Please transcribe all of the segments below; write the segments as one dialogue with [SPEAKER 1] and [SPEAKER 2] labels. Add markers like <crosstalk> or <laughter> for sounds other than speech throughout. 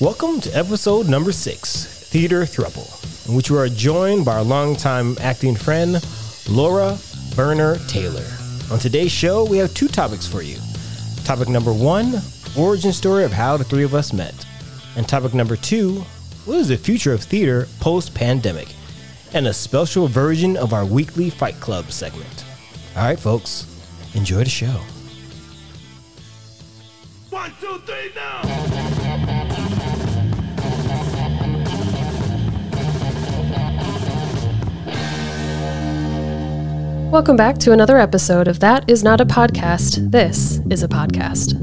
[SPEAKER 1] Welcome to episode number six, Theater Throuple, in which we are joined by our longtime acting friend, Laura Berner Taylor. On today's show, we have two topics for you. Topic number one, origin story of how the three of us met. And topic number two, what is the future of theater post pandemic? And a special version of our weekly Fight Club segment. All right, folks, enjoy the show.
[SPEAKER 2] One, two, three, now!
[SPEAKER 3] Welcome back to another episode of That Is Not a Podcast. This is a podcast.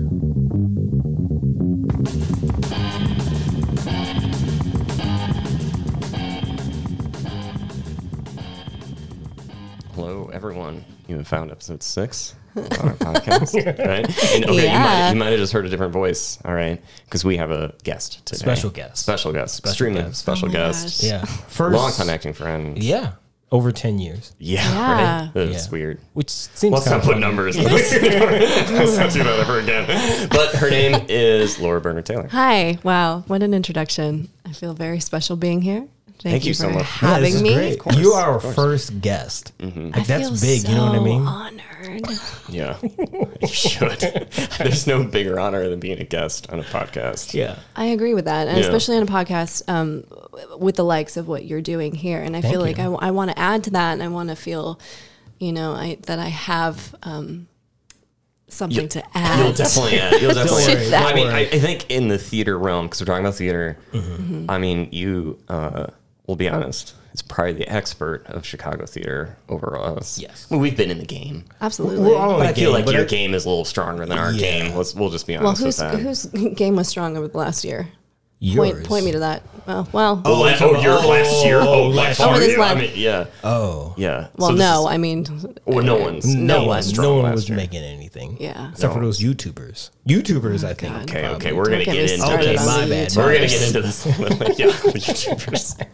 [SPEAKER 4] Hello, everyone. You have found episode
[SPEAKER 5] <laughs>
[SPEAKER 4] six of our podcast, right? And okay, you, might,
[SPEAKER 5] Yeah.
[SPEAKER 4] you might have just heard a different voice, all right? Because we have a guest today.
[SPEAKER 1] Special guest.
[SPEAKER 4] Special guest. Extremely
[SPEAKER 1] guest.
[SPEAKER 5] Oh
[SPEAKER 4] special guest.
[SPEAKER 1] Yeah. First,
[SPEAKER 4] Long time acting friend. Yeah,
[SPEAKER 1] Yeah. Over 10 years.
[SPEAKER 4] right?
[SPEAKER 5] Yeah.
[SPEAKER 4] That's
[SPEAKER 1] Yeah.
[SPEAKER 4] weird.
[SPEAKER 1] Which seems
[SPEAKER 4] Well, let's
[SPEAKER 1] kind
[SPEAKER 4] not
[SPEAKER 1] of
[SPEAKER 4] put
[SPEAKER 1] funny.
[SPEAKER 5] <laughs>
[SPEAKER 4] numbers. <laughs> Let's not do that ever again. But her name is Laura Berner
[SPEAKER 5] <laughs>
[SPEAKER 4] Taylor.
[SPEAKER 5] Hi. Wow. What an introduction. I feel very special being here. Thank,
[SPEAKER 4] you so
[SPEAKER 5] for
[SPEAKER 4] much. Yeah,
[SPEAKER 1] Yeah, this
[SPEAKER 5] having
[SPEAKER 1] is
[SPEAKER 5] me.
[SPEAKER 1] great. you are our first guest. Like, that's
[SPEAKER 5] feel
[SPEAKER 1] big. you know what I
[SPEAKER 5] so
[SPEAKER 1] mean?
[SPEAKER 5] Honored.
[SPEAKER 4] Yeah, you should. There's no bigger honor than being a guest on a podcast.
[SPEAKER 1] Yeah.
[SPEAKER 5] I agree with that, and
[SPEAKER 4] Yeah.
[SPEAKER 5] especially on a podcast um, w- with the likes of what you're doing here. And I feel like I,
[SPEAKER 1] you.
[SPEAKER 5] want to add to that, and I want to feel, you know, I, that I have um, something to add.
[SPEAKER 4] You'll definitely, yeah, you'll definitely.
[SPEAKER 5] worry, don't
[SPEAKER 4] I mean, I,
[SPEAKER 1] worry.
[SPEAKER 4] I think in the theater realm, because we're talking about theater, I mean, you, uh, we'll be honest, is probably the expert of Chicago theater overall. Us.
[SPEAKER 1] Yes.
[SPEAKER 4] Well, we've been in the game.
[SPEAKER 5] Absolutely.
[SPEAKER 1] all-
[SPEAKER 4] But I feel
[SPEAKER 1] game,
[SPEAKER 4] like
[SPEAKER 1] but
[SPEAKER 4] your
[SPEAKER 1] it-
[SPEAKER 4] game is a little stronger than our
[SPEAKER 1] Yeah.
[SPEAKER 4] game. Let's, we'll just be
[SPEAKER 5] well,
[SPEAKER 4] honest
[SPEAKER 5] whose
[SPEAKER 4] with that.
[SPEAKER 5] whose game was strong over the last year?
[SPEAKER 1] Yours.
[SPEAKER 5] Point point me to that. Well, well.
[SPEAKER 4] oh, last, oh, your last year? Oh, last
[SPEAKER 5] year. Over this
[SPEAKER 4] Yeah, I
[SPEAKER 5] last-
[SPEAKER 4] mean, yeah.
[SPEAKER 1] Oh.
[SPEAKER 4] yeah.
[SPEAKER 5] Well,
[SPEAKER 4] this
[SPEAKER 5] no,
[SPEAKER 4] is-
[SPEAKER 5] I mean,
[SPEAKER 4] well, no one's.
[SPEAKER 1] No, one,
[SPEAKER 4] one's
[SPEAKER 1] no
[SPEAKER 4] strong
[SPEAKER 1] one
[SPEAKER 4] last
[SPEAKER 1] was
[SPEAKER 4] year.
[SPEAKER 1] making anything.
[SPEAKER 5] yeah.
[SPEAKER 1] Except for
[SPEAKER 4] No.
[SPEAKER 1] those YouTubers. YouTubers, I think.
[SPEAKER 5] God.
[SPEAKER 4] Okay,
[SPEAKER 1] probably.
[SPEAKER 4] okay, we're going to
[SPEAKER 5] Don't
[SPEAKER 4] get
[SPEAKER 5] get me
[SPEAKER 4] into
[SPEAKER 5] started
[SPEAKER 4] this.
[SPEAKER 5] on
[SPEAKER 1] My
[SPEAKER 5] the
[SPEAKER 1] bad,
[SPEAKER 5] YouTube.
[SPEAKER 4] We're gonna get into this. a little bit. yeah, <laughs>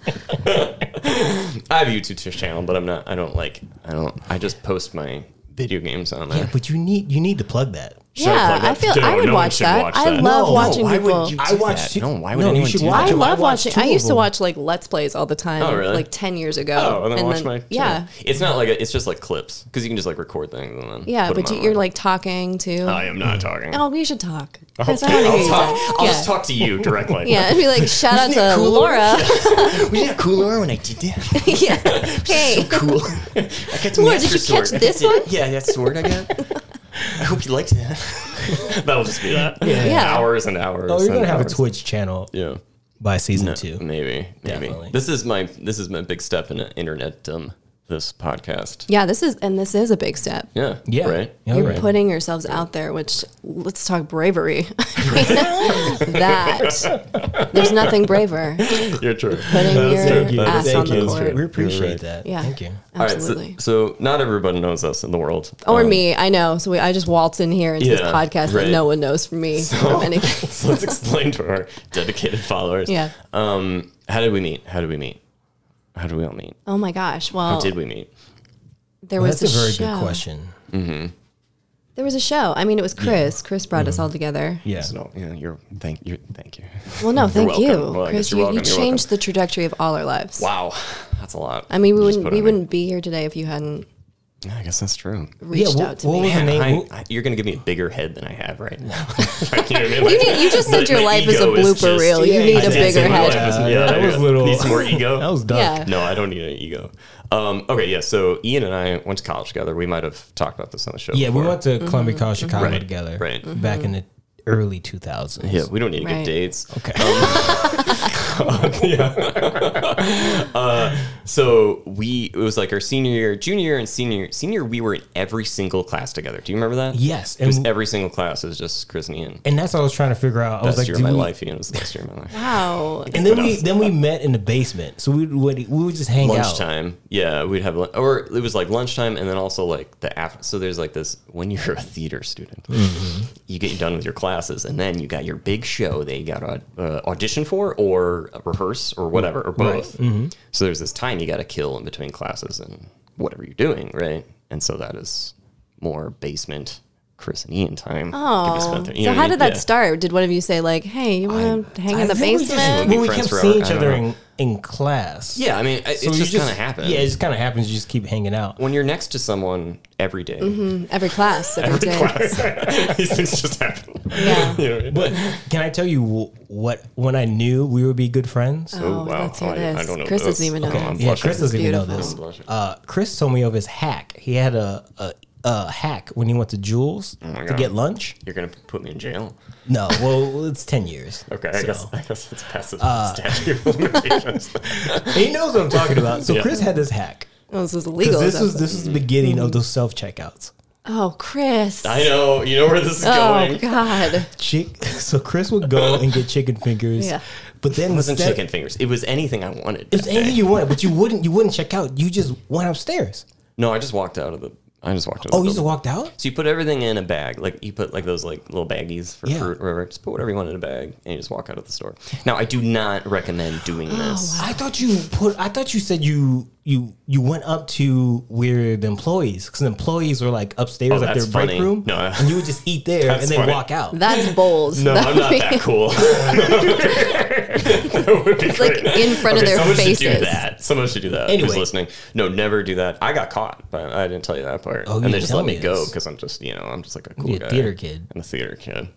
[SPEAKER 4] YouTubers. I have a YouTube channel, but I'm not. I don't like. I don't. I just post my video games on there.
[SPEAKER 1] Yeah, but you need you need to plug that.
[SPEAKER 4] Should I
[SPEAKER 5] yeah,
[SPEAKER 4] plug
[SPEAKER 5] I
[SPEAKER 4] that?
[SPEAKER 5] feel
[SPEAKER 4] Dude,
[SPEAKER 5] I would
[SPEAKER 4] no one
[SPEAKER 5] watch
[SPEAKER 4] should
[SPEAKER 5] that.
[SPEAKER 4] watch
[SPEAKER 5] I
[SPEAKER 4] that.
[SPEAKER 5] love
[SPEAKER 1] No,
[SPEAKER 5] watching
[SPEAKER 4] why would
[SPEAKER 5] people.
[SPEAKER 4] you-
[SPEAKER 1] I
[SPEAKER 4] do
[SPEAKER 1] watched.
[SPEAKER 4] that? No, why would
[SPEAKER 1] no, you
[SPEAKER 4] anyone
[SPEAKER 1] should
[SPEAKER 4] do
[SPEAKER 1] watch
[SPEAKER 4] that?
[SPEAKER 5] I
[SPEAKER 1] them.
[SPEAKER 5] love
[SPEAKER 1] watched
[SPEAKER 5] watching.
[SPEAKER 1] two
[SPEAKER 5] I
[SPEAKER 1] of
[SPEAKER 5] used to
[SPEAKER 1] them.
[SPEAKER 5] watch like Let's Plays all the time,
[SPEAKER 4] Oh, really?
[SPEAKER 5] like ten years ago.
[SPEAKER 4] Oh, and then watch my.
[SPEAKER 5] yeah,
[SPEAKER 4] channel. It's not like a, it's just like clips because you can just like record things and then.
[SPEAKER 5] yeah.
[SPEAKER 4] put
[SPEAKER 5] But
[SPEAKER 4] them
[SPEAKER 5] you, you're
[SPEAKER 4] online.
[SPEAKER 5] like talking to.
[SPEAKER 4] I am not talking.
[SPEAKER 5] oh, we should talk. I'll,
[SPEAKER 4] I'll, talk, I'll just talk to you directly.
[SPEAKER 5] Yeah, it'd
[SPEAKER 4] <laughs>
[SPEAKER 5] be like shout out
[SPEAKER 1] Wasn't it
[SPEAKER 5] to
[SPEAKER 1] cool?
[SPEAKER 5] Laura. <laughs>
[SPEAKER 1] Wasn't that cooler when I did that?
[SPEAKER 5] yeah. Hey,
[SPEAKER 4] Cool. <laughs> I got to
[SPEAKER 5] Laura, did you catch this one?
[SPEAKER 4] <laughs> Yeah, yeah, that's the word I
[SPEAKER 5] <laughs>
[SPEAKER 4] got. I hope you liked that. <laughs> That'll just be that.
[SPEAKER 5] Yeah.
[SPEAKER 4] Hours and hours.
[SPEAKER 1] Oh, you're gonna
[SPEAKER 4] and
[SPEAKER 1] have a
[SPEAKER 4] hours.
[SPEAKER 1] Twitch channel
[SPEAKER 4] Yeah.
[SPEAKER 1] by season two.
[SPEAKER 4] Maybe, maybe.
[SPEAKER 1] Definitely.
[SPEAKER 4] This is my this is my big step in internet um this podcast.
[SPEAKER 5] yeah. This is and this is a big step.
[SPEAKER 4] Yeah.
[SPEAKER 1] Yeah.
[SPEAKER 4] Right.
[SPEAKER 1] Yeah,
[SPEAKER 5] You're
[SPEAKER 1] right.
[SPEAKER 5] putting yourselves out there, which let's talk bravery. <laughs>
[SPEAKER 4] <laughs>
[SPEAKER 5] that there's nothing braver.
[SPEAKER 4] You're
[SPEAKER 5] <laughs>
[SPEAKER 4] true.
[SPEAKER 5] Putting your
[SPEAKER 1] Thank you.
[SPEAKER 5] ass
[SPEAKER 1] Thank
[SPEAKER 5] on the
[SPEAKER 1] you.
[SPEAKER 5] court.
[SPEAKER 1] We
[SPEAKER 4] You're
[SPEAKER 1] appreciate
[SPEAKER 4] right.
[SPEAKER 1] that.
[SPEAKER 5] Yeah.
[SPEAKER 1] Thank you.
[SPEAKER 4] All right.
[SPEAKER 5] Absolutely.
[SPEAKER 4] So, so not everyone knows us in the world.
[SPEAKER 5] Or
[SPEAKER 4] Um,
[SPEAKER 5] me, I know. So we, I just waltz in here into this
[SPEAKER 4] Yeah,
[SPEAKER 5] podcast
[SPEAKER 4] right.
[SPEAKER 5] that no one knows from me from
[SPEAKER 4] <laughs> <laughs>
[SPEAKER 5] anything.
[SPEAKER 4] So let's explain to our dedicated followers.
[SPEAKER 5] Yeah.
[SPEAKER 4] Um, how did we meet? How did we meet? How did we all meet?
[SPEAKER 5] <laughs> Oh my gosh! Well,
[SPEAKER 4] How did we meet?
[SPEAKER 5] there
[SPEAKER 1] Well,
[SPEAKER 5] was
[SPEAKER 1] that's a very
[SPEAKER 5] show.
[SPEAKER 1] good question.
[SPEAKER 5] There was a show. I mean, it was Chris. Chris brought us all together.
[SPEAKER 1] Yeah.
[SPEAKER 4] So, Mm-hmm. yeah, you're thank you thank you.
[SPEAKER 5] Well, no, thank you,
[SPEAKER 4] welcome. Well, I guess
[SPEAKER 5] Chris.
[SPEAKER 4] you're
[SPEAKER 5] You,
[SPEAKER 4] welcome.
[SPEAKER 5] you
[SPEAKER 4] You're
[SPEAKER 5] changed the trajectory of all our lives.
[SPEAKER 4] Wow, that's a lot.
[SPEAKER 5] I mean, we
[SPEAKER 4] You just
[SPEAKER 5] wouldn't
[SPEAKER 4] put on
[SPEAKER 5] we
[SPEAKER 4] me.
[SPEAKER 5] wouldn't be here today if you hadn't
[SPEAKER 4] Yeah, I guess that's true.
[SPEAKER 5] reached
[SPEAKER 1] what-
[SPEAKER 5] out to
[SPEAKER 1] what
[SPEAKER 4] <laughs>
[SPEAKER 5] me.
[SPEAKER 1] was-
[SPEAKER 4] Man,
[SPEAKER 1] name-
[SPEAKER 4] I-
[SPEAKER 1] who-
[SPEAKER 4] I- you're gonna give me a bigger head than I have
[SPEAKER 1] <laughs>
[SPEAKER 4] right now. <laughs> you, know what I mean?
[SPEAKER 5] You,
[SPEAKER 4] Like,
[SPEAKER 5] need, you just
[SPEAKER 4] my-
[SPEAKER 5] said your
[SPEAKER 4] my
[SPEAKER 5] life is a
[SPEAKER 4] ego is
[SPEAKER 5] blooper
[SPEAKER 4] just-
[SPEAKER 5] reel. You
[SPEAKER 1] Yeah,
[SPEAKER 5] need
[SPEAKER 1] I
[SPEAKER 5] a
[SPEAKER 1] did say
[SPEAKER 5] bigger
[SPEAKER 1] my
[SPEAKER 5] head.
[SPEAKER 1] life is-
[SPEAKER 4] Yeah,
[SPEAKER 1] Yeah, that
[SPEAKER 4] I
[SPEAKER 1] was
[SPEAKER 4] do.
[SPEAKER 1] little-
[SPEAKER 4] Need some more
[SPEAKER 1] <laughs>
[SPEAKER 4] ego.
[SPEAKER 1] That was dark.
[SPEAKER 5] Yeah.
[SPEAKER 4] No, I don't need an ego. Um, okay, yeah. So Ian and I went to college together. We might have talked about this on the show.
[SPEAKER 1] Yeah, we
[SPEAKER 4] before.
[SPEAKER 1] went to
[SPEAKER 5] Mm-hmm.
[SPEAKER 1] Columbia College Chicago
[SPEAKER 4] Right,
[SPEAKER 1] together
[SPEAKER 4] right. Mhm.
[SPEAKER 1] back in the early 2000s.
[SPEAKER 4] Yeah, we don't need to get
[SPEAKER 5] Right.
[SPEAKER 4] dates.
[SPEAKER 1] Okay.
[SPEAKER 4] So we it was like our senior year, junior year, and senior senior. We were in every single class together. Do you remember that?
[SPEAKER 1] yes.
[SPEAKER 4] It was
[SPEAKER 1] And,
[SPEAKER 4] every single class. It was just Chris and Ian.
[SPEAKER 1] and that's what I was trying to figure out. I was
[SPEAKER 4] Best
[SPEAKER 1] like,
[SPEAKER 4] year of
[SPEAKER 1] do
[SPEAKER 4] my
[SPEAKER 1] we-
[SPEAKER 4] life. Ian was the best year of my life.
[SPEAKER 5] Wow.
[SPEAKER 1] And then we then we met in the basement. So we would we would just hang out.
[SPEAKER 4] lunchtime. Yeah, we'd have lun- or it was like lunchtime, and then also like the after. So there's like this when you're a theater student,
[SPEAKER 1] Mm-hmm.
[SPEAKER 4] you get done with your classes, and then you got your big show that you got to uh, audition for or rehearse or whatever or both.
[SPEAKER 1] Mm-hmm.
[SPEAKER 4] So there's this time you got to kill in between classes and whatever you're doing, right? And so that is more basement Chris and Ian time.
[SPEAKER 5] Oh, so how did that start? Did one of you say like, "Hey, you want to hang in the basement"?
[SPEAKER 4] be
[SPEAKER 1] well, we
[SPEAKER 4] friends
[SPEAKER 1] kept
[SPEAKER 4] forever.
[SPEAKER 1] seeing
[SPEAKER 4] I
[SPEAKER 1] each
[SPEAKER 4] don't
[SPEAKER 1] other
[SPEAKER 4] know.
[SPEAKER 1] in, in class.
[SPEAKER 4] Yeah, I mean, I- it's
[SPEAKER 1] you
[SPEAKER 4] just, kind of happened.
[SPEAKER 1] Yeah, it just kind of happens. You just keep hanging out.
[SPEAKER 4] when you're next to someone every day, <laughs>
[SPEAKER 5] every class, every day.
[SPEAKER 4] these things just happen.
[SPEAKER 5] Yeah.
[SPEAKER 1] But can I tell you wh- what? When I knew we would be good friends,
[SPEAKER 5] Oh,
[SPEAKER 4] wow.
[SPEAKER 5] let's hear
[SPEAKER 4] I- I
[SPEAKER 5] this.
[SPEAKER 4] don't know
[SPEAKER 5] Chris
[SPEAKER 4] this.
[SPEAKER 5] doesn't even know.
[SPEAKER 4] Okay.
[SPEAKER 5] this.
[SPEAKER 4] I'm
[SPEAKER 1] yeah, Chris doesn't even know
[SPEAKER 5] Beautiful.
[SPEAKER 1] this.
[SPEAKER 4] I'm blushing.
[SPEAKER 1] Uh, Chris told me of his hack. He had a a, a hack when he went to Jules
[SPEAKER 4] Oh my
[SPEAKER 1] to
[SPEAKER 4] God.
[SPEAKER 1] get lunch.
[SPEAKER 4] You're gonna put me in jail.
[SPEAKER 1] No,
[SPEAKER 4] <laughs>
[SPEAKER 1] well, it's ten years.
[SPEAKER 4] Okay, I
[SPEAKER 1] so-
[SPEAKER 4] guess I guess it's past the statute of limitations.
[SPEAKER 1] he knows what I'm talking about. So
[SPEAKER 4] <laughs> Yeah.
[SPEAKER 1] Chris had this hack
[SPEAKER 5] Oh, this is
[SPEAKER 1] because
[SPEAKER 5] legal.
[SPEAKER 1] this
[SPEAKER 5] is
[SPEAKER 1] was this is the beginning of those self checkouts.
[SPEAKER 5] oh,
[SPEAKER 4] <laughs>
[SPEAKER 5] Chris.
[SPEAKER 4] I know. You know where this is
[SPEAKER 5] oh
[SPEAKER 4] going. <laughs>
[SPEAKER 5] God.
[SPEAKER 1] Chick, <laughs> so Chris would go and get chicken fingers.
[SPEAKER 5] Yeah.
[SPEAKER 1] but then
[SPEAKER 4] It wasn't
[SPEAKER 1] instead-
[SPEAKER 4] chicken fingers. It was anything I wanted.
[SPEAKER 1] It's
[SPEAKER 4] that
[SPEAKER 1] anything
[SPEAKER 4] day.
[SPEAKER 1] you wanted, but you wouldn't you wouldn't check out. You just went upstairs.
[SPEAKER 4] No, I just walked out of the. I just walked out. Of
[SPEAKER 1] Oh,
[SPEAKER 4] the
[SPEAKER 1] you just
[SPEAKER 4] building.
[SPEAKER 1] walked out.
[SPEAKER 4] So you put everything in a bag, like you put like those like little baggies for
[SPEAKER 1] Yeah.
[SPEAKER 4] fruit or whatever. Just put whatever you want in a bag, and you just walk out of the store. Now, I do not recommend doing this.
[SPEAKER 1] I thought you put. I thought you said you you you went up to where the employees because the employees were like upstairs
[SPEAKER 4] Oh,
[SPEAKER 1] at their
[SPEAKER 4] that's
[SPEAKER 1] break
[SPEAKER 4] funny.
[SPEAKER 1] room.
[SPEAKER 4] No.
[SPEAKER 1] and you would just eat there and
[SPEAKER 4] <laughs> That's
[SPEAKER 1] then
[SPEAKER 4] funny.
[SPEAKER 1] walk out.
[SPEAKER 5] That's bold.
[SPEAKER 4] No, I'm
[SPEAKER 5] <laughs>
[SPEAKER 4] not that cool. that would be
[SPEAKER 5] like
[SPEAKER 4] great.
[SPEAKER 5] in front of their
[SPEAKER 4] someone Should
[SPEAKER 5] faces.
[SPEAKER 4] do that. Someone should do that.
[SPEAKER 1] Anyway.
[SPEAKER 4] Who's listening? No, never do that. I got caught, but I didn't tell you that part.
[SPEAKER 1] Oh, you
[SPEAKER 4] and they
[SPEAKER 1] didn't
[SPEAKER 4] just
[SPEAKER 1] tell
[SPEAKER 4] let me
[SPEAKER 1] me
[SPEAKER 4] go
[SPEAKER 1] this.
[SPEAKER 4] because I'm just, you know, I'm just like a cool
[SPEAKER 1] You're a
[SPEAKER 4] guy.
[SPEAKER 1] theater kid.
[SPEAKER 4] I'm a theater kid.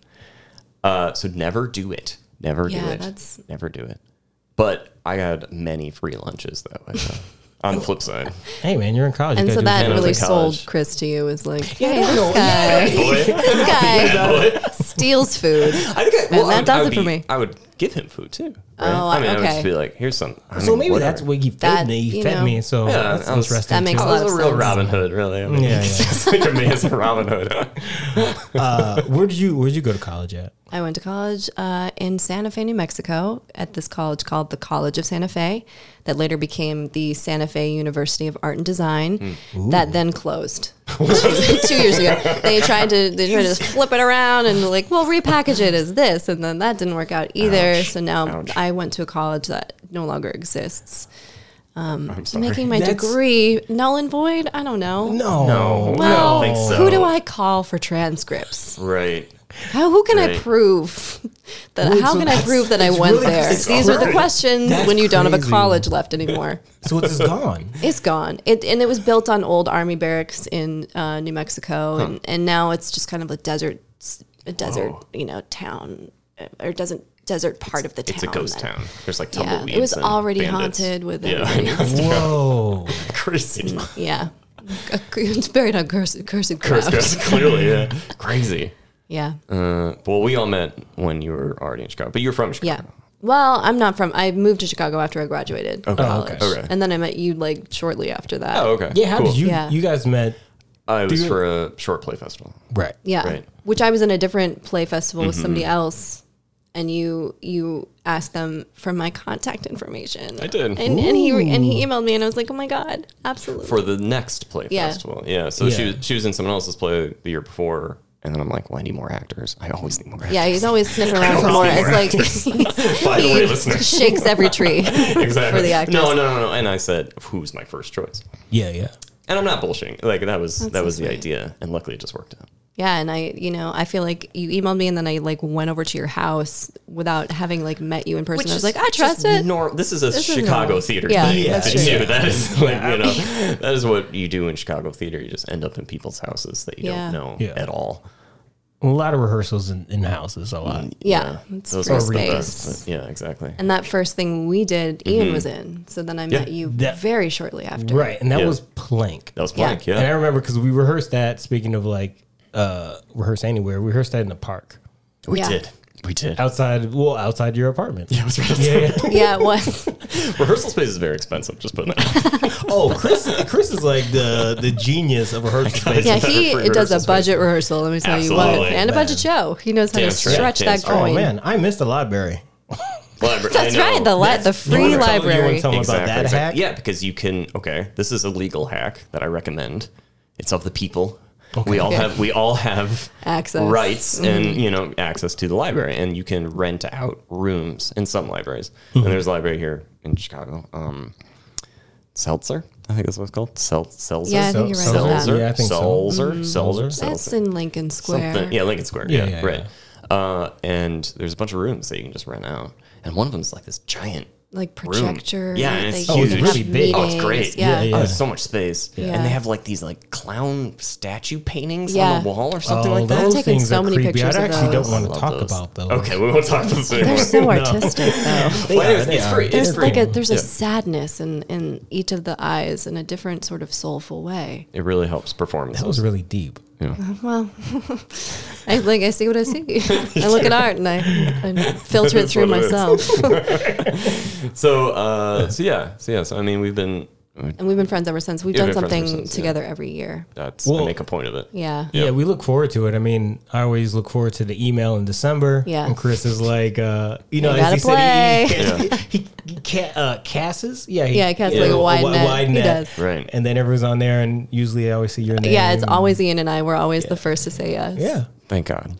[SPEAKER 4] Uh, so never do it. Never do
[SPEAKER 5] Yeah,
[SPEAKER 4] it.
[SPEAKER 5] that's-
[SPEAKER 4] Never do it. But I had many free lunches that way. though. On the flip side,
[SPEAKER 1] Hey man, you're in college.
[SPEAKER 5] And
[SPEAKER 1] you
[SPEAKER 5] so
[SPEAKER 1] gotta
[SPEAKER 5] that
[SPEAKER 4] when I was
[SPEAKER 5] really
[SPEAKER 4] in college.
[SPEAKER 5] sold Chris to you. Is like,
[SPEAKER 1] do
[SPEAKER 5] hey,
[SPEAKER 1] that.
[SPEAKER 5] this guy,
[SPEAKER 4] boy,
[SPEAKER 5] this guy steals food.
[SPEAKER 4] I think I, well,
[SPEAKER 5] that
[SPEAKER 4] I would-
[SPEAKER 5] does
[SPEAKER 4] I would
[SPEAKER 5] it for
[SPEAKER 4] be-
[SPEAKER 5] me.
[SPEAKER 4] I would give him food too. Right?
[SPEAKER 5] Oh,
[SPEAKER 4] I mean, I would
[SPEAKER 5] okay.
[SPEAKER 4] just be like, "Here's some." I
[SPEAKER 1] so
[SPEAKER 4] mean,
[SPEAKER 1] maybe
[SPEAKER 4] whatever.
[SPEAKER 1] that's what you fed
[SPEAKER 5] That,
[SPEAKER 1] me. You
[SPEAKER 5] you
[SPEAKER 1] fed
[SPEAKER 5] know.
[SPEAKER 1] me, so
[SPEAKER 4] Yeah,
[SPEAKER 1] that's
[SPEAKER 4] I was-
[SPEAKER 1] interesting.
[SPEAKER 5] that makes
[SPEAKER 1] too.
[SPEAKER 5] a lot
[SPEAKER 4] It's
[SPEAKER 5] of
[SPEAKER 4] a real
[SPEAKER 5] sense.
[SPEAKER 4] Robin Hood, really. I mean,
[SPEAKER 1] Yeah,
[SPEAKER 4] <laughs> it's
[SPEAKER 1] yeah.
[SPEAKER 4] just like a man's Robin Hood. <laughs>
[SPEAKER 1] Uh, where did you Where did you go to college at?
[SPEAKER 5] I went to college uh, in Santa Fe, New Mexico, at this college called the College of Santa Fe, that later became the Santa Fe University of Art and Design,
[SPEAKER 4] Hmm.
[SPEAKER 5] that
[SPEAKER 4] <laughs>
[SPEAKER 5] then closed <laughs> two years ago. They tried to they tried to just flip it around and like, well, repackage it as this, and then that didn't work out either. So now
[SPEAKER 4] Ouch.
[SPEAKER 5] I went to a college that no longer exists,
[SPEAKER 4] I'm sorry.
[SPEAKER 5] making my
[SPEAKER 1] That's-
[SPEAKER 5] degree null and void. I don't know.
[SPEAKER 1] No,
[SPEAKER 4] no,
[SPEAKER 5] Well,
[SPEAKER 4] I don't think so.
[SPEAKER 5] who do I call for transcripts?
[SPEAKER 4] Right.
[SPEAKER 5] How, who can I
[SPEAKER 4] Right.
[SPEAKER 5] prove <laughs> that?
[SPEAKER 1] Wait,
[SPEAKER 5] how
[SPEAKER 1] so
[SPEAKER 5] can I
[SPEAKER 1] that's-
[SPEAKER 5] prove that I
[SPEAKER 1] that's
[SPEAKER 5] went
[SPEAKER 1] really-
[SPEAKER 5] there?
[SPEAKER 1] that's
[SPEAKER 5] These are the
[SPEAKER 1] crazy.
[SPEAKER 5] questions
[SPEAKER 1] That's
[SPEAKER 5] when you don't have a
[SPEAKER 1] crazy.
[SPEAKER 5] college left anymore.
[SPEAKER 1] So it's just gone.
[SPEAKER 5] It's gone. It and it was built on old army barracks in uh, New Mexico, and, and now it's just kind of a desert, a desert, you know, town uh, or doesn't desert part of the town.
[SPEAKER 4] Oh. It's a ghost
[SPEAKER 5] that-
[SPEAKER 4] town. There's like
[SPEAKER 5] Yeah,
[SPEAKER 4] tumbleweeds.
[SPEAKER 5] it was
[SPEAKER 4] and
[SPEAKER 5] already
[SPEAKER 4] bandits.
[SPEAKER 5] haunted
[SPEAKER 4] <laughs>
[SPEAKER 5] with
[SPEAKER 4] Yeah, I <laughs>
[SPEAKER 5] everybody.
[SPEAKER 4] know.
[SPEAKER 1] Whoa.
[SPEAKER 5] <laughs>
[SPEAKER 4] crazy.
[SPEAKER 5] Yeah, it's buried on cursed, cursed
[SPEAKER 4] Curse,
[SPEAKER 5] ground.
[SPEAKER 4] curse, clearly, yeah. Crazy.
[SPEAKER 5] <laughs> Yeah,
[SPEAKER 4] Uh, well, we all met when you were already in Chicago, but you're from
[SPEAKER 5] yeah.
[SPEAKER 4] Chicago.
[SPEAKER 5] Well, I'm not from. I moved to Chicago after I graduated
[SPEAKER 4] Okay.
[SPEAKER 1] Oh,
[SPEAKER 5] college,
[SPEAKER 1] okay.
[SPEAKER 4] Okay.
[SPEAKER 5] and then I met you like shortly after that.
[SPEAKER 4] Oh, okay.
[SPEAKER 1] Yeah. How
[SPEAKER 4] cool.
[SPEAKER 1] did you
[SPEAKER 5] Yeah.
[SPEAKER 1] You guys met?
[SPEAKER 4] I was
[SPEAKER 1] you-
[SPEAKER 4] for a short play festival.
[SPEAKER 1] Right.
[SPEAKER 5] Yeah.
[SPEAKER 4] Right. Mm-hmm.
[SPEAKER 5] Which I was in a different play festival with somebody else and you you asked them for my contact information.
[SPEAKER 4] I did.
[SPEAKER 5] And, and he and he emailed me and I was like, "Oh my god, absolutely."
[SPEAKER 4] for the next play
[SPEAKER 5] Yeah.
[SPEAKER 4] festival. Yeah. So she
[SPEAKER 1] Yeah.
[SPEAKER 4] was she was in someone else's play the year before, and then I'm like, well, I need more actors. I always need more actors.
[SPEAKER 5] yeah, he's always sniffing around for more. It's <laughs> like
[SPEAKER 4] <laughs> By the way, listeners.
[SPEAKER 5] he shakes every
[SPEAKER 4] <laughs>
[SPEAKER 5] tree.
[SPEAKER 4] exactly.
[SPEAKER 5] for the actors.
[SPEAKER 4] No, no, no, no. And I said, "Who's my first choice?"
[SPEAKER 1] Yeah. Yeah.
[SPEAKER 4] And I'm not bullshitting. Like that was that
[SPEAKER 5] so
[SPEAKER 4] was the
[SPEAKER 5] sweet.
[SPEAKER 4] idea, and luckily it just worked out.
[SPEAKER 5] Yeah, and I, you know, I feel like you emailed me and then I like went over to your house without having like met you in person. I was like, "I trust
[SPEAKER 4] just
[SPEAKER 5] it."
[SPEAKER 4] nor- this is a
[SPEAKER 5] is
[SPEAKER 4] Chicago
[SPEAKER 5] normal.
[SPEAKER 4] theater
[SPEAKER 5] Yeah,
[SPEAKER 4] thing.
[SPEAKER 5] that's
[SPEAKER 4] that you
[SPEAKER 1] true.
[SPEAKER 4] do. That is like, you know, that is what you do in Chicago theater. You just end up in people's houses that you
[SPEAKER 5] Yeah.
[SPEAKER 4] don't know
[SPEAKER 1] Yeah.
[SPEAKER 4] at all.
[SPEAKER 1] A lot of rehearsals in, in houses. A lot.
[SPEAKER 5] yeah, it's
[SPEAKER 4] Those
[SPEAKER 5] free
[SPEAKER 4] are the
[SPEAKER 5] space.
[SPEAKER 4] best. Mm-hmm. Yeah, exactly.
[SPEAKER 5] And that first thing we did, Ian was in. So then I met you
[SPEAKER 1] That-
[SPEAKER 5] very shortly after.
[SPEAKER 1] Right. And that
[SPEAKER 4] Yeah.
[SPEAKER 1] was plank.
[SPEAKER 4] that was blank.
[SPEAKER 1] And I
[SPEAKER 4] Yeah.
[SPEAKER 1] remember because we rehearsed that. Speaking of like uh rehearse anywhere, we rehearsed that in the park
[SPEAKER 4] we
[SPEAKER 5] Yeah.
[SPEAKER 4] did. We did.
[SPEAKER 1] outside. Well, outside your apartment.
[SPEAKER 4] I <laughs> was gonna
[SPEAKER 1] Yeah. yeah.
[SPEAKER 5] Yeah, it
[SPEAKER 4] <laughs>
[SPEAKER 5] was.
[SPEAKER 4] Rehearsal space is very expensive. Just putting
[SPEAKER 5] <laughs>
[SPEAKER 4] that. Out.
[SPEAKER 1] <laughs> oh, Chris. Chris is like the the genius of rehearsal space.
[SPEAKER 5] Yeah,
[SPEAKER 4] Better
[SPEAKER 5] he
[SPEAKER 4] for
[SPEAKER 5] it does
[SPEAKER 4] rehearsal
[SPEAKER 5] a
[SPEAKER 4] space.
[SPEAKER 5] budget rehearsal. Let me tell you what,
[SPEAKER 4] Absolutely.
[SPEAKER 5] and a budget show. He knows how
[SPEAKER 4] Damn
[SPEAKER 5] to
[SPEAKER 4] straight.
[SPEAKER 5] stretch
[SPEAKER 4] Damn
[SPEAKER 5] that
[SPEAKER 4] straight.
[SPEAKER 1] Oh
[SPEAKER 5] coin.
[SPEAKER 1] man, I missed the library.
[SPEAKER 4] Libra-
[SPEAKER 5] That's
[SPEAKER 4] I know.
[SPEAKER 5] right. The li- the
[SPEAKER 1] You wanna
[SPEAKER 5] free
[SPEAKER 1] tell- You want
[SPEAKER 5] library.
[SPEAKER 1] to tell me about that hack?
[SPEAKER 4] Yeah, because you can. Okay, this is a legal hack that I recommend. It's of the people. We all have we all have
[SPEAKER 5] Access. Mm-hmm.
[SPEAKER 4] rights and you know access to the library, and you can rent out
[SPEAKER 1] Mm-hmm.
[SPEAKER 4] rooms in some libraries. And there's a library here in Chicago, um, Seltzer. I think that's what it's called. Sel- Selzer.
[SPEAKER 5] Yeah, I think you're right about
[SPEAKER 4] Selzer.
[SPEAKER 5] that.
[SPEAKER 1] Yeah, I think so.
[SPEAKER 4] Selzer. Selzer.
[SPEAKER 1] Seltzer.
[SPEAKER 5] That's
[SPEAKER 4] Seltzer.
[SPEAKER 5] in Lincoln Square.
[SPEAKER 4] Something. Yeah, Lincoln Square.
[SPEAKER 1] Yeah,
[SPEAKER 4] Yeah,
[SPEAKER 1] yeah,
[SPEAKER 4] right. Uh, and there's a bunch of rooms that you can just rent out, and one of them's like this giant.
[SPEAKER 5] Like
[SPEAKER 4] room.
[SPEAKER 5] projector.
[SPEAKER 4] Yeah, and it's
[SPEAKER 5] that you
[SPEAKER 1] huge.
[SPEAKER 5] have
[SPEAKER 1] Oh, it's really big.
[SPEAKER 4] Oh, it's
[SPEAKER 5] meetings.
[SPEAKER 4] great.
[SPEAKER 5] Yeah.
[SPEAKER 1] Yeah, yeah.
[SPEAKER 4] Oh, there's so much space.
[SPEAKER 5] Yeah.
[SPEAKER 4] And they have like these like clown statue paintings
[SPEAKER 5] Yeah.
[SPEAKER 4] on the wall or something
[SPEAKER 1] Oh,
[SPEAKER 4] like that.
[SPEAKER 5] I've
[SPEAKER 1] those
[SPEAKER 5] taken
[SPEAKER 1] things
[SPEAKER 5] so
[SPEAKER 1] are
[SPEAKER 5] many
[SPEAKER 1] creepy.
[SPEAKER 5] pictures
[SPEAKER 1] I
[SPEAKER 5] of
[SPEAKER 1] actually
[SPEAKER 5] those.
[SPEAKER 1] don't want
[SPEAKER 4] I
[SPEAKER 1] to
[SPEAKER 4] love
[SPEAKER 1] talk
[SPEAKER 4] those.
[SPEAKER 1] about those.
[SPEAKER 4] Okay, we won't talk about this anymore. <laughs>
[SPEAKER 5] They're so artistic though.
[SPEAKER 1] They
[SPEAKER 4] Well,
[SPEAKER 1] are,
[SPEAKER 4] it's-
[SPEAKER 1] they
[SPEAKER 4] it's
[SPEAKER 1] are.
[SPEAKER 4] free. It's
[SPEAKER 5] There's
[SPEAKER 4] free.
[SPEAKER 5] like a there's a
[SPEAKER 4] Yeah.
[SPEAKER 5] sadness in in each of the eyes in a different sort of soulful way.
[SPEAKER 4] It really helps performance.
[SPEAKER 1] That was really deep.
[SPEAKER 5] Well, I like I see what
[SPEAKER 4] <laughs>
[SPEAKER 5] I see. I look at art and I, I filter it
[SPEAKER 4] That's
[SPEAKER 5] through
[SPEAKER 4] what it is.
[SPEAKER 5] myself.
[SPEAKER 4] So, uh, so yeah, so yeah, so I mean, we've been.
[SPEAKER 5] and we've been friends ever since. We've
[SPEAKER 4] Yeah,
[SPEAKER 5] done
[SPEAKER 4] we've been friends
[SPEAKER 5] something
[SPEAKER 4] ever since, yeah.
[SPEAKER 5] together every year.
[SPEAKER 4] That's
[SPEAKER 1] Well-
[SPEAKER 4] I make a point of it.
[SPEAKER 5] Yeah.
[SPEAKER 1] Yeah, we look forward to it. I mean, I always look forward to the email in December.
[SPEAKER 5] Yeah.
[SPEAKER 1] And Chris is like, uh, you know,
[SPEAKER 5] You
[SPEAKER 1] as he
[SPEAKER 5] gotta
[SPEAKER 1] said, he, he, he, he ca- uh, casts. Yeah, he,
[SPEAKER 5] Yeah, he casts like a wide net. He does.
[SPEAKER 4] Right.
[SPEAKER 1] And then everyone's on there, and usually I always see your name.
[SPEAKER 5] Yeah, it's always Ian and I. We're always the first to say yes.
[SPEAKER 1] Yeah.
[SPEAKER 4] Thank God.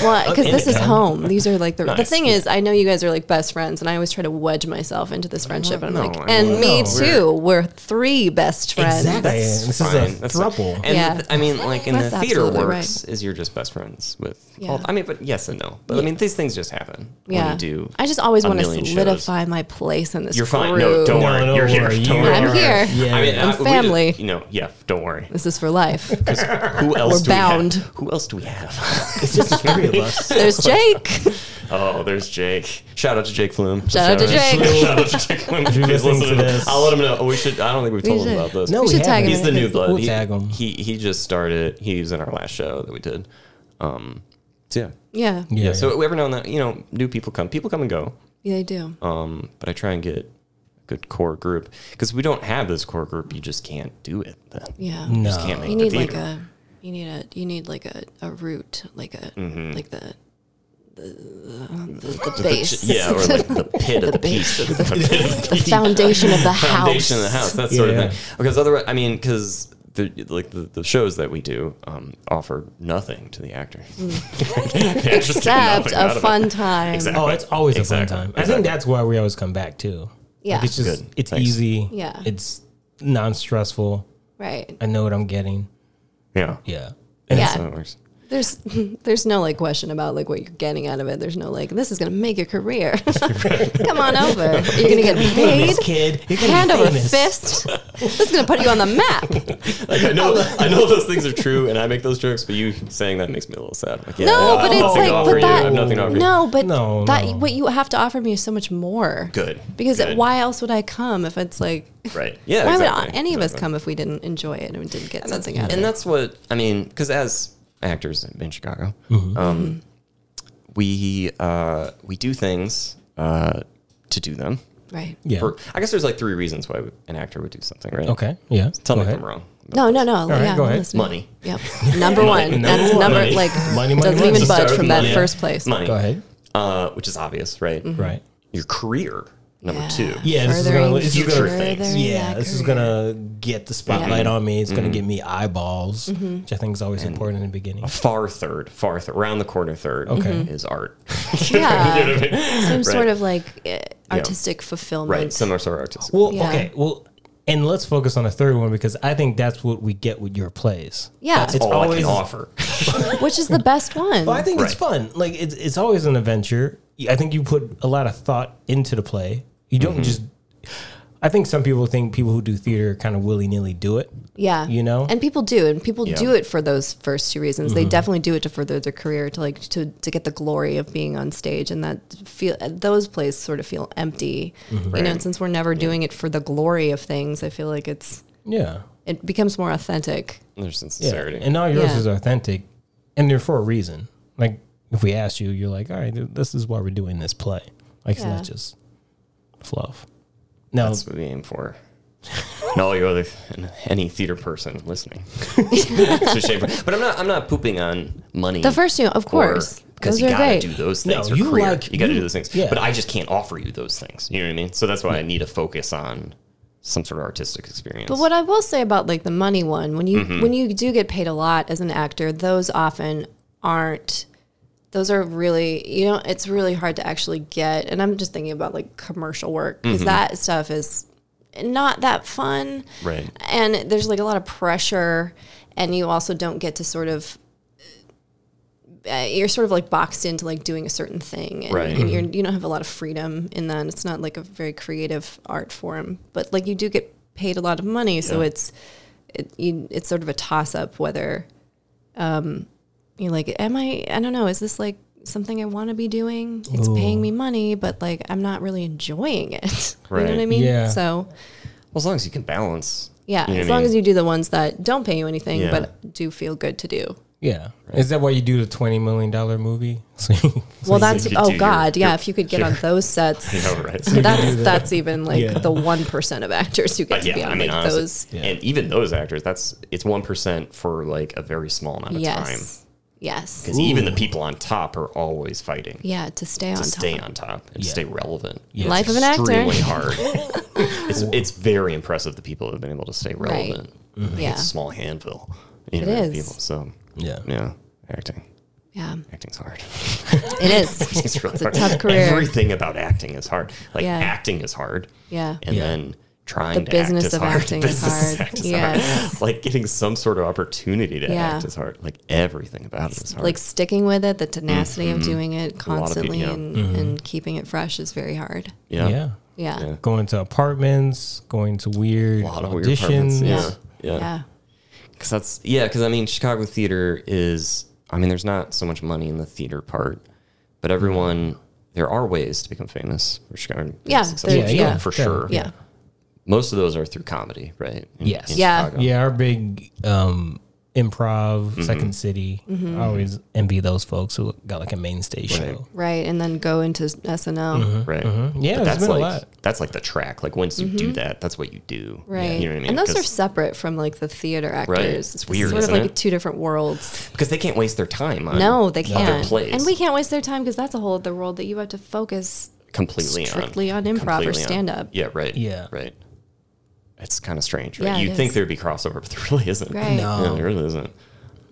[SPEAKER 5] Well, because this is
[SPEAKER 1] anytime.
[SPEAKER 5] home. These are like the the
[SPEAKER 4] Nice.
[SPEAKER 5] thing is. I know you guys are like best friends, and I always try to wedge myself into this friendship. And I'm
[SPEAKER 4] Oh, No,
[SPEAKER 5] like,
[SPEAKER 4] I mean,
[SPEAKER 5] and me
[SPEAKER 1] no,
[SPEAKER 5] too. We're three best friends.
[SPEAKER 1] Exactly. And this is
[SPEAKER 4] Fine,
[SPEAKER 1] a
[SPEAKER 4] that's
[SPEAKER 1] throuple.
[SPEAKER 4] fine. And
[SPEAKER 5] Yeah.
[SPEAKER 4] the th- I mean, like in
[SPEAKER 5] That's
[SPEAKER 4] the theater
[SPEAKER 5] absolutely
[SPEAKER 4] works, is you're just best friends with.
[SPEAKER 5] Yeah.
[SPEAKER 4] All, I mean, but yes and no. But I mean, these things just happen
[SPEAKER 5] Yeah.
[SPEAKER 4] when you do.
[SPEAKER 5] I just always
[SPEAKER 4] a
[SPEAKER 5] want to
[SPEAKER 4] million shows.
[SPEAKER 5] solidify my place in this.
[SPEAKER 4] You're fine. No,
[SPEAKER 5] crew.
[SPEAKER 4] don't
[SPEAKER 1] No,
[SPEAKER 4] worry.
[SPEAKER 1] don't
[SPEAKER 4] you're
[SPEAKER 1] worry.
[SPEAKER 4] here.
[SPEAKER 1] You
[SPEAKER 4] Don't worry.
[SPEAKER 5] I'm here.
[SPEAKER 1] Yeah.
[SPEAKER 4] I mean,
[SPEAKER 5] I'm
[SPEAKER 4] I- we
[SPEAKER 5] family.
[SPEAKER 4] Just, you know, yeah. Don't
[SPEAKER 5] <laughs>
[SPEAKER 4] worry.
[SPEAKER 5] This is
[SPEAKER 4] <laughs>
[SPEAKER 5] for life.
[SPEAKER 4] Who else? do
[SPEAKER 5] bound.
[SPEAKER 4] We have? Who else do we have? <laughs>
[SPEAKER 1] It's just the three of us.
[SPEAKER 5] There's Jake.
[SPEAKER 4] oh, there's Jake. Shout out to Jake Flume. Just
[SPEAKER 5] Shout out
[SPEAKER 1] <laughs>
[SPEAKER 5] to Jake.
[SPEAKER 4] Shout out to Jake Flume. if
[SPEAKER 1] you're
[SPEAKER 4] he's
[SPEAKER 1] listening to
[SPEAKER 4] listening to
[SPEAKER 1] this.
[SPEAKER 4] this. I'll let him know. Oh, we should. I don't think we've told
[SPEAKER 5] should.
[SPEAKER 4] him about this.
[SPEAKER 1] No,
[SPEAKER 5] We
[SPEAKER 1] we
[SPEAKER 5] should tag
[SPEAKER 1] haven't.
[SPEAKER 5] him
[SPEAKER 4] He's the new blood.
[SPEAKER 1] We'll
[SPEAKER 4] he,
[SPEAKER 1] tag him.
[SPEAKER 4] He he just started. He was in our last show that we did. Um, so yeah.
[SPEAKER 5] Yeah.
[SPEAKER 1] Yeah.
[SPEAKER 4] Yeah, so every now and then, you know, new people come. People come and go.
[SPEAKER 5] Yeah, they do.
[SPEAKER 4] Um, but I try and get a good core group because we don't have this core group. You just can't do it. Then
[SPEAKER 5] Yeah.
[SPEAKER 4] you just can't make
[SPEAKER 5] You
[SPEAKER 4] the
[SPEAKER 5] need like
[SPEAKER 4] theater.
[SPEAKER 5] a you need a you need like a, a root, like a
[SPEAKER 4] Mm-hmm.
[SPEAKER 5] like the the, the, the base.
[SPEAKER 4] yeah, or like the pit of the piece, <laughs> the pit of the
[SPEAKER 5] The foundation of the house.
[SPEAKER 4] <laughs> foundation of the house, that sort
[SPEAKER 1] Yeah.
[SPEAKER 4] of thing. Because otherwise, I mean, because the like the, the shows that we do um, offer nothing to the actor. <laughs>
[SPEAKER 5] <laughs>
[SPEAKER 4] The actors <laughs> get
[SPEAKER 5] Mm. Except
[SPEAKER 4] nothing out
[SPEAKER 5] a
[SPEAKER 4] of it.
[SPEAKER 5] fun time.
[SPEAKER 4] Exactly.
[SPEAKER 1] Oh, it's always a
[SPEAKER 4] Exactly.
[SPEAKER 1] fun time. I think
[SPEAKER 4] Exactly.
[SPEAKER 1] that's why we always come back too.
[SPEAKER 5] Yeah.
[SPEAKER 1] Like, it's just
[SPEAKER 4] Good.
[SPEAKER 1] it's
[SPEAKER 4] Thanks.
[SPEAKER 1] easy.
[SPEAKER 5] Yeah.
[SPEAKER 1] It's non-stressful.
[SPEAKER 5] Right.
[SPEAKER 1] I know what I'm getting.
[SPEAKER 4] <laughs> Yeah,
[SPEAKER 1] Yeah.
[SPEAKER 5] Yeah.
[SPEAKER 4] So it works.
[SPEAKER 5] There's <laughs> there's no like question about like what you're getting out of it. There's no like this is gonna make your
[SPEAKER 4] <laughs>
[SPEAKER 5] career. <laughs> Come on over. You're gonna get paid
[SPEAKER 1] Famous kid, you're gonna
[SPEAKER 5] hand
[SPEAKER 1] be
[SPEAKER 5] over
[SPEAKER 1] famous.
[SPEAKER 5] fist. This is gonna put you on the map.
[SPEAKER 4] Like
[SPEAKER 1] <laughs>
[SPEAKER 4] I know, I know those things are true, and I make those jokes. But you saying that makes me a little sad. Like, yeah,
[SPEAKER 5] No,
[SPEAKER 4] I
[SPEAKER 5] but
[SPEAKER 4] have
[SPEAKER 5] it's
[SPEAKER 4] nothing to
[SPEAKER 5] like
[SPEAKER 4] offer
[SPEAKER 5] but
[SPEAKER 4] you. I
[SPEAKER 5] that
[SPEAKER 4] have nothing to offer you.
[SPEAKER 5] no, but
[SPEAKER 1] No,
[SPEAKER 5] that
[SPEAKER 1] no.
[SPEAKER 5] what you have to offer me is so much more.
[SPEAKER 4] Good.
[SPEAKER 5] Because
[SPEAKER 4] Good.
[SPEAKER 5] why else would I come if it's like
[SPEAKER 4] Right. Yeah.
[SPEAKER 5] why
[SPEAKER 4] exactly.
[SPEAKER 5] would any of us
[SPEAKER 4] Exactly.
[SPEAKER 5] come if we didn't enjoy it and we didn't get something out of
[SPEAKER 4] And
[SPEAKER 5] it?
[SPEAKER 4] that's what I mean, because as actors in Chicago,
[SPEAKER 1] Mm-hmm.
[SPEAKER 4] um,
[SPEAKER 5] Mm-hmm.
[SPEAKER 4] we uh, we do things uh, to do them.
[SPEAKER 5] Right.
[SPEAKER 1] Yeah.
[SPEAKER 4] For, I guess there's like three reasons why an actor would do something, right?
[SPEAKER 1] Okay. Yeah.
[SPEAKER 4] Tell
[SPEAKER 1] Go
[SPEAKER 4] me if
[SPEAKER 1] ahead.
[SPEAKER 4] I'm wrong.
[SPEAKER 5] No, no, no.
[SPEAKER 1] right,
[SPEAKER 5] yeah,
[SPEAKER 1] go
[SPEAKER 5] I'm
[SPEAKER 1] ahead.
[SPEAKER 5] listening.
[SPEAKER 4] Money. <laughs>
[SPEAKER 5] Yep. Number one. That's
[SPEAKER 1] Number
[SPEAKER 5] number
[SPEAKER 1] one.
[SPEAKER 5] like
[SPEAKER 1] Money, money,
[SPEAKER 5] doesn't
[SPEAKER 1] money.
[SPEAKER 5] even
[SPEAKER 1] Just
[SPEAKER 5] budge
[SPEAKER 4] start with
[SPEAKER 5] from that
[SPEAKER 4] money.
[SPEAKER 5] first place.
[SPEAKER 4] Money.
[SPEAKER 1] Go ahead.
[SPEAKER 4] Uh, which is obvious, right?
[SPEAKER 1] Right.
[SPEAKER 4] Your career, number
[SPEAKER 5] Mm-hmm. Yeah.
[SPEAKER 4] two.
[SPEAKER 1] Yeah, this is
[SPEAKER 5] Furthering
[SPEAKER 1] gonna. This is
[SPEAKER 4] future
[SPEAKER 1] gonna
[SPEAKER 4] things.
[SPEAKER 5] furthering
[SPEAKER 1] yeah,
[SPEAKER 5] that
[SPEAKER 1] this is
[SPEAKER 5] career.
[SPEAKER 1] gonna get the spotlight on me. It's
[SPEAKER 4] Mm-hmm.
[SPEAKER 1] gonna get me eyeballs, which I think is always important in the beginning.
[SPEAKER 4] Far third, far th- around the corner third
[SPEAKER 1] Okay.
[SPEAKER 5] Mm-hmm.
[SPEAKER 4] is art. <laughs>
[SPEAKER 5] Yeah.
[SPEAKER 4] You know what I mean?
[SPEAKER 5] Some sort
[SPEAKER 4] Right.
[SPEAKER 5] of like eh, artistic fulfillment.
[SPEAKER 4] Right, similar sort of artistic.
[SPEAKER 1] Well,
[SPEAKER 5] Yeah.
[SPEAKER 1] okay. Well, and let's focus on the third one because I think that's what we get with your plays.
[SPEAKER 5] Yeah.
[SPEAKER 1] That's
[SPEAKER 5] It's
[SPEAKER 4] all I
[SPEAKER 1] always.
[SPEAKER 4] can offer.
[SPEAKER 5] Which is the best one.
[SPEAKER 1] Well, I think it's
[SPEAKER 4] Right.
[SPEAKER 1] fun. Like it's it's always an adventure. I think you put a lot of thought into the play. You
[SPEAKER 4] Mm-hmm.
[SPEAKER 1] don't just. I think some people think people who do theater kind of willy nilly do it.
[SPEAKER 5] yeah.
[SPEAKER 1] you know?
[SPEAKER 5] And people do. And people
[SPEAKER 4] Yeah.
[SPEAKER 5] do it for those first two reasons.
[SPEAKER 4] Mm-hmm.
[SPEAKER 5] They definitely do it to further their career, to like to, to get the glory of being on stage and that feel those plays sort of feel empty. You know,
[SPEAKER 4] Right.
[SPEAKER 5] and since we're never doing it for the glory of things, I feel like it's
[SPEAKER 1] Yeah,
[SPEAKER 5] it becomes more authentic.
[SPEAKER 4] There's some
[SPEAKER 1] yeah.
[SPEAKER 4] sincerity.
[SPEAKER 1] And all yours
[SPEAKER 5] Yeah.
[SPEAKER 1] is authentic, and they're for a reason. Like if we asked you, you're like, all right, th- this is why we're doing this play. Like it's
[SPEAKER 5] Yeah.
[SPEAKER 1] not just fluff. Now,
[SPEAKER 4] That's what we aim
[SPEAKER 5] <laughs>
[SPEAKER 4] for. and all you other and any theater person
[SPEAKER 5] <laughs>
[SPEAKER 4] listening. That's what we aim for. But I'm not I'm not pooping on money.
[SPEAKER 5] The first two, of course.
[SPEAKER 4] Because
[SPEAKER 5] Those
[SPEAKER 4] you
[SPEAKER 5] are
[SPEAKER 4] gotta
[SPEAKER 5] great.
[SPEAKER 4] do those
[SPEAKER 1] No,
[SPEAKER 4] things. for
[SPEAKER 1] you
[SPEAKER 4] career.
[SPEAKER 1] like-
[SPEAKER 4] you gotta
[SPEAKER 1] you-
[SPEAKER 4] do those things.
[SPEAKER 1] yeah.
[SPEAKER 4] But I just can't offer you those things. You know what I mean? So that's why I need to focus on some sort of artistic experience.
[SPEAKER 5] But what I will say about like the money one, when you when you do get paid a lot as an actor, those often aren't those are really you know, it's really hard to actually get and I'm just thinking about like commercial work because that stuff is not that fun.
[SPEAKER 4] Right.
[SPEAKER 5] And there's like a lot of pressure, and you also don't get to sort of. Uh, you're sort of like boxed into like doing a certain thing, and,
[SPEAKER 4] Right. Mm-hmm.
[SPEAKER 5] and you're, you don't have a lot of freedom in that. It's not like a very creative art form, but like you do get paid a lot of money, so
[SPEAKER 4] Yeah.
[SPEAKER 5] it's it, you, it's sort of a toss up whether um, you're like, am I, I don't know, is this like something I want to be doing? It's paying me money, but like I'm not really enjoying it. <laughs> You know what I
[SPEAKER 4] Right.
[SPEAKER 5] mean?
[SPEAKER 1] Yeah.
[SPEAKER 5] So,
[SPEAKER 4] Well, as long as you can balance.
[SPEAKER 5] yeah,
[SPEAKER 4] You know
[SPEAKER 5] as
[SPEAKER 4] what I
[SPEAKER 5] long
[SPEAKER 4] mean?
[SPEAKER 5] as you do the ones that don't pay you anything,
[SPEAKER 4] Yeah.
[SPEAKER 5] but do feel good to do.
[SPEAKER 1] Yeah. Is that why you do the twenty million dollar movie? <laughs> So you-
[SPEAKER 5] Well, that's,
[SPEAKER 4] you could do
[SPEAKER 5] oh
[SPEAKER 4] your-
[SPEAKER 5] God. yeah.
[SPEAKER 4] your-
[SPEAKER 5] If you could get on
[SPEAKER 4] your- <laughs>
[SPEAKER 5] those sets,
[SPEAKER 4] You know,
[SPEAKER 5] <laughs>
[SPEAKER 4] right?
[SPEAKER 5] that's, that's even like
[SPEAKER 1] Yeah.
[SPEAKER 5] the 1% of actors who get
[SPEAKER 4] But
[SPEAKER 5] to be
[SPEAKER 4] yeah,
[SPEAKER 5] on
[SPEAKER 4] I mean,
[SPEAKER 5] like
[SPEAKER 4] honestly,
[SPEAKER 5] those.
[SPEAKER 4] and even those actors, that's it's one percent for like a very small amount of time.
[SPEAKER 5] Yes. Yes.
[SPEAKER 4] Because even the people on top are always fighting
[SPEAKER 5] Yeah. To stay on
[SPEAKER 4] to
[SPEAKER 5] top.
[SPEAKER 4] stay on top and to
[SPEAKER 1] Yeah.
[SPEAKER 4] stay relevant.
[SPEAKER 1] Yeah.
[SPEAKER 5] Life of an actor.
[SPEAKER 4] Extremely hard. it's it's very impressive the people who have been able to stay relevant.
[SPEAKER 5] <laughs>
[SPEAKER 1] Mm-hmm.
[SPEAKER 5] Yeah.
[SPEAKER 4] It's a small handful. You
[SPEAKER 5] It
[SPEAKER 4] know,
[SPEAKER 5] is.
[SPEAKER 4] People. So
[SPEAKER 1] Yeah.
[SPEAKER 4] yeah, acting.
[SPEAKER 5] Yeah.
[SPEAKER 4] Acting's hard. <laughs>
[SPEAKER 5] It is.
[SPEAKER 4] It's really
[SPEAKER 5] a
[SPEAKER 4] hard.
[SPEAKER 5] tough career.
[SPEAKER 4] Everything about acting is hard. Like
[SPEAKER 5] Yeah.
[SPEAKER 4] acting is hard.
[SPEAKER 5] Yeah.
[SPEAKER 4] And
[SPEAKER 1] Yeah.
[SPEAKER 4] then trying
[SPEAKER 5] The
[SPEAKER 4] to act
[SPEAKER 5] business
[SPEAKER 4] is
[SPEAKER 5] of
[SPEAKER 4] hard. <laughs>
[SPEAKER 5] acting is
[SPEAKER 4] Business
[SPEAKER 5] hard.
[SPEAKER 4] act is
[SPEAKER 5] Yes.
[SPEAKER 4] Like getting some sort of opportunity to
[SPEAKER 5] Yeah.
[SPEAKER 4] act is hard. Like everything about it is hard.
[SPEAKER 5] like sticking with it, the tenacity of doing it
[SPEAKER 4] Mm-hmm. A lot of people,
[SPEAKER 5] constantly
[SPEAKER 4] yeah.
[SPEAKER 5] and, and keeping it fresh is very hard.
[SPEAKER 4] yeah.
[SPEAKER 1] Yeah.
[SPEAKER 5] Yeah.
[SPEAKER 4] Yeah.
[SPEAKER 5] Yeah.
[SPEAKER 1] Going to apartments, going to weird
[SPEAKER 4] A lot of weird apartments.
[SPEAKER 1] auditions.
[SPEAKER 4] Yeah. Yeah.
[SPEAKER 5] Yeah.
[SPEAKER 4] Cause that's yeah, because I mean Chicago theater is I mean, there's not so much money in the theater part, but everyone there are ways to become famous for Chicago. and
[SPEAKER 5] Yeah,
[SPEAKER 4] successful
[SPEAKER 5] there's-
[SPEAKER 4] in Chicago,
[SPEAKER 5] yeah.
[SPEAKER 4] for
[SPEAKER 1] Yeah.
[SPEAKER 4] sure.
[SPEAKER 5] Yeah.
[SPEAKER 4] most of those are through comedy, right?
[SPEAKER 1] Mm-hmm.
[SPEAKER 4] In-
[SPEAKER 1] Yes.
[SPEAKER 4] in
[SPEAKER 5] Yeah.
[SPEAKER 4] Chicago.
[SPEAKER 1] Yeah, our big um, improv,
[SPEAKER 4] Mm-hmm.
[SPEAKER 1] Second City.
[SPEAKER 5] Mm-hmm.
[SPEAKER 1] I always envy those folks who got like a main stage show.
[SPEAKER 5] Right. And then go into SNL.
[SPEAKER 4] Right.
[SPEAKER 1] Mm-hmm. Yeah,
[SPEAKER 4] But
[SPEAKER 1] it's
[SPEAKER 4] that's
[SPEAKER 1] been a
[SPEAKER 4] like
[SPEAKER 1] lot.
[SPEAKER 4] that's like the track. Like once you do that, that's what you do.
[SPEAKER 5] Mm-hmm. Right.
[SPEAKER 4] You know what I mean?
[SPEAKER 5] And those are
[SPEAKER 4] 'Cause-
[SPEAKER 5] separate from like the theater actors.
[SPEAKER 4] It's weird,
[SPEAKER 5] sort
[SPEAKER 4] isn't
[SPEAKER 5] of like
[SPEAKER 4] it?
[SPEAKER 5] two different worlds.
[SPEAKER 4] because they can't waste their time on
[SPEAKER 5] No, they can't.
[SPEAKER 4] plays.
[SPEAKER 5] And we can't waste their time because that's a whole other world that you have to focus.
[SPEAKER 4] completely
[SPEAKER 5] strictly on
[SPEAKER 4] on,
[SPEAKER 5] improv or
[SPEAKER 4] completely on-
[SPEAKER 5] stand-up.
[SPEAKER 4] Yeah, right.
[SPEAKER 1] Yeah.
[SPEAKER 4] Right. It's kind of strange, right?
[SPEAKER 5] Yeah, it
[SPEAKER 4] You'd think
[SPEAKER 5] is.
[SPEAKER 4] there'd be crossover, <laughs> but there really isn't.
[SPEAKER 5] Right.
[SPEAKER 1] No.
[SPEAKER 4] Yeah, there really isn't.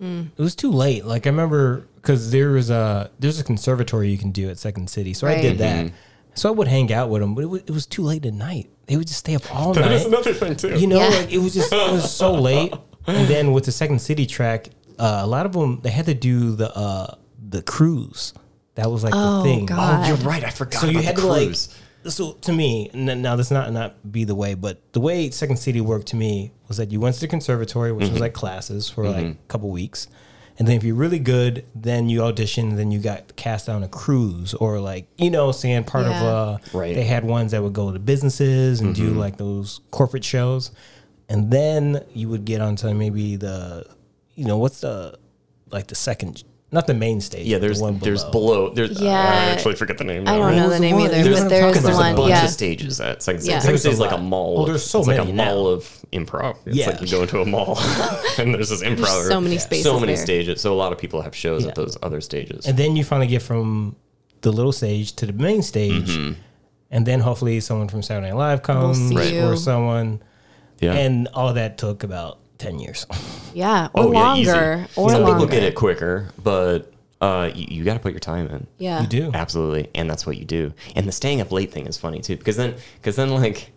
[SPEAKER 1] It was too late. Like I remember because there was a there's a conservatory you can do at Second City, so I did
[SPEAKER 5] Right.
[SPEAKER 1] that.
[SPEAKER 4] Mm-hmm.
[SPEAKER 1] So I would hang out with them, but it was, it was too late at night. They would just stay up all
[SPEAKER 4] That is
[SPEAKER 1] night.
[SPEAKER 4] another thing too.
[SPEAKER 1] You know,
[SPEAKER 5] Yeah.
[SPEAKER 1] like it was just it was
[SPEAKER 4] <laughs>
[SPEAKER 1] so late. And then with the Second City track, uh, a lot of them they had to do the uh, the cruise. That was like the
[SPEAKER 5] Oh,
[SPEAKER 1] thing.
[SPEAKER 5] God.
[SPEAKER 4] oh, you're right. I forgot.
[SPEAKER 1] so you
[SPEAKER 4] about
[SPEAKER 1] had
[SPEAKER 4] the
[SPEAKER 1] to like
[SPEAKER 4] cruise.
[SPEAKER 1] so to me n- now that's not not be the way but the way second city worked to me was that you went to the conservatory which
[SPEAKER 4] Mm-hmm.
[SPEAKER 1] was like classes for like a couple weeks and then if you're really good then you auditioned then you got cast on a cruise or like you know saying part
[SPEAKER 5] Yeah.
[SPEAKER 1] of uh
[SPEAKER 4] Right. Mm-hmm.
[SPEAKER 1] they had ones that would go to businesses and do like those corporate shows and then you would get onto maybe the you know what's the like the second not the main stage
[SPEAKER 4] yeah.
[SPEAKER 1] but the
[SPEAKER 4] There's
[SPEAKER 1] one
[SPEAKER 4] there's
[SPEAKER 1] below.
[SPEAKER 4] below. There's yeah. I
[SPEAKER 5] Yeah.
[SPEAKER 4] actually forget the name.
[SPEAKER 5] I
[SPEAKER 4] now.
[SPEAKER 5] don't know
[SPEAKER 1] was the
[SPEAKER 5] the name
[SPEAKER 1] one?
[SPEAKER 5] either,
[SPEAKER 1] There's
[SPEAKER 5] but
[SPEAKER 1] what I'm
[SPEAKER 5] there
[SPEAKER 1] talking
[SPEAKER 5] is the
[SPEAKER 1] about.
[SPEAKER 4] There's a
[SPEAKER 5] one.
[SPEAKER 4] bunch
[SPEAKER 5] Yeah.
[SPEAKER 4] of stages at Second City.
[SPEAKER 5] Yeah.
[SPEAKER 4] Second
[SPEAKER 1] There's
[SPEAKER 4] City is
[SPEAKER 1] a
[SPEAKER 4] like a
[SPEAKER 1] lot.
[SPEAKER 4] mall.
[SPEAKER 1] Well,
[SPEAKER 4] of-
[SPEAKER 1] there's so
[SPEAKER 4] it's like a
[SPEAKER 1] many now.
[SPEAKER 4] mall of improv. It's
[SPEAKER 1] Yeah.
[SPEAKER 4] like you go into a mall <laughs> and there's this improv.
[SPEAKER 5] There's so many spaces
[SPEAKER 4] So many
[SPEAKER 5] there.
[SPEAKER 4] stages. So a lot of people have shows
[SPEAKER 1] Yeah.
[SPEAKER 4] at those other stages.
[SPEAKER 1] and then you finally get from the little stage to the main stage, and then hopefully someone from Saturday Night Live comes
[SPEAKER 5] see Right.
[SPEAKER 1] or
[SPEAKER 5] you.
[SPEAKER 1] someone,
[SPEAKER 4] yeah.
[SPEAKER 1] and all that took about ten <laughs> years.
[SPEAKER 5] Yeah. Or
[SPEAKER 4] Oh, easy.
[SPEAKER 5] longer. Or
[SPEAKER 4] Some
[SPEAKER 5] longer.
[SPEAKER 4] people get it quicker, but uh, you, you got to put your time in.
[SPEAKER 5] Yeah.
[SPEAKER 1] you do,
[SPEAKER 4] Absolutely, and that's what you do. And the staying up late thing is funny too, because then, because then, like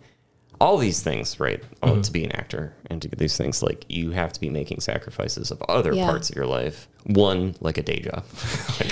[SPEAKER 4] all these things, right? all-
[SPEAKER 1] Mm-hmm.
[SPEAKER 4] To be an actor and to get these things, like you have to be making sacrifices of other
[SPEAKER 5] Yeah.
[SPEAKER 4] parts of your life. One, like a day job. <laughs> Like,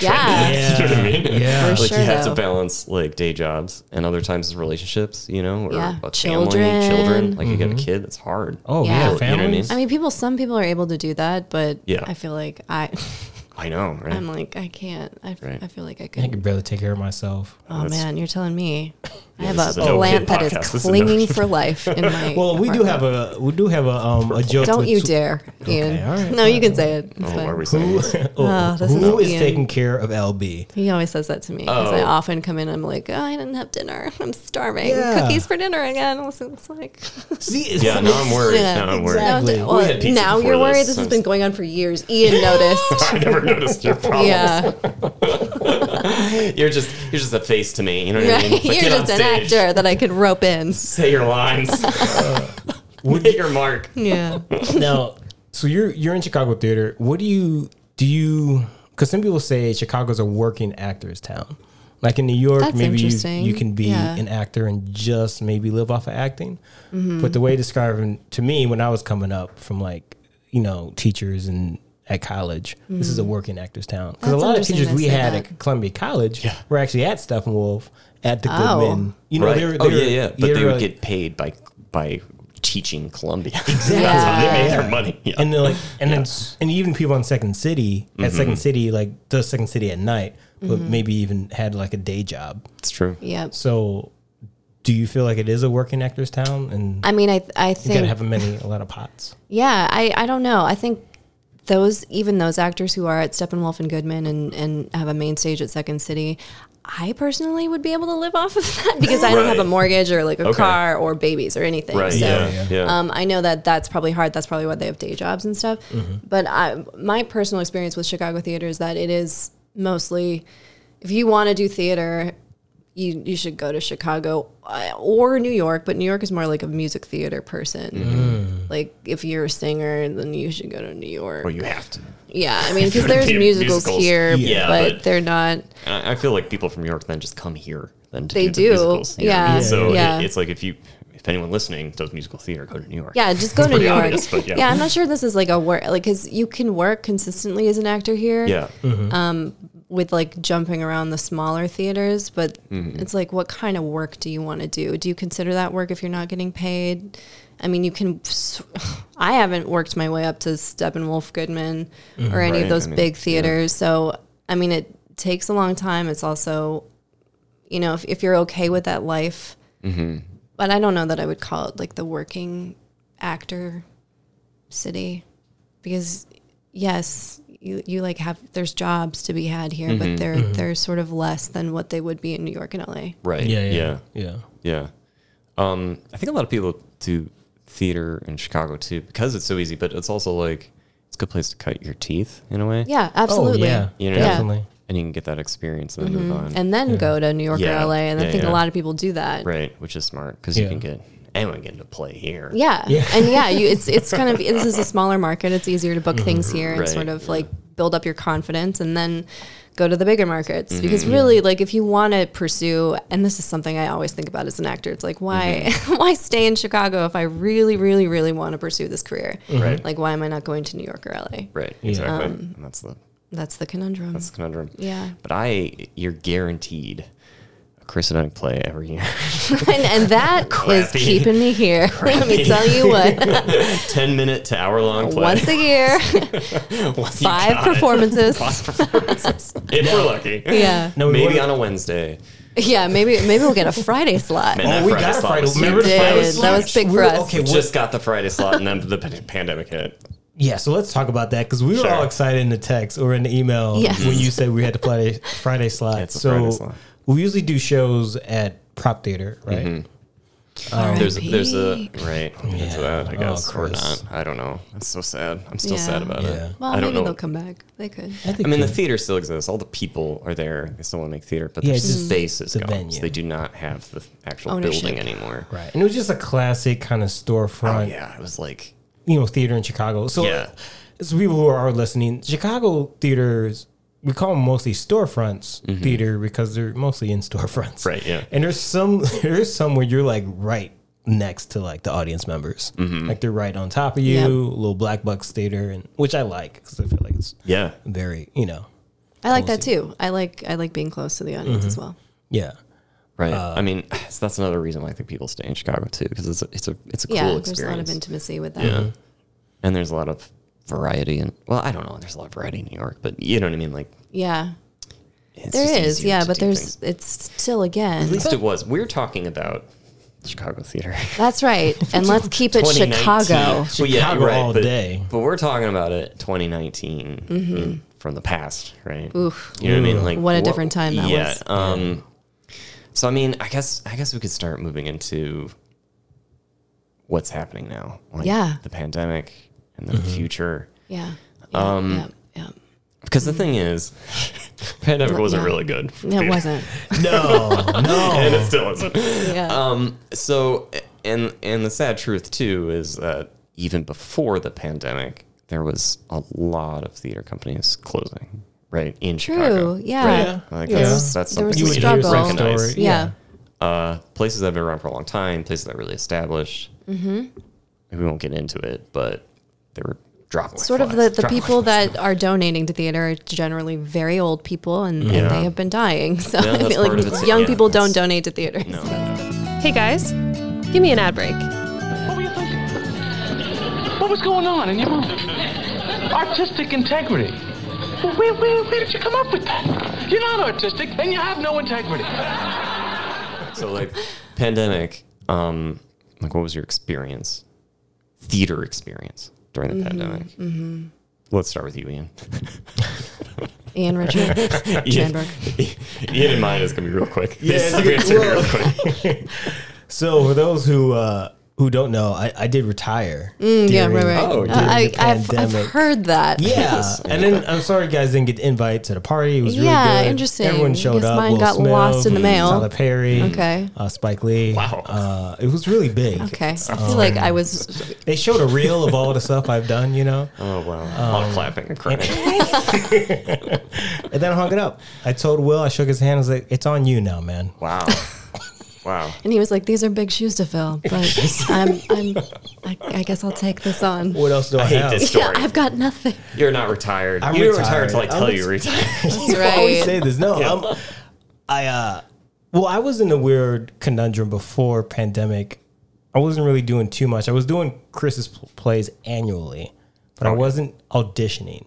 [SPEAKER 1] <laughs>
[SPEAKER 5] Yeah.
[SPEAKER 1] yeah, yeah.
[SPEAKER 5] For
[SPEAKER 4] like
[SPEAKER 5] sure,
[SPEAKER 4] you have
[SPEAKER 5] though.
[SPEAKER 4] to balance like day jobs and other times is relationships, you know, or
[SPEAKER 5] Yeah.
[SPEAKER 4] a family,
[SPEAKER 5] Children.
[SPEAKER 4] children. Like you got a kid, that's hard.
[SPEAKER 1] Mm-hmm. Oh
[SPEAKER 5] Yeah.
[SPEAKER 1] yeah,
[SPEAKER 5] You know what
[SPEAKER 4] I mean?
[SPEAKER 1] families.
[SPEAKER 5] I mean, people, some people are able to do that, but
[SPEAKER 4] Yeah.
[SPEAKER 5] I feel like I, <laughs>
[SPEAKER 4] I know, right?
[SPEAKER 5] I'm like, I can't. I,
[SPEAKER 4] Right.
[SPEAKER 5] I feel like I
[SPEAKER 1] I
[SPEAKER 5] could
[SPEAKER 1] could barely take care of myself.
[SPEAKER 5] Oh
[SPEAKER 4] That's-
[SPEAKER 5] man, you're telling me. I
[SPEAKER 4] this
[SPEAKER 5] have
[SPEAKER 4] is
[SPEAKER 5] a
[SPEAKER 4] a no
[SPEAKER 5] plant
[SPEAKER 4] kid
[SPEAKER 5] that is
[SPEAKER 4] podcast. This is
[SPEAKER 5] clinging
[SPEAKER 4] another-
[SPEAKER 5] for life in my.
[SPEAKER 1] Well, we do have
[SPEAKER 5] apartment.
[SPEAKER 1] a we do have a um a joke.
[SPEAKER 5] Don't
[SPEAKER 1] with
[SPEAKER 5] you
[SPEAKER 1] two-
[SPEAKER 5] dare, Ian.
[SPEAKER 1] all right.
[SPEAKER 5] No, you can say it. It's
[SPEAKER 4] oh,
[SPEAKER 5] fine.
[SPEAKER 4] are we saying this?
[SPEAKER 1] Oh,
[SPEAKER 5] this is
[SPEAKER 1] who is
[SPEAKER 5] Ian.
[SPEAKER 1] taking care of LB?
[SPEAKER 5] He always says that to me because I
[SPEAKER 4] Oh.
[SPEAKER 5] often come in. and I'm like, oh, I didn't have dinner. <laughs> I'm starving.
[SPEAKER 1] Yeah.
[SPEAKER 5] Cookies for dinner again. <laughs> It's it's like
[SPEAKER 1] See, <laughs>
[SPEAKER 4] Yeah, now I'm worried.
[SPEAKER 5] Yeah,
[SPEAKER 4] <laughs> now I'm worried. <laughs>
[SPEAKER 5] No,
[SPEAKER 1] Exactly.
[SPEAKER 5] d-
[SPEAKER 1] We
[SPEAKER 5] well,
[SPEAKER 4] had pizza
[SPEAKER 5] now
[SPEAKER 4] before
[SPEAKER 5] you're worried.
[SPEAKER 4] this,
[SPEAKER 5] This has
[SPEAKER 4] so-
[SPEAKER 5] been going on for years.
[SPEAKER 4] <laughs>
[SPEAKER 5] Ian noticed.
[SPEAKER 4] I never noticed your
[SPEAKER 5] <laughs>
[SPEAKER 4] problem.
[SPEAKER 5] yeah,
[SPEAKER 4] You're just you're just a face to me. You know what I
[SPEAKER 5] right.
[SPEAKER 4] mean? It's like,
[SPEAKER 5] you're
[SPEAKER 4] get on
[SPEAKER 5] just an
[SPEAKER 4] stage,
[SPEAKER 5] actor that I could rope in.
[SPEAKER 4] Say your <laughs> lines. Hit your mark.
[SPEAKER 5] <laughs> Yeah.
[SPEAKER 1] <laughs> now, so you're you're in Chicago theater. What do you do? You because some people say Chicago's a working actors town. Like in New York,
[SPEAKER 5] That's
[SPEAKER 1] maybe you,
[SPEAKER 5] interesting.
[SPEAKER 1] you can be
[SPEAKER 5] Yeah.
[SPEAKER 1] an actor and just maybe live off of acting.
[SPEAKER 5] Mm-hmm.
[SPEAKER 1] But the way describing to me when I was coming up from like, you know, teachers and at college, this is a working actors town. Because a
[SPEAKER 5] Mm-hmm. That's
[SPEAKER 1] lot of
[SPEAKER 5] interesting
[SPEAKER 1] teachers
[SPEAKER 5] they
[SPEAKER 1] we
[SPEAKER 5] say
[SPEAKER 1] had
[SPEAKER 5] that.
[SPEAKER 1] at Columbia College were actually at Steppenwolf, at the
[SPEAKER 5] Oh.
[SPEAKER 1] Goodman. You know,
[SPEAKER 4] right.
[SPEAKER 1] they were, they
[SPEAKER 4] oh
[SPEAKER 1] were-
[SPEAKER 4] yeah, yeah. But they would
[SPEAKER 1] were-
[SPEAKER 4] get paid by by teaching Columbia. <laughs> That's how
[SPEAKER 5] Yeah.
[SPEAKER 4] they made their money. Yeah. Mm-hmm.
[SPEAKER 1] and they're
[SPEAKER 4] <laughs>
[SPEAKER 1] like, and then, and even people on Second City at Second City, like does Second City at night, but
[SPEAKER 5] Mm-hmm.
[SPEAKER 1] maybe even had like a day job.
[SPEAKER 4] it's true.
[SPEAKER 5] Yep.
[SPEAKER 1] So, do you feel like it is a working actors town, and
[SPEAKER 5] I mean, I I
[SPEAKER 1] you gotta
[SPEAKER 5] think
[SPEAKER 1] have a many a lot of pots?
[SPEAKER 5] Yeah, I, I don't know. I think those even those actors who are at Steppenwolf and Goodman and, and have a main stage at Second City, I personally would be able to live <laughs> off of that because I don't have a
[SPEAKER 4] Right.
[SPEAKER 5] mortgage or like a
[SPEAKER 4] Okay.
[SPEAKER 5] car or babies or anything.
[SPEAKER 4] Right.
[SPEAKER 5] So
[SPEAKER 4] yeah.
[SPEAKER 1] yeah.
[SPEAKER 4] Yeah.
[SPEAKER 5] um, I know that that's probably hard. That's probably why they have day jobs and stuff.
[SPEAKER 4] Mm-hmm.
[SPEAKER 5] But I, my personal experience with Chicago theater is that it is mostly, if you want to do theater, you you should go to Chicago uh, or New York. But New York is more like a music theater person. Like if you're a singer, then you should go to New York.
[SPEAKER 4] well, Mm-hmm. you have to.
[SPEAKER 5] yeah,
[SPEAKER 4] <laughs>
[SPEAKER 5] I mean
[SPEAKER 4] If
[SPEAKER 5] because
[SPEAKER 4] you're
[SPEAKER 5] there's
[SPEAKER 4] into
[SPEAKER 5] musicals,
[SPEAKER 4] musicals,
[SPEAKER 5] here,
[SPEAKER 4] yeah,
[SPEAKER 5] but,
[SPEAKER 4] but-
[SPEAKER 5] they're not.
[SPEAKER 4] And I, I feel like people from New York then just come here. Then to
[SPEAKER 5] They
[SPEAKER 4] do,
[SPEAKER 5] do,
[SPEAKER 4] The musicals, you know?
[SPEAKER 5] yeah,
[SPEAKER 4] So it-
[SPEAKER 5] yeah.
[SPEAKER 4] it's like if you, if anyone listening does musical theater, go to New York.
[SPEAKER 5] Yeah, just go to
[SPEAKER 4] pretty
[SPEAKER 5] New York.
[SPEAKER 4] obvious, but
[SPEAKER 5] yeah.
[SPEAKER 4] yeah.
[SPEAKER 5] I'm not sure this is like a work like because you can work consistently as an actor here.
[SPEAKER 4] Yeah.
[SPEAKER 5] Mm-hmm. with like jumping around the smaller theaters, but
[SPEAKER 4] Mm-hmm.
[SPEAKER 5] it's like, what kind of work do you want to do? Do you consider that work if you're not getting paid? I mean, you can. <sighs> I haven't worked my way up to Steppenwolf Goodman or any of
[SPEAKER 4] Right,
[SPEAKER 5] those
[SPEAKER 4] I mean,
[SPEAKER 5] big theaters. So, I mean, it takes a long time. It's also, you know, if, if you're okay with that life,
[SPEAKER 4] Mm-hmm.
[SPEAKER 5] but I don't know that I would call it like the working actor city because yes you, you like have there's jobs to be had here
[SPEAKER 4] Mm-hmm.
[SPEAKER 5] but they're
[SPEAKER 1] Mm-hmm.
[SPEAKER 5] they're sort of less than what they would be in new york and la
[SPEAKER 4] Right. <laughs> yeah.
[SPEAKER 1] yeah.
[SPEAKER 4] Yeah. Um, I think a lot of people do theater in Chicago too because it's so easy, but it's also like it's a good place to cut your teeth in a way.
[SPEAKER 5] yeah absolutely
[SPEAKER 1] Oh yeah,
[SPEAKER 4] You know? Yeah.
[SPEAKER 1] definitely.
[SPEAKER 4] And you can get that experience and then move on.
[SPEAKER 5] Mm-hmm. and then go to new york
[SPEAKER 4] Yeah.
[SPEAKER 5] or la and i
[SPEAKER 4] Yeah,
[SPEAKER 5] think
[SPEAKER 4] yeah.
[SPEAKER 5] a lot of people do that
[SPEAKER 4] right. Which is smart because
[SPEAKER 1] Yeah.
[SPEAKER 4] you can get anyone can get to play here.
[SPEAKER 5] yeah.
[SPEAKER 1] Yeah.
[SPEAKER 5] and yeah you it's it's
[SPEAKER 4] <laughs>
[SPEAKER 5] kind of this is a smaller market it's easier to book things here
[SPEAKER 4] Mm-hmm.
[SPEAKER 5] and
[SPEAKER 4] Right,
[SPEAKER 5] sort of
[SPEAKER 4] yeah.
[SPEAKER 5] like build up your confidence and then go to the bigger markets
[SPEAKER 4] Mm-hmm.
[SPEAKER 5] because really like if you want to pursue and this is something i always think about as an actor it's like why
[SPEAKER 4] Mm-hmm.
[SPEAKER 5] <laughs> why stay in chicago if i really really really want to pursue this career
[SPEAKER 4] Mm-hmm. Right.
[SPEAKER 5] like why am i not going to new york or la
[SPEAKER 4] Right. Exactly. and that's the
[SPEAKER 5] That's the conundrum.
[SPEAKER 4] that's the conundrum.
[SPEAKER 5] yeah.
[SPEAKER 4] But I, you're guaranteed a Chris Dunning play every year.
[SPEAKER 5] <laughs>
[SPEAKER 4] <laughs>
[SPEAKER 5] and, and that is
[SPEAKER 4] Crappy.
[SPEAKER 5] keeping me
[SPEAKER 4] <laughs>
[SPEAKER 5] here. Let me tell you what.
[SPEAKER 4] Ten minute to hour long play.
[SPEAKER 5] <laughs> Once a
[SPEAKER 4] <laughs>
[SPEAKER 5] year,
[SPEAKER 4] Once you
[SPEAKER 5] five
[SPEAKER 4] got it.
[SPEAKER 5] performances.
[SPEAKER 4] If we're lucky.
[SPEAKER 5] <laughs> Yeah.
[SPEAKER 1] No,
[SPEAKER 4] Maybe
[SPEAKER 1] we-
[SPEAKER 4] on a Wednesday.
[SPEAKER 5] Yeah, maybe maybe we'll get a Friday slot.
[SPEAKER 4] Man, that
[SPEAKER 1] Oh, we
[SPEAKER 4] Friday
[SPEAKER 1] got a
[SPEAKER 4] slot
[SPEAKER 1] Friday.
[SPEAKER 4] was
[SPEAKER 1] Remember
[SPEAKER 4] huge.
[SPEAKER 1] the Friday
[SPEAKER 5] Did. That was big for
[SPEAKER 1] We're-
[SPEAKER 5] us.
[SPEAKER 1] Okay, we're-
[SPEAKER 4] just got the Friday slot and then the p- pandemic hit.
[SPEAKER 1] yeah. So let's talk about that because we were
[SPEAKER 4] Sure.
[SPEAKER 1] all excited in the text or in the email
[SPEAKER 5] Yes.
[SPEAKER 1] when you said we had to
[SPEAKER 4] <laughs>
[SPEAKER 1] play Friday slot.
[SPEAKER 4] It's a
[SPEAKER 1] so
[SPEAKER 4] Friday slot.
[SPEAKER 1] we usually do shows at prop theater, right?
[SPEAKER 4] Mm-hmm. Um, There's a, there's a right. There's
[SPEAKER 1] Yeah.
[SPEAKER 4] that, I
[SPEAKER 1] Oh,
[SPEAKER 4] guess or
[SPEAKER 1] Chris.
[SPEAKER 4] not. I don't know. That's so sad. I'm still
[SPEAKER 5] Yeah.
[SPEAKER 4] sad about
[SPEAKER 1] Yeah.
[SPEAKER 4] it.
[SPEAKER 5] Well,
[SPEAKER 4] I
[SPEAKER 5] maybe
[SPEAKER 4] don't know.
[SPEAKER 5] they'll come back. They could.
[SPEAKER 1] think
[SPEAKER 4] I mean,
[SPEAKER 1] so.
[SPEAKER 4] the theater still exists. All the people are there. They still want to make theater, but
[SPEAKER 1] Yeah,
[SPEAKER 4] their
[SPEAKER 1] it's just
[SPEAKER 4] space is
[SPEAKER 1] the
[SPEAKER 4] gone.
[SPEAKER 1] venue.
[SPEAKER 4] So they do not have the actual
[SPEAKER 5] Ownership.
[SPEAKER 4] building anymore.
[SPEAKER 1] right. And it was just a classic kind of storefront.
[SPEAKER 4] Oh, yeah, it was like
[SPEAKER 1] you know theater in Chicago. So
[SPEAKER 4] Yeah.
[SPEAKER 1] it's people who are listening. Chicago theaters we call them mostly storefronts theater because they're mostly in <laughs> storefronts.
[SPEAKER 4] Mm-hmm. Right, yeah.
[SPEAKER 1] And there's some <laughs> there's some where you're like right next to like the audience members.
[SPEAKER 4] Mm-hmm.
[SPEAKER 1] Like they're right on top of you,
[SPEAKER 5] Yep.
[SPEAKER 1] little black box theater and which I like cuz I feel like it's
[SPEAKER 4] yeah,
[SPEAKER 1] very, you know.
[SPEAKER 5] I like that too. I like I like being close to the audience
[SPEAKER 4] Mm-hmm.
[SPEAKER 5] as well.
[SPEAKER 1] Yeah.
[SPEAKER 4] right.
[SPEAKER 1] Uh,
[SPEAKER 4] I mean, <sighs> so that's another reason why I think people stay in Chicago too, because it's a, it's a it's a
[SPEAKER 5] Yeah,
[SPEAKER 4] cool
[SPEAKER 5] there's a lot of
[SPEAKER 4] experience,
[SPEAKER 5] intimacy with that.
[SPEAKER 4] and there's a lot of variety. And well, I don't know. There's a lot of variety in New York, but you know what I mean. Like
[SPEAKER 5] Yeah.
[SPEAKER 4] it's
[SPEAKER 5] There
[SPEAKER 4] just
[SPEAKER 5] is,
[SPEAKER 4] easier
[SPEAKER 5] yeah,
[SPEAKER 4] to
[SPEAKER 5] but
[SPEAKER 4] do
[SPEAKER 5] there's
[SPEAKER 4] things.
[SPEAKER 5] it's still again.
[SPEAKER 4] At least it was. We're talking about Chicago theater.
[SPEAKER 5] That's right.
[SPEAKER 4] <laughs>
[SPEAKER 5] And let's keep it
[SPEAKER 4] 2019.
[SPEAKER 5] Chicago.
[SPEAKER 4] Well, yeah,
[SPEAKER 1] Chicago
[SPEAKER 4] right,
[SPEAKER 1] all
[SPEAKER 4] but- <laughs>
[SPEAKER 1] day.
[SPEAKER 4] But we're talking about it 2019 in- from the past, right? You know what I mean? Like
[SPEAKER 5] Mm-hmm. What a different time that
[SPEAKER 4] yeah,
[SPEAKER 5] was.
[SPEAKER 4] Um, so I mean, I guess I guess we could start moving into what's happening now. Like
[SPEAKER 5] Yeah.
[SPEAKER 4] The pandemic and the future.
[SPEAKER 5] Yeah. Yeah.
[SPEAKER 4] Um,
[SPEAKER 5] yeah. yeah.
[SPEAKER 4] Because the thing
[SPEAKER 5] <laughs>
[SPEAKER 4] is, <laughs> pandemic wasn't
[SPEAKER 5] yeah.
[SPEAKER 4] really good. for
[SPEAKER 5] No, it
[SPEAKER 4] theater. <laughs>
[SPEAKER 5] wasn't.
[SPEAKER 1] No, no.
[SPEAKER 4] And it still isn't.
[SPEAKER 5] Yeah.
[SPEAKER 4] Um. So, and and the sad truth too is that even before the pandemic, there was a lot of theater companies closing. right? In Chicago.
[SPEAKER 5] True. Yeah.
[SPEAKER 1] Yeah.
[SPEAKER 4] Like
[SPEAKER 1] Yeah.
[SPEAKER 4] that's, that's
[SPEAKER 5] There
[SPEAKER 4] something
[SPEAKER 5] was a
[SPEAKER 1] You
[SPEAKER 4] we
[SPEAKER 1] would hear
[SPEAKER 5] struggle.
[SPEAKER 1] some
[SPEAKER 4] recognize.
[SPEAKER 1] story.
[SPEAKER 5] Yeah.
[SPEAKER 4] Uh, places that have been around for a long time, places that are really established. Mm-hmm. We won't get into it, but they were dropping like
[SPEAKER 5] Sort of the,
[SPEAKER 4] flies,
[SPEAKER 5] the
[SPEAKER 4] dropping like
[SPEAKER 5] people
[SPEAKER 4] flies.
[SPEAKER 5] that are donating to theater are generally very old people and,
[SPEAKER 4] Yeah.
[SPEAKER 5] and they have been dying. <laughs> So
[SPEAKER 4] Yeah,
[SPEAKER 5] I
[SPEAKER 4] that's
[SPEAKER 5] feel like
[SPEAKER 4] part of it, too.
[SPEAKER 5] young
[SPEAKER 4] Yeah,
[SPEAKER 5] people
[SPEAKER 4] that's-
[SPEAKER 5] don't donate to theaters.
[SPEAKER 4] No, no, no.
[SPEAKER 3] Hey guys, give me an ad break.
[SPEAKER 6] What were you thinking? What was going on in your mind? Artistic integrity. Well, Where, where, where did you come up with that? You're not artistic, and you have no integrity.
[SPEAKER 4] So like pandemic, um, like what was your experience? Theater experience during the pandemic. Mm-hmm. Let's start with you, Ian. <laughs>
[SPEAKER 5] Ian Richard. Chandler.
[SPEAKER 4] Ian and mine is gonna be real quick. Yeah,
[SPEAKER 1] it's gonna be real So for those who uh, who don't know, I, I did retire.
[SPEAKER 5] yeah,
[SPEAKER 1] during-
[SPEAKER 5] right, right.
[SPEAKER 4] oh,
[SPEAKER 5] Uh,
[SPEAKER 4] during
[SPEAKER 5] I,
[SPEAKER 1] the
[SPEAKER 5] I've, I've
[SPEAKER 1] pandemic.
[SPEAKER 5] heard that. <laughs>
[SPEAKER 1] Yeah, and then I'm sorry, guys, didn't get invites to the party. It was
[SPEAKER 5] Yeah,
[SPEAKER 1] really good.
[SPEAKER 5] interesting,
[SPEAKER 1] Everyone showed
[SPEAKER 5] because
[SPEAKER 1] up.
[SPEAKER 5] mine
[SPEAKER 1] Will
[SPEAKER 5] got
[SPEAKER 1] Smith,
[SPEAKER 5] lost in the mail.
[SPEAKER 1] Tyler Perry,
[SPEAKER 5] Okay.
[SPEAKER 1] uh, Spike Lee.
[SPEAKER 4] Wow.
[SPEAKER 1] uh, it was really big.
[SPEAKER 5] Okay. I feel like I was
[SPEAKER 1] They showed a reel of all the stuff I've done, you know, Um,
[SPEAKER 4] Oh wow, a lot of clapping and crying.
[SPEAKER 1] <laughs> and then I hung it up. I told Will, I shook his hand, I was like, "It's on you now, man."
[SPEAKER 4] wow, wow.
[SPEAKER 5] And he was like, "These are big shoes
[SPEAKER 4] <laughs>
[SPEAKER 5] to fill, but I'm, I'm, I, I guess I'll take this on."
[SPEAKER 1] What else do I,
[SPEAKER 4] I hate
[SPEAKER 1] have?
[SPEAKER 4] this
[SPEAKER 5] <laughs> Yeah,
[SPEAKER 4] story.
[SPEAKER 5] I've
[SPEAKER 4] <laughs>
[SPEAKER 5] got nothing.
[SPEAKER 4] You're not retired.
[SPEAKER 1] I'm
[SPEAKER 4] You're
[SPEAKER 1] retired.
[SPEAKER 4] retired until I
[SPEAKER 1] I'm
[SPEAKER 4] tell
[SPEAKER 1] ret-
[SPEAKER 4] you you're retired.
[SPEAKER 1] I always say
[SPEAKER 5] Right.
[SPEAKER 1] this. No, I'm, I uh, well, I was in a weird conundrum before pandemic. I wasn't really doing too much. I was doing Chris's pl- plays annually, but I
[SPEAKER 4] Okay.
[SPEAKER 1] wasn't auditioning.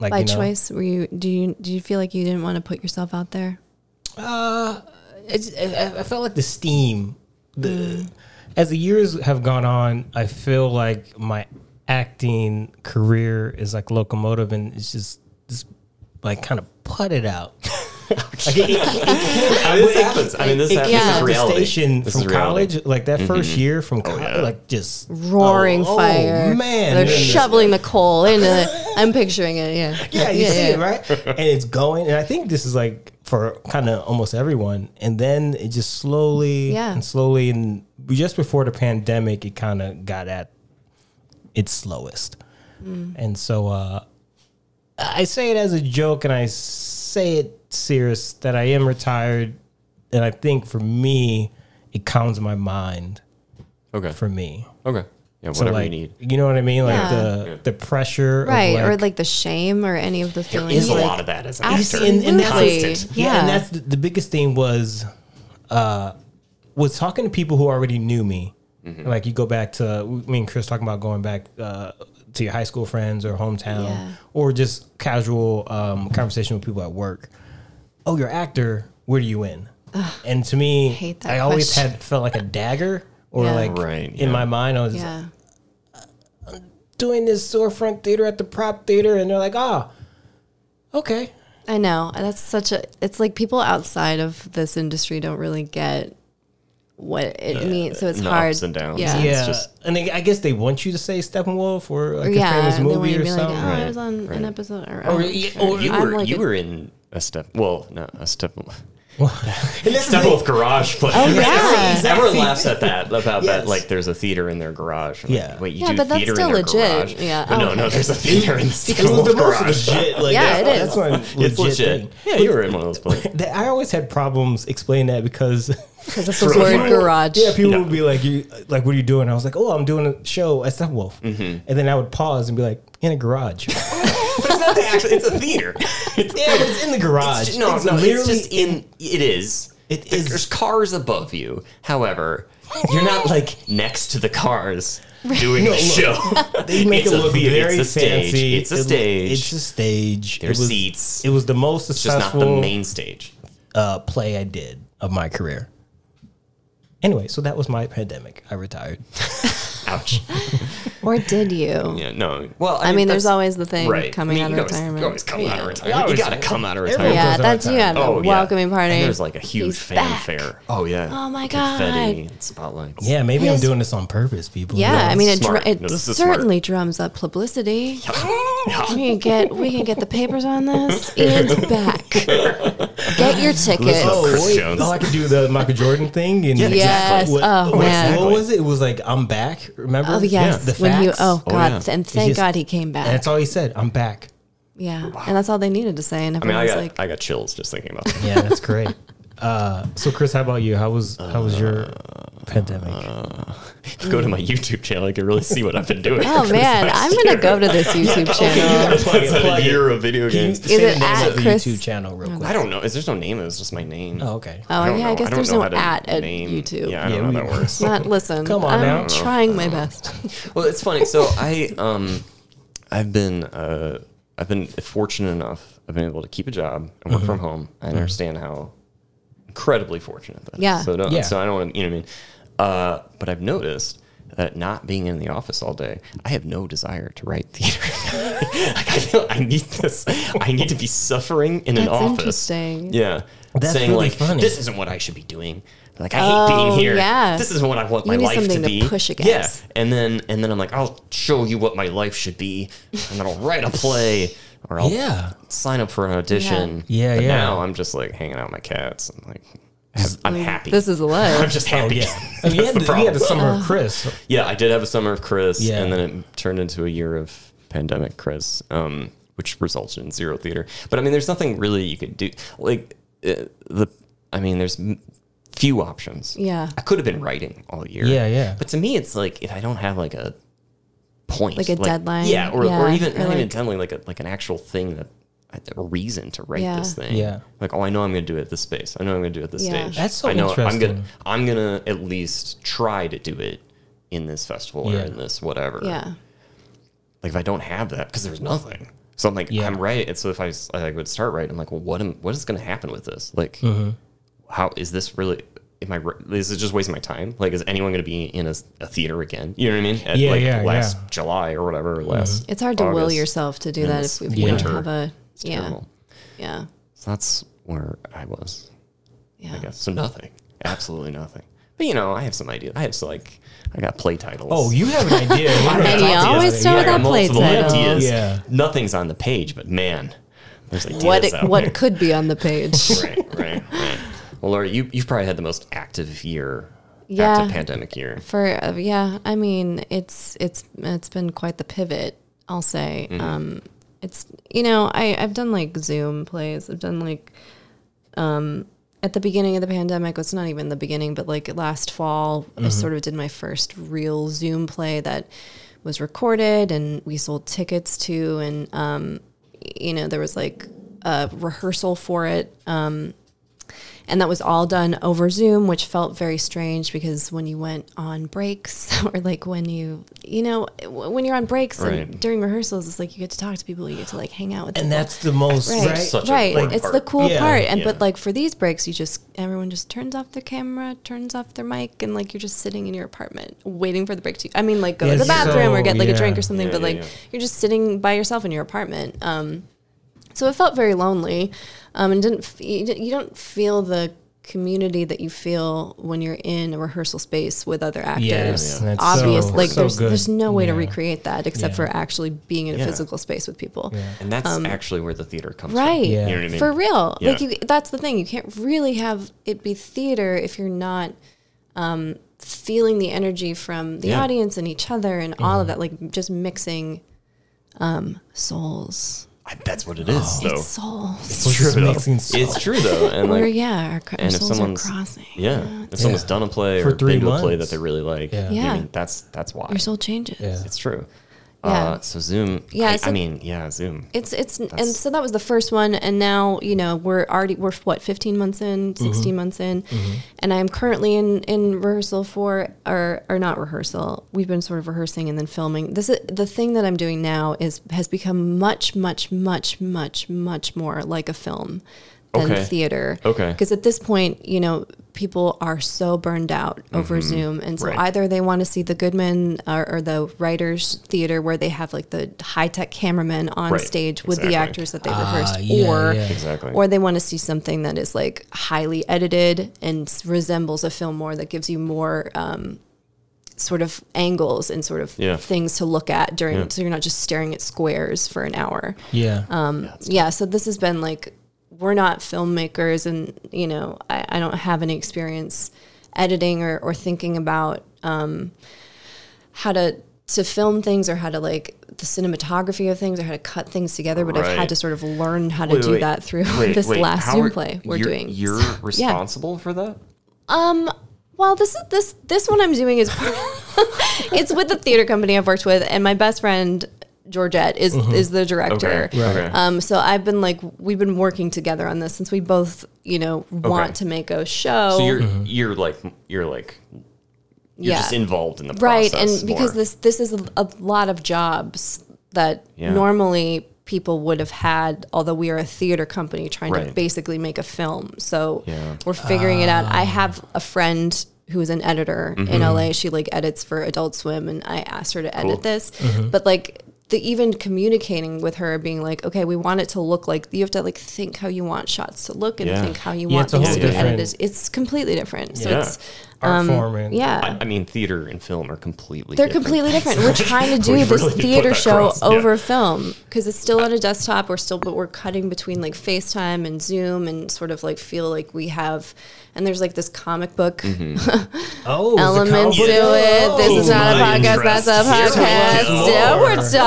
[SPEAKER 1] Like
[SPEAKER 5] By
[SPEAKER 1] you know,
[SPEAKER 5] choice, were you? Do you? Do you feel like you didn't want to put yourself out there?
[SPEAKER 1] it's, I, I felt like the steam. The,
[SPEAKER 4] Mm.
[SPEAKER 1] As the years have gone on, I feel like my acting career is like locomotive, and it's just just like kind of putted
[SPEAKER 4] <laughs>
[SPEAKER 1] out. Like, it- it-
[SPEAKER 4] I mean, this happens. I mean, this
[SPEAKER 1] it
[SPEAKER 4] happens.
[SPEAKER 1] came
[SPEAKER 5] Yeah.
[SPEAKER 4] This
[SPEAKER 1] out
[SPEAKER 4] is
[SPEAKER 1] the
[SPEAKER 4] reality.
[SPEAKER 1] station
[SPEAKER 4] This
[SPEAKER 1] from
[SPEAKER 4] is reality. Mm-hmm. Oh,
[SPEAKER 1] college, like that first year from college, like just
[SPEAKER 5] Roaring
[SPEAKER 1] oh,
[SPEAKER 5] fire.
[SPEAKER 1] Oh, man,
[SPEAKER 5] they're
[SPEAKER 1] And then-
[SPEAKER 5] shoveling the coal into. The, I'm picturing it. Yeah.
[SPEAKER 1] yeah, you see it
[SPEAKER 5] <laughs>
[SPEAKER 1] right, and it's going. And I think this is like for kind of almost everyone. And then it just slowly,
[SPEAKER 5] Yeah.
[SPEAKER 1] and slowly, and just before the pandemic, it kind of got at its slowest.
[SPEAKER 5] Mm.
[SPEAKER 1] And so uh, I say it as a joke, and I say it serious that I am retired, and I think for me, it calms my mind.
[SPEAKER 4] Okay.
[SPEAKER 1] For me,
[SPEAKER 4] Okay. Yeah. Whatever
[SPEAKER 1] so like
[SPEAKER 4] you need.
[SPEAKER 1] know what I mean, like
[SPEAKER 5] Yeah.
[SPEAKER 1] the the pressure,
[SPEAKER 5] Right.
[SPEAKER 1] of
[SPEAKER 5] or like the shame or any of the feelings.
[SPEAKER 4] There's a
[SPEAKER 5] like-
[SPEAKER 4] lot of that as an
[SPEAKER 1] You
[SPEAKER 4] actor.
[SPEAKER 1] see, and, and that's
[SPEAKER 5] Constant.
[SPEAKER 1] yeah. and
[SPEAKER 5] Yeah.
[SPEAKER 1] that's the, the biggest thing was, uh, was talking to people who already knew me.
[SPEAKER 4] Mm-hmm.
[SPEAKER 1] Like you go back to me and Chris talking about going back uh, to your high school friends or hometown
[SPEAKER 5] Yeah.
[SPEAKER 1] or just casual um, conversation with people at work. Oh, you're an actor. Where do you in? And to me, I,
[SPEAKER 5] hate that
[SPEAKER 1] always
[SPEAKER 5] question.
[SPEAKER 1] had felt like a dagger, or
[SPEAKER 5] Yeah.
[SPEAKER 1] like
[SPEAKER 4] Right,
[SPEAKER 1] in
[SPEAKER 4] yeah.
[SPEAKER 1] my mind, I was
[SPEAKER 5] Yeah.
[SPEAKER 1] doing this storefront theater at the prop theater, and they're like, "Ah, okay,
[SPEAKER 5] I know. That's such a. It's like people outside of this industry don't really get what it means. So it's
[SPEAKER 4] the
[SPEAKER 5] hard.
[SPEAKER 4] ups and downs.
[SPEAKER 5] Yeah.
[SPEAKER 1] yeah."
[SPEAKER 4] It's just-
[SPEAKER 1] and they, I guess they want you to say Steppenwolf or like
[SPEAKER 5] yeah,
[SPEAKER 1] a famous
[SPEAKER 5] and then when
[SPEAKER 1] movie
[SPEAKER 5] you
[SPEAKER 1] or
[SPEAKER 5] be like,
[SPEAKER 1] something.
[SPEAKER 5] oh, I was
[SPEAKER 4] Right,
[SPEAKER 5] on
[SPEAKER 4] right.
[SPEAKER 5] an episode, or,
[SPEAKER 1] Or,
[SPEAKER 5] oh,
[SPEAKER 1] yeah, or
[SPEAKER 4] You
[SPEAKER 5] I'm
[SPEAKER 4] were
[SPEAKER 5] like
[SPEAKER 4] you
[SPEAKER 5] a-
[SPEAKER 4] were in a step. Well, not a step.
[SPEAKER 1] And that's the thing.
[SPEAKER 4] Steppenwolf garage play. Oh
[SPEAKER 5] yeah.
[SPEAKER 4] <laughs>
[SPEAKER 5] <laughs>
[SPEAKER 4] Everyone laughs at that about
[SPEAKER 1] Yes.
[SPEAKER 4] that. Like there's a theater in their garage. I'm
[SPEAKER 1] Yeah.
[SPEAKER 4] Like, Wait, you
[SPEAKER 5] Yeah,
[SPEAKER 4] do
[SPEAKER 5] but that's
[SPEAKER 4] theater
[SPEAKER 5] still
[SPEAKER 4] in their
[SPEAKER 5] legit.
[SPEAKER 4] garage?
[SPEAKER 5] Yeah.
[SPEAKER 4] But no,
[SPEAKER 5] Oh.
[SPEAKER 4] no, there's a theater
[SPEAKER 1] It
[SPEAKER 4] in the
[SPEAKER 1] was the
[SPEAKER 4] Steppenwolf
[SPEAKER 1] most
[SPEAKER 4] garage.
[SPEAKER 1] legit. Like,
[SPEAKER 5] Yeah,
[SPEAKER 1] that's,
[SPEAKER 5] it is.
[SPEAKER 1] That's one legit,
[SPEAKER 4] It's legit.
[SPEAKER 1] thing.
[SPEAKER 4] Yeah, you were in one of those places.
[SPEAKER 1] <laughs> That- I always had problems explaining that because <laughs>
[SPEAKER 5] Because it's the word garage.
[SPEAKER 1] yeah, people
[SPEAKER 4] Yeah.
[SPEAKER 1] would be like, "You like, what are you doing?" I was like, "Oh, I'm doing a show at Steppenwolf,"
[SPEAKER 4] Mm-hmm.
[SPEAKER 1] and then I would pause and be like, "In a
[SPEAKER 4] <laughs>
[SPEAKER 1] garage."
[SPEAKER 4] but it's not the actual. It's a theater. <laughs> It's,
[SPEAKER 1] yeah, but it's in the garage.
[SPEAKER 4] it's- no,
[SPEAKER 1] It's
[SPEAKER 4] no, it's
[SPEAKER 1] literally
[SPEAKER 4] just in. It is.
[SPEAKER 1] It
[SPEAKER 4] There-
[SPEAKER 1] is.
[SPEAKER 4] There's cars above you. However, you're not like next to the cars doing the show. <laughs>
[SPEAKER 1] They make
[SPEAKER 4] It's
[SPEAKER 1] it
[SPEAKER 4] a
[SPEAKER 1] look
[SPEAKER 4] thea-
[SPEAKER 1] very
[SPEAKER 4] it's a stage.
[SPEAKER 1] fancy.
[SPEAKER 4] It's a
[SPEAKER 1] It look-
[SPEAKER 4] stage.
[SPEAKER 1] It's a stage.
[SPEAKER 4] There's
[SPEAKER 1] it was,
[SPEAKER 4] seats.
[SPEAKER 1] It was the most
[SPEAKER 4] It's just not
[SPEAKER 1] successful
[SPEAKER 4] the main stage.
[SPEAKER 1] uh, play I did of my career. Anyway, so that was my pandemic. I retired. <laughs>
[SPEAKER 4] Ouch.
[SPEAKER 5] Or did you?
[SPEAKER 4] Yeah, no. Well,
[SPEAKER 5] I mean, there's
[SPEAKER 4] that's-
[SPEAKER 5] always the thing coming
[SPEAKER 4] I mean,
[SPEAKER 5] out
[SPEAKER 4] you
[SPEAKER 5] of
[SPEAKER 4] always,
[SPEAKER 5] retirement.
[SPEAKER 4] You always come out of
[SPEAKER 1] You
[SPEAKER 4] retirement. You
[SPEAKER 1] always-
[SPEAKER 4] gotta come out of
[SPEAKER 1] Everyone
[SPEAKER 4] retirement.
[SPEAKER 5] Yeah,
[SPEAKER 1] goes out
[SPEAKER 5] that's
[SPEAKER 1] of
[SPEAKER 5] you had a
[SPEAKER 4] Oh, yeah.
[SPEAKER 5] welcoming party.
[SPEAKER 4] And there's like a huge
[SPEAKER 5] He's back.
[SPEAKER 4] fanfare. Oh yeah.
[SPEAKER 5] Oh, my
[SPEAKER 4] Confetti
[SPEAKER 5] God.
[SPEAKER 4] and spotlights.
[SPEAKER 1] Yeah, maybe I'm
[SPEAKER 5] Yes.
[SPEAKER 1] doing this on purpose, people.
[SPEAKER 5] Yeah, I mean, it,
[SPEAKER 4] smart.
[SPEAKER 5] dr- it
[SPEAKER 4] No, this is smart.
[SPEAKER 5] certainly drums
[SPEAKER 4] <laughs>
[SPEAKER 5] up publicity.
[SPEAKER 4] Yeah.
[SPEAKER 5] We can get we can get the papers
[SPEAKER 4] <laughs>
[SPEAKER 5] on this. Ian's back. Get your tickets.
[SPEAKER 4] Listen,
[SPEAKER 1] Oh,
[SPEAKER 4] Chris
[SPEAKER 1] wait.
[SPEAKER 4] Jones.
[SPEAKER 1] Oh, I could do the Michael Jordan thing. And
[SPEAKER 4] Yeah,
[SPEAKER 5] Yes.
[SPEAKER 4] exactly.
[SPEAKER 1] What,
[SPEAKER 5] Oh,
[SPEAKER 1] what-
[SPEAKER 5] man.
[SPEAKER 1] What was it? It was like, I'm back. Remember?
[SPEAKER 5] Oh yes,
[SPEAKER 1] The
[SPEAKER 5] when he
[SPEAKER 1] facts.
[SPEAKER 5] oh
[SPEAKER 4] Oh,
[SPEAKER 5] god,
[SPEAKER 4] yeah.
[SPEAKER 5] and thank
[SPEAKER 1] just-
[SPEAKER 5] God he came back.
[SPEAKER 1] And that's all he said. I'm back.
[SPEAKER 5] Yeah. And that's all they needed to say. And
[SPEAKER 4] I mean, I
[SPEAKER 5] everyone's
[SPEAKER 4] got
[SPEAKER 5] like,
[SPEAKER 4] I got chills just thinking about. It.
[SPEAKER 1] Yeah, that's great. <laughs> Uh, so, Chris, how about you? How was how was your pandemic?
[SPEAKER 4] Uh, If you <laughs> go to my YouTube channel, you can really see what I've been doing.
[SPEAKER 5] <laughs> oh man,
[SPEAKER 4] <laughs>
[SPEAKER 5] I'm going to go to this YouTube channel.
[SPEAKER 4] Plug a year of video games.
[SPEAKER 1] Say the
[SPEAKER 5] it
[SPEAKER 1] name
[SPEAKER 5] at
[SPEAKER 1] of the
[SPEAKER 5] Chris-
[SPEAKER 1] YouTube channel real quick.
[SPEAKER 4] I don't know. Is there's no name? It was just my name.
[SPEAKER 1] Oh, okay.
[SPEAKER 5] Oh,
[SPEAKER 4] don't
[SPEAKER 5] yeah.
[SPEAKER 4] know.
[SPEAKER 5] I guess
[SPEAKER 4] don't
[SPEAKER 5] there's
[SPEAKER 4] know
[SPEAKER 5] no
[SPEAKER 4] how to
[SPEAKER 5] at at
[SPEAKER 4] name-
[SPEAKER 5] YouTube.
[SPEAKER 4] Yeah, I
[SPEAKER 1] Yeah,
[SPEAKER 4] don't know
[SPEAKER 1] we-
[SPEAKER 4] how that works.
[SPEAKER 5] Not listen.
[SPEAKER 1] Come on
[SPEAKER 5] I'm
[SPEAKER 1] now.
[SPEAKER 5] trying my best.
[SPEAKER 4] Well, it's funny. So I, um, I've been, uh, I've been fortunate enough. I've been able to keep a job and work from
[SPEAKER 1] Uh-huh.
[SPEAKER 4] home. I understand how incredibly fortunate that is.
[SPEAKER 5] Yeah.
[SPEAKER 4] So don't,
[SPEAKER 1] Yeah.
[SPEAKER 4] so I don't want to, you know what I mean? Uh, but I've noticed that not being in the office all day, I have no desire to write theater. <laughs> like I feel I need this. I need to be suffering in an
[SPEAKER 5] That's
[SPEAKER 4] office.
[SPEAKER 5] interesting.
[SPEAKER 4] Yeah.
[SPEAKER 1] That's
[SPEAKER 4] Saying
[SPEAKER 1] really
[SPEAKER 4] like
[SPEAKER 1] funny.
[SPEAKER 4] this isn't what I should be doing. Like I hate being
[SPEAKER 5] Oh,
[SPEAKER 4] here.
[SPEAKER 5] yeah.
[SPEAKER 4] This isn't what I want
[SPEAKER 5] You
[SPEAKER 4] my
[SPEAKER 5] need
[SPEAKER 4] life
[SPEAKER 5] something
[SPEAKER 4] to
[SPEAKER 5] to
[SPEAKER 4] be.
[SPEAKER 5] push
[SPEAKER 4] Yeah.
[SPEAKER 5] against.
[SPEAKER 4] And then and then I'm like, I'll show you what my life should be, and then I'll write a play or I'll <laughs>
[SPEAKER 1] Yeah.
[SPEAKER 4] sign up for an audition.
[SPEAKER 1] Yeah. Yeah,
[SPEAKER 4] But
[SPEAKER 1] yeah.
[SPEAKER 4] now I'm just like hanging out with my cats. I'm like, I'm <laughs> happy.
[SPEAKER 5] This is a
[SPEAKER 4] I'm <laughs>
[SPEAKER 5] life.
[SPEAKER 4] just happy.
[SPEAKER 1] Oh, Yeah, I mean, you had
[SPEAKER 4] the
[SPEAKER 1] the, you had the
[SPEAKER 4] problem.
[SPEAKER 1] summer
[SPEAKER 5] Uh.
[SPEAKER 1] of Chris.
[SPEAKER 4] Yeah, I did have a summer of Chris,
[SPEAKER 1] Yeah.
[SPEAKER 4] and then it turned into a year of pandemic Chris, um, which resulted in zero theater. But I mean, there's nothing really you could do. Like uh, the, I mean, there's m- few options.
[SPEAKER 5] Yeah.
[SPEAKER 4] I could have been writing all year.
[SPEAKER 1] Yeah, yeah.
[SPEAKER 4] But to me, it's like if I don't have like a point,
[SPEAKER 5] Like a deadline.
[SPEAKER 4] yeah, or, or
[SPEAKER 5] Yeah,
[SPEAKER 4] even
[SPEAKER 5] or
[SPEAKER 4] not even
[SPEAKER 5] like-
[SPEAKER 4] deadline, like a, like an actual thing that a reason to write
[SPEAKER 5] Yeah.
[SPEAKER 4] this thing.
[SPEAKER 1] Yeah.
[SPEAKER 4] Like, oh, I know I'm going to do it at this space. I know I'm going to do it at this
[SPEAKER 5] Yeah.
[SPEAKER 4] stage.
[SPEAKER 1] That's so
[SPEAKER 4] I know I'm
[SPEAKER 1] interesting.
[SPEAKER 4] gonna, I'm gonna at least try to do it in this festival
[SPEAKER 1] Yeah.
[SPEAKER 4] or in this whatever.
[SPEAKER 5] Yeah.
[SPEAKER 4] Like if I don't have that, because there's nothing. So I'm like,
[SPEAKER 1] Yeah.
[SPEAKER 4] I'm right. And so if I, s- I would start right, I'm like, well, what am, what is going to happen with this? Like,
[SPEAKER 1] Mm-hmm.
[SPEAKER 4] how is this really? Am I? re- Is it just wasting my time? Like, is anyone going to be in a, s- a theater again? You know what I mean? At,
[SPEAKER 1] Yeah,
[SPEAKER 4] like,
[SPEAKER 1] yeah,
[SPEAKER 4] Last
[SPEAKER 1] yeah. Mm-hmm.
[SPEAKER 4] July or whatever. or Last.
[SPEAKER 5] It's hard to will
[SPEAKER 4] August.
[SPEAKER 5] yourself to do
[SPEAKER 4] And
[SPEAKER 5] that
[SPEAKER 4] it's
[SPEAKER 5] if, if you don't
[SPEAKER 4] winter.
[SPEAKER 5] have a.
[SPEAKER 4] It's
[SPEAKER 5] Yeah.
[SPEAKER 4] terrible.
[SPEAKER 5] Yeah.
[SPEAKER 4] So that's where I was.
[SPEAKER 5] Yeah.
[SPEAKER 4] I guess. So nothing. Absolutely nothing. But you know, I have some idea. I have some, like I got play titles.
[SPEAKER 1] Oh, you have an idea.
[SPEAKER 5] <laughs>
[SPEAKER 1] We're gonna
[SPEAKER 5] Hey,
[SPEAKER 1] talk
[SPEAKER 5] you
[SPEAKER 1] to
[SPEAKER 5] always
[SPEAKER 1] about it.
[SPEAKER 5] start
[SPEAKER 4] I
[SPEAKER 5] with
[SPEAKER 1] Yeah.
[SPEAKER 4] got
[SPEAKER 5] that play
[SPEAKER 4] multiple
[SPEAKER 5] title.
[SPEAKER 4] ideas.
[SPEAKER 1] Yeah.
[SPEAKER 4] Nothing's on the page, but man, there's ideas
[SPEAKER 5] What
[SPEAKER 4] out there.
[SPEAKER 5] what could
[SPEAKER 4] <laughs>
[SPEAKER 5] be on the page?
[SPEAKER 4] right, right, right. Well, Laura, you you've probably had the most active year,
[SPEAKER 5] Yeah.
[SPEAKER 4] active pandemic year.
[SPEAKER 5] for uh, yeah i mean it's it's it's been quite the pivot i'll say
[SPEAKER 4] Mm-hmm.
[SPEAKER 5] um it's you know i i've done like zoom plays i've done like um at the beginning of the pandemic it's not even the beginning but like last fall i sort of did my first real zoom play that was recorded and we sold tickets to and um you know there was like a rehearsal for it um, and that was all done over Zoom, which felt very strange because when you went on breaks <laughs> or like when you, you know, w- when you're on breaks
[SPEAKER 4] Right.
[SPEAKER 5] and during rehearsals, it's like you get to talk to people, you get to like hang out with
[SPEAKER 1] And
[SPEAKER 5] people.
[SPEAKER 1] that's the most
[SPEAKER 5] Right,
[SPEAKER 1] right.
[SPEAKER 4] such a
[SPEAKER 5] right.
[SPEAKER 4] fun
[SPEAKER 5] It's
[SPEAKER 4] part.
[SPEAKER 5] the cool
[SPEAKER 1] Yeah.
[SPEAKER 5] part, and but
[SPEAKER 4] Yeah.
[SPEAKER 5] like for these breaks, you just everyone just turns off their camera, turns off their mic, and like you're just sitting in your apartment waiting for the break to. I mean, like go
[SPEAKER 1] Yeah,
[SPEAKER 5] to the
[SPEAKER 1] it's
[SPEAKER 5] bathroom or
[SPEAKER 1] so-
[SPEAKER 5] get like
[SPEAKER 1] yeah.
[SPEAKER 5] a drink or something,
[SPEAKER 4] Yeah,
[SPEAKER 5] but
[SPEAKER 4] yeah,
[SPEAKER 5] like
[SPEAKER 4] yeah.
[SPEAKER 5] you're just sitting by yourself in your apartment. Um, so it felt very lonely, um, and didn't f- you, di- you don't feel the community that you feel when you're in a rehearsal space with other actors
[SPEAKER 1] Yes, that's
[SPEAKER 5] obvious
[SPEAKER 1] so-
[SPEAKER 5] like
[SPEAKER 1] so
[SPEAKER 5] there's
[SPEAKER 1] good.
[SPEAKER 5] there's no way to
[SPEAKER 1] Yeah.
[SPEAKER 5] recreate that except
[SPEAKER 1] Yeah.
[SPEAKER 5] for actually being in a
[SPEAKER 4] Yeah.
[SPEAKER 5] physical space with people
[SPEAKER 4] And that's actually where the theater comes
[SPEAKER 5] Um, right
[SPEAKER 1] Yeah.
[SPEAKER 4] You know what I mean?
[SPEAKER 5] for real
[SPEAKER 4] Yeah.
[SPEAKER 5] like you that's the thing you can't really have it be theater if you're not um feeling the energy from the
[SPEAKER 4] Yeah.
[SPEAKER 5] audience and each other and all of that like just mixing um souls
[SPEAKER 4] from. I, that's what it is, though.
[SPEAKER 5] it's souls
[SPEAKER 1] It's just mixing
[SPEAKER 4] It's, true though, and
[SPEAKER 5] or
[SPEAKER 4] Oh. like
[SPEAKER 5] yeah our, cr- our
[SPEAKER 4] and if
[SPEAKER 5] souls are
[SPEAKER 4] someone's
[SPEAKER 5] crossing
[SPEAKER 4] yeah, if someone's done a play
[SPEAKER 1] For
[SPEAKER 4] or
[SPEAKER 1] three
[SPEAKER 4] been to a play that
[SPEAKER 1] months.
[SPEAKER 4] they really like,
[SPEAKER 1] Yeah.
[SPEAKER 4] you know what I
[SPEAKER 5] Yeah.
[SPEAKER 4] mean? that's that's why
[SPEAKER 5] your soul changes
[SPEAKER 1] Yeah.
[SPEAKER 4] it's true.
[SPEAKER 5] Yeah.
[SPEAKER 4] Uh, so Zoom,
[SPEAKER 5] Yeah,
[SPEAKER 4] I,
[SPEAKER 5] so-
[SPEAKER 4] I mean, yeah, Zoom.
[SPEAKER 5] it's it's and so that was the first one and now you know we're already we're what 15 months in
[SPEAKER 4] Mm-hmm.
[SPEAKER 5] 16 months in and i'm currently in in rehearsal for or or not rehearsal we've been sort of rehearsing and then filming this is the thing that i'm doing now is has become much much much much much more like a film than
[SPEAKER 4] Okay.
[SPEAKER 5] theater
[SPEAKER 4] Okay.
[SPEAKER 5] because at this point you know people are so burned out over zoom and so
[SPEAKER 4] Mm-hmm. Right.
[SPEAKER 5] either they want to see the goodman or, or the writers theater where they have like the high-tech cameramen on
[SPEAKER 4] Right.
[SPEAKER 5] stage with the
[SPEAKER 4] Exactly.
[SPEAKER 5] actors that they rehearsed,
[SPEAKER 1] Ah, yeah,
[SPEAKER 5] or
[SPEAKER 1] yeah.
[SPEAKER 4] Exactly.
[SPEAKER 5] or they want to see something that is like highly edited and s- resembles a film more that gives you more um, sort of angles and sort of
[SPEAKER 4] Yeah.
[SPEAKER 5] things to look at during, so you're not just staring at squares for an hour.
[SPEAKER 1] Yeah.
[SPEAKER 5] Um, Yeah, so this has been like we're not filmmakers, and you know I, I don't have any experience editing or, or thinking about um, how to to film things or how to like the cinematography of things or how to cut things together, but I've
[SPEAKER 4] Right.
[SPEAKER 5] had to sort of learn how to
[SPEAKER 4] Wait,
[SPEAKER 5] do
[SPEAKER 4] wait,
[SPEAKER 5] that through <laughs>
[SPEAKER 4] wait,
[SPEAKER 5] this
[SPEAKER 4] wait,
[SPEAKER 5] last
[SPEAKER 4] how
[SPEAKER 5] Zoom
[SPEAKER 4] are-
[SPEAKER 5] play we're
[SPEAKER 4] you're-
[SPEAKER 5] doing. <laughs>
[SPEAKER 4] You're responsible for that?
[SPEAKER 5] Um, well, this is this this one I'm
[SPEAKER 4] <laughs>
[SPEAKER 5] doing is <laughs> it's with the theater company I've worked with, and my best friend Georgette is is the director.
[SPEAKER 4] Mm-hmm. Okay.
[SPEAKER 5] Um, so I've been like we've been working together on this since we both you know want
[SPEAKER 4] Okay.
[SPEAKER 5] to make a show.
[SPEAKER 4] so you're you're like you're like you're just involved in the
[SPEAKER 5] right,
[SPEAKER 4] process.
[SPEAKER 5] and because
[SPEAKER 4] more.
[SPEAKER 5] this this is a, a lot of jobs that
[SPEAKER 4] Yeah.
[SPEAKER 5] normally people would have had although we are a theater company trying to
[SPEAKER 4] Right.
[SPEAKER 5] basically make a film so
[SPEAKER 4] Yeah. Ah.
[SPEAKER 5] we're figuring it out i have a friend who is an editor in la she like edits for adult swim and i asked her to edit
[SPEAKER 4] Mm-hmm. Cool.
[SPEAKER 5] this
[SPEAKER 1] Mm-hmm.
[SPEAKER 5] but like the even communicating with her being like okay we want it to look like you have to like think how you want shots to look and
[SPEAKER 4] Yeah.
[SPEAKER 5] think how you
[SPEAKER 1] Yeah,
[SPEAKER 5] want
[SPEAKER 1] it's a
[SPEAKER 5] things
[SPEAKER 1] whole
[SPEAKER 5] to be edited
[SPEAKER 1] different-
[SPEAKER 5] it's completely different so
[SPEAKER 4] Yeah.
[SPEAKER 5] it's
[SPEAKER 1] Art form and
[SPEAKER 5] um, yeah
[SPEAKER 4] I, I mean theater and film are completely
[SPEAKER 5] they're
[SPEAKER 4] different.
[SPEAKER 5] completely different.
[SPEAKER 4] <laughs>
[SPEAKER 5] We're trying to do
[SPEAKER 4] We
[SPEAKER 5] this
[SPEAKER 4] really put
[SPEAKER 5] theater
[SPEAKER 4] that
[SPEAKER 5] show
[SPEAKER 4] across, yeah.
[SPEAKER 5] over film because it's still on a desktop. We're still, but we're cutting between like FaceTime and Zoom and sort of like feel like we have. And there's like this comic book
[SPEAKER 4] Mm-hmm.
[SPEAKER 1] Oh, it's a
[SPEAKER 5] element to
[SPEAKER 1] comic book.
[SPEAKER 5] it. This is not a
[SPEAKER 4] my
[SPEAKER 5] podcast. That's
[SPEAKER 4] interest.
[SPEAKER 5] a
[SPEAKER 1] Here's
[SPEAKER 5] podcast.
[SPEAKER 1] what
[SPEAKER 5] Yeah,
[SPEAKER 1] more.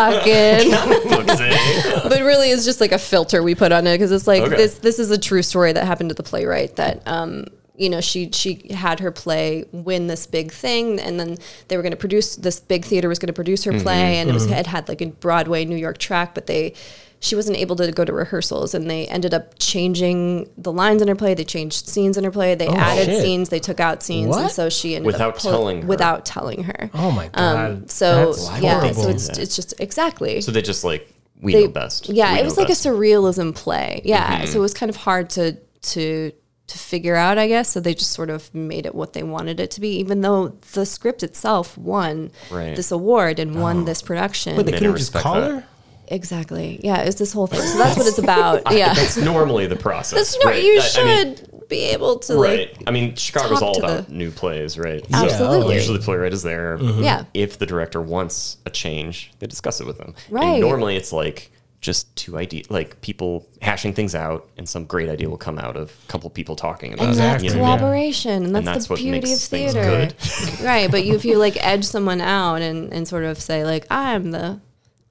[SPEAKER 5] we're talking.
[SPEAKER 4] Completely.
[SPEAKER 5] <laughs> but really, it's just like a filter we put on it because it's like
[SPEAKER 4] Okay.
[SPEAKER 5] this. This is a true story that happened to the playwright that um, you know she she had her play win this big thing and then they were going to produce this big theater was going to produce her
[SPEAKER 1] Mm-hmm.
[SPEAKER 5] play and it was it had like a broadway new york track but they she wasn't able to go to rehearsals and they ended up changing the lines in her play they changed scenes in her play they added
[SPEAKER 1] Oh, shit.
[SPEAKER 5] scenes they took out scenes and
[SPEAKER 1] What?
[SPEAKER 5] so she ended
[SPEAKER 4] Without
[SPEAKER 5] up pull-
[SPEAKER 4] telling her.
[SPEAKER 5] without telling her
[SPEAKER 1] Oh my god.
[SPEAKER 5] Um, so
[SPEAKER 1] That's
[SPEAKER 5] yeah
[SPEAKER 1] horrible.
[SPEAKER 5] so it's, it's just exactly
[SPEAKER 4] so they just like we
[SPEAKER 5] they-
[SPEAKER 4] know best. We
[SPEAKER 5] Yeah, it
[SPEAKER 4] know Mm-hmm.
[SPEAKER 5] was like
[SPEAKER 4] best.
[SPEAKER 5] a surrealism play. Yeah, so it was kind of hard to to to figure out, I guess. So they just sort of made it what they wanted it to be, even though the script itself won
[SPEAKER 4] Right.
[SPEAKER 5] this award and won this production.
[SPEAKER 1] Oh. But they
[SPEAKER 4] They
[SPEAKER 1] couldn't
[SPEAKER 4] didn't
[SPEAKER 1] just
[SPEAKER 4] respect
[SPEAKER 1] call
[SPEAKER 4] that.
[SPEAKER 1] her.
[SPEAKER 5] exactly. Yeah, it was this whole thing. So
[SPEAKER 1] <laughs>
[SPEAKER 5] that's what it's about.
[SPEAKER 4] <laughs>
[SPEAKER 5] Yeah,
[SPEAKER 4] That's normally the process.
[SPEAKER 5] that's not.
[SPEAKER 4] right?
[SPEAKER 5] You
[SPEAKER 4] I- I mean,
[SPEAKER 5] should be able to like.
[SPEAKER 4] right. I mean, Chicago's
[SPEAKER 5] talk
[SPEAKER 4] all
[SPEAKER 5] to
[SPEAKER 4] about
[SPEAKER 5] the-
[SPEAKER 4] new plays, right? So
[SPEAKER 1] Oh,
[SPEAKER 5] Absolutely.
[SPEAKER 4] usually the playwright is there.
[SPEAKER 5] Yeah.
[SPEAKER 4] If the director wants a change, they discuss it with them. And
[SPEAKER 5] Right.
[SPEAKER 4] normally it's like just two ideas, like people hashing things out, and some great idea will come out of a couple people talking about
[SPEAKER 5] And that's
[SPEAKER 4] it. you know?
[SPEAKER 5] collaboration, and that's,
[SPEAKER 4] that's
[SPEAKER 5] the
[SPEAKER 4] what
[SPEAKER 5] beauty of
[SPEAKER 4] makes things
[SPEAKER 5] theater,
[SPEAKER 4] <laughs>
[SPEAKER 5] right? But you, if you like edge someone out and, and sort of say like I'm the,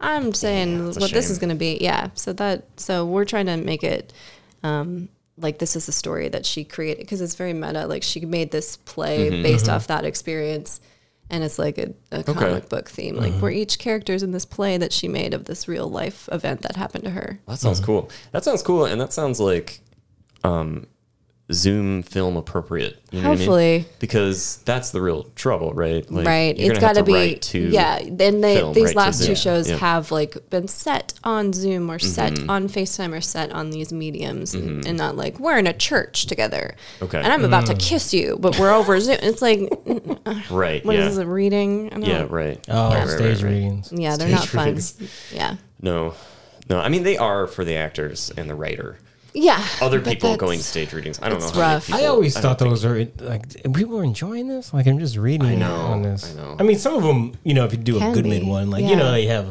[SPEAKER 5] I'm saying
[SPEAKER 4] it's a
[SPEAKER 5] what this is
[SPEAKER 4] shame.
[SPEAKER 5] going to be, yeah. So that so we're trying to make it, um, like this is a story that she created because it's very meta. Like she made this play
[SPEAKER 4] Mm-hmm.
[SPEAKER 5] based off that experience, and it's like a, a comic book theme. Like we're each characters in this play that she made of this real life event that happened to her.
[SPEAKER 4] That sounds
[SPEAKER 1] Mm-hmm.
[SPEAKER 4] cool. That sounds cool, and that sounds like um, Zoom film appropriate. You know what I mean?
[SPEAKER 5] Hopefully.
[SPEAKER 4] because that's the real trouble, right? Like,
[SPEAKER 5] right
[SPEAKER 4] you're
[SPEAKER 5] it's
[SPEAKER 4] gonna
[SPEAKER 5] got
[SPEAKER 4] have
[SPEAKER 5] to be
[SPEAKER 4] write to
[SPEAKER 5] yeah then they
[SPEAKER 4] film,
[SPEAKER 5] these
[SPEAKER 4] right, to
[SPEAKER 5] last two
[SPEAKER 4] Zoom.
[SPEAKER 5] shows
[SPEAKER 4] Yeah. Mm-hmm.
[SPEAKER 5] have like been set on zoom or set on facetime or set on these mediums and, and not like we're in a church together
[SPEAKER 4] Okay.
[SPEAKER 5] and i'm about to kiss you but we're over zoom it's like what
[SPEAKER 4] right.
[SPEAKER 5] is
[SPEAKER 4] yeah.
[SPEAKER 5] this a reading I don't
[SPEAKER 4] yeah.
[SPEAKER 5] know.
[SPEAKER 4] Right.
[SPEAKER 1] Oh,
[SPEAKER 4] Right, right,
[SPEAKER 1] stage
[SPEAKER 4] right, right.
[SPEAKER 1] readings.
[SPEAKER 5] yeah they're not fun yeah
[SPEAKER 4] No, no. I mean, they are for the actors and the writer.
[SPEAKER 5] yeah
[SPEAKER 4] Other
[SPEAKER 5] but
[SPEAKER 4] people going to
[SPEAKER 5] that's-
[SPEAKER 4] stage readings. I don't know.
[SPEAKER 5] it's
[SPEAKER 4] How many
[SPEAKER 5] rough.
[SPEAKER 4] people-
[SPEAKER 1] I always
[SPEAKER 4] don't
[SPEAKER 1] thought those were like people were enjoying this. Like I'm just reading I
[SPEAKER 4] know,
[SPEAKER 1] on this.
[SPEAKER 4] I know.
[SPEAKER 1] mean, some of them, you know, if you do a
[SPEAKER 5] Can
[SPEAKER 1] Goodman
[SPEAKER 5] be,
[SPEAKER 1] one, like you
[SPEAKER 5] yeah.
[SPEAKER 1] know, they have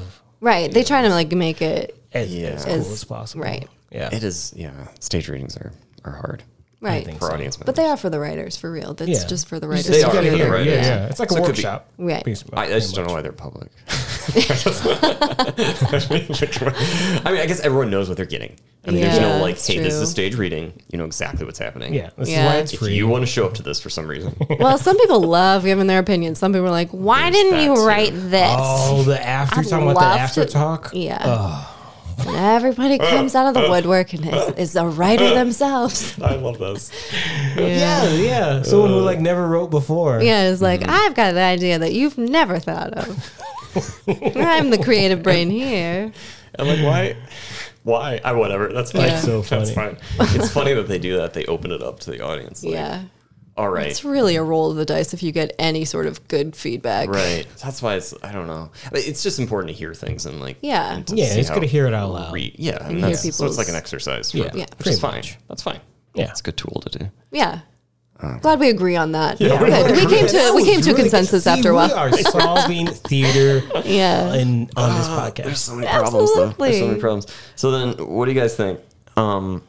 [SPEAKER 5] right they try to like make it
[SPEAKER 1] as,
[SPEAKER 4] Yeah.
[SPEAKER 1] as cool
[SPEAKER 5] As-
[SPEAKER 1] as, possible.
[SPEAKER 5] right.
[SPEAKER 1] Yeah.
[SPEAKER 4] It is. Yeah. Stage readings are are hard
[SPEAKER 5] right
[SPEAKER 1] think
[SPEAKER 4] for
[SPEAKER 1] So-
[SPEAKER 4] audience members.
[SPEAKER 5] but they are for the writers for real that's
[SPEAKER 1] Yeah.
[SPEAKER 5] just for the
[SPEAKER 1] You
[SPEAKER 5] writers
[SPEAKER 1] just- you
[SPEAKER 4] They are
[SPEAKER 1] gotta
[SPEAKER 4] for the
[SPEAKER 1] hear it.
[SPEAKER 4] writers.
[SPEAKER 1] Yeah, yeah. It's like
[SPEAKER 4] So
[SPEAKER 1] a
[SPEAKER 4] it could be-
[SPEAKER 1] workshop.
[SPEAKER 5] Right.
[SPEAKER 1] basically,
[SPEAKER 4] I, I
[SPEAKER 1] pretty
[SPEAKER 4] just don't know
[SPEAKER 1] much.
[SPEAKER 4] why they're public.
[SPEAKER 1] <laughs>
[SPEAKER 4] I mean, I guess everyone knows what they're getting. I mean, there's
[SPEAKER 5] Yeah,
[SPEAKER 4] no like,
[SPEAKER 5] that's
[SPEAKER 4] hey, this
[SPEAKER 5] true.
[SPEAKER 4] is stage reading. You know exactly what's happening.
[SPEAKER 1] Yeah. This is
[SPEAKER 5] Yeah.
[SPEAKER 1] why it's
[SPEAKER 4] If
[SPEAKER 1] free.
[SPEAKER 4] you want to show up to this for some
[SPEAKER 1] <laughs>
[SPEAKER 4] reason,
[SPEAKER 5] well some people love giving their opinions some people are like why
[SPEAKER 4] There's
[SPEAKER 5] didn't
[SPEAKER 4] that,
[SPEAKER 5] you
[SPEAKER 4] too.
[SPEAKER 5] write this
[SPEAKER 1] Oh, the after you're talking about
[SPEAKER 5] love
[SPEAKER 1] the
[SPEAKER 5] to-
[SPEAKER 1] after talk.
[SPEAKER 5] Yeah. And everybody comes out of the woodwork and is, is a writer themselves. <laughs>
[SPEAKER 4] I love those.
[SPEAKER 1] Yeah, yeah. Someone who like never wrote before.
[SPEAKER 5] Yeah, it's like, I've got an idea that you've never thought of. I'm the creative brain here.
[SPEAKER 4] I'm like, why? Why? I whatever. That's fine.
[SPEAKER 5] Yeah. That's
[SPEAKER 1] so
[SPEAKER 4] That's
[SPEAKER 1] funny.
[SPEAKER 4] fine. It's funny that they do that. They open it up to the audience. Like,
[SPEAKER 5] Yeah.
[SPEAKER 4] All right.
[SPEAKER 5] It's really a roll of the dice if you get any sort of good feedback.
[SPEAKER 4] Right. <laughs> That's why it's. I don't know. I mean, It's just important to hear things and like.
[SPEAKER 5] Yeah.
[SPEAKER 4] and to
[SPEAKER 1] Yeah,
[SPEAKER 4] see
[SPEAKER 1] it's
[SPEAKER 4] how-
[SPEAKER 1] good to hear it out loud.
[SPEAKER 4] Re- yeah, I mean,
[SPEAKER 5] hear
[SPEAKER 4] that's, so it's like
[SPEAKER 5] people's-
[SPEAKER 4] an exercise. For,
[SPEAKER 1] Yeah.
[SPEAKER 5] Yeah.
[SPEAKER 4] Which is
[SPEAKER 1] Pretty
[SPEAKER 4] fine.
[SPEAKER 1] much.
[SPEAKER 4] That's fine.
[SPEAKER 1] Yeah.
[SPEAKER 4] It's a good tool to do.
[SPEAKER 5] Yeah. Glad we agree on that. Yeah,
[SPEAKER 4] we
[SPEAKER 5] Good. we,
[SPEAKER 4] agree.
[SPEAKER 5] came to we came to a consensus
[SPEAKER 1] See,
[SPEAKER 5] after a
[SPEAKER 1] We
[SPEAKER 5] while.
[SPEAKER 1] are solving theater
[SPEAKER 5] Yeah.
[SPEAKER 1] in on this
[SPEAKER 4] Ah, There's
[SPEAKER 1] podcast.
[SPEAKER 4] so many problems, though. There's so
[SPEAKER 5] Absolutely.
[SPEAKER 4] many problems. So then, what do you guys think? Um,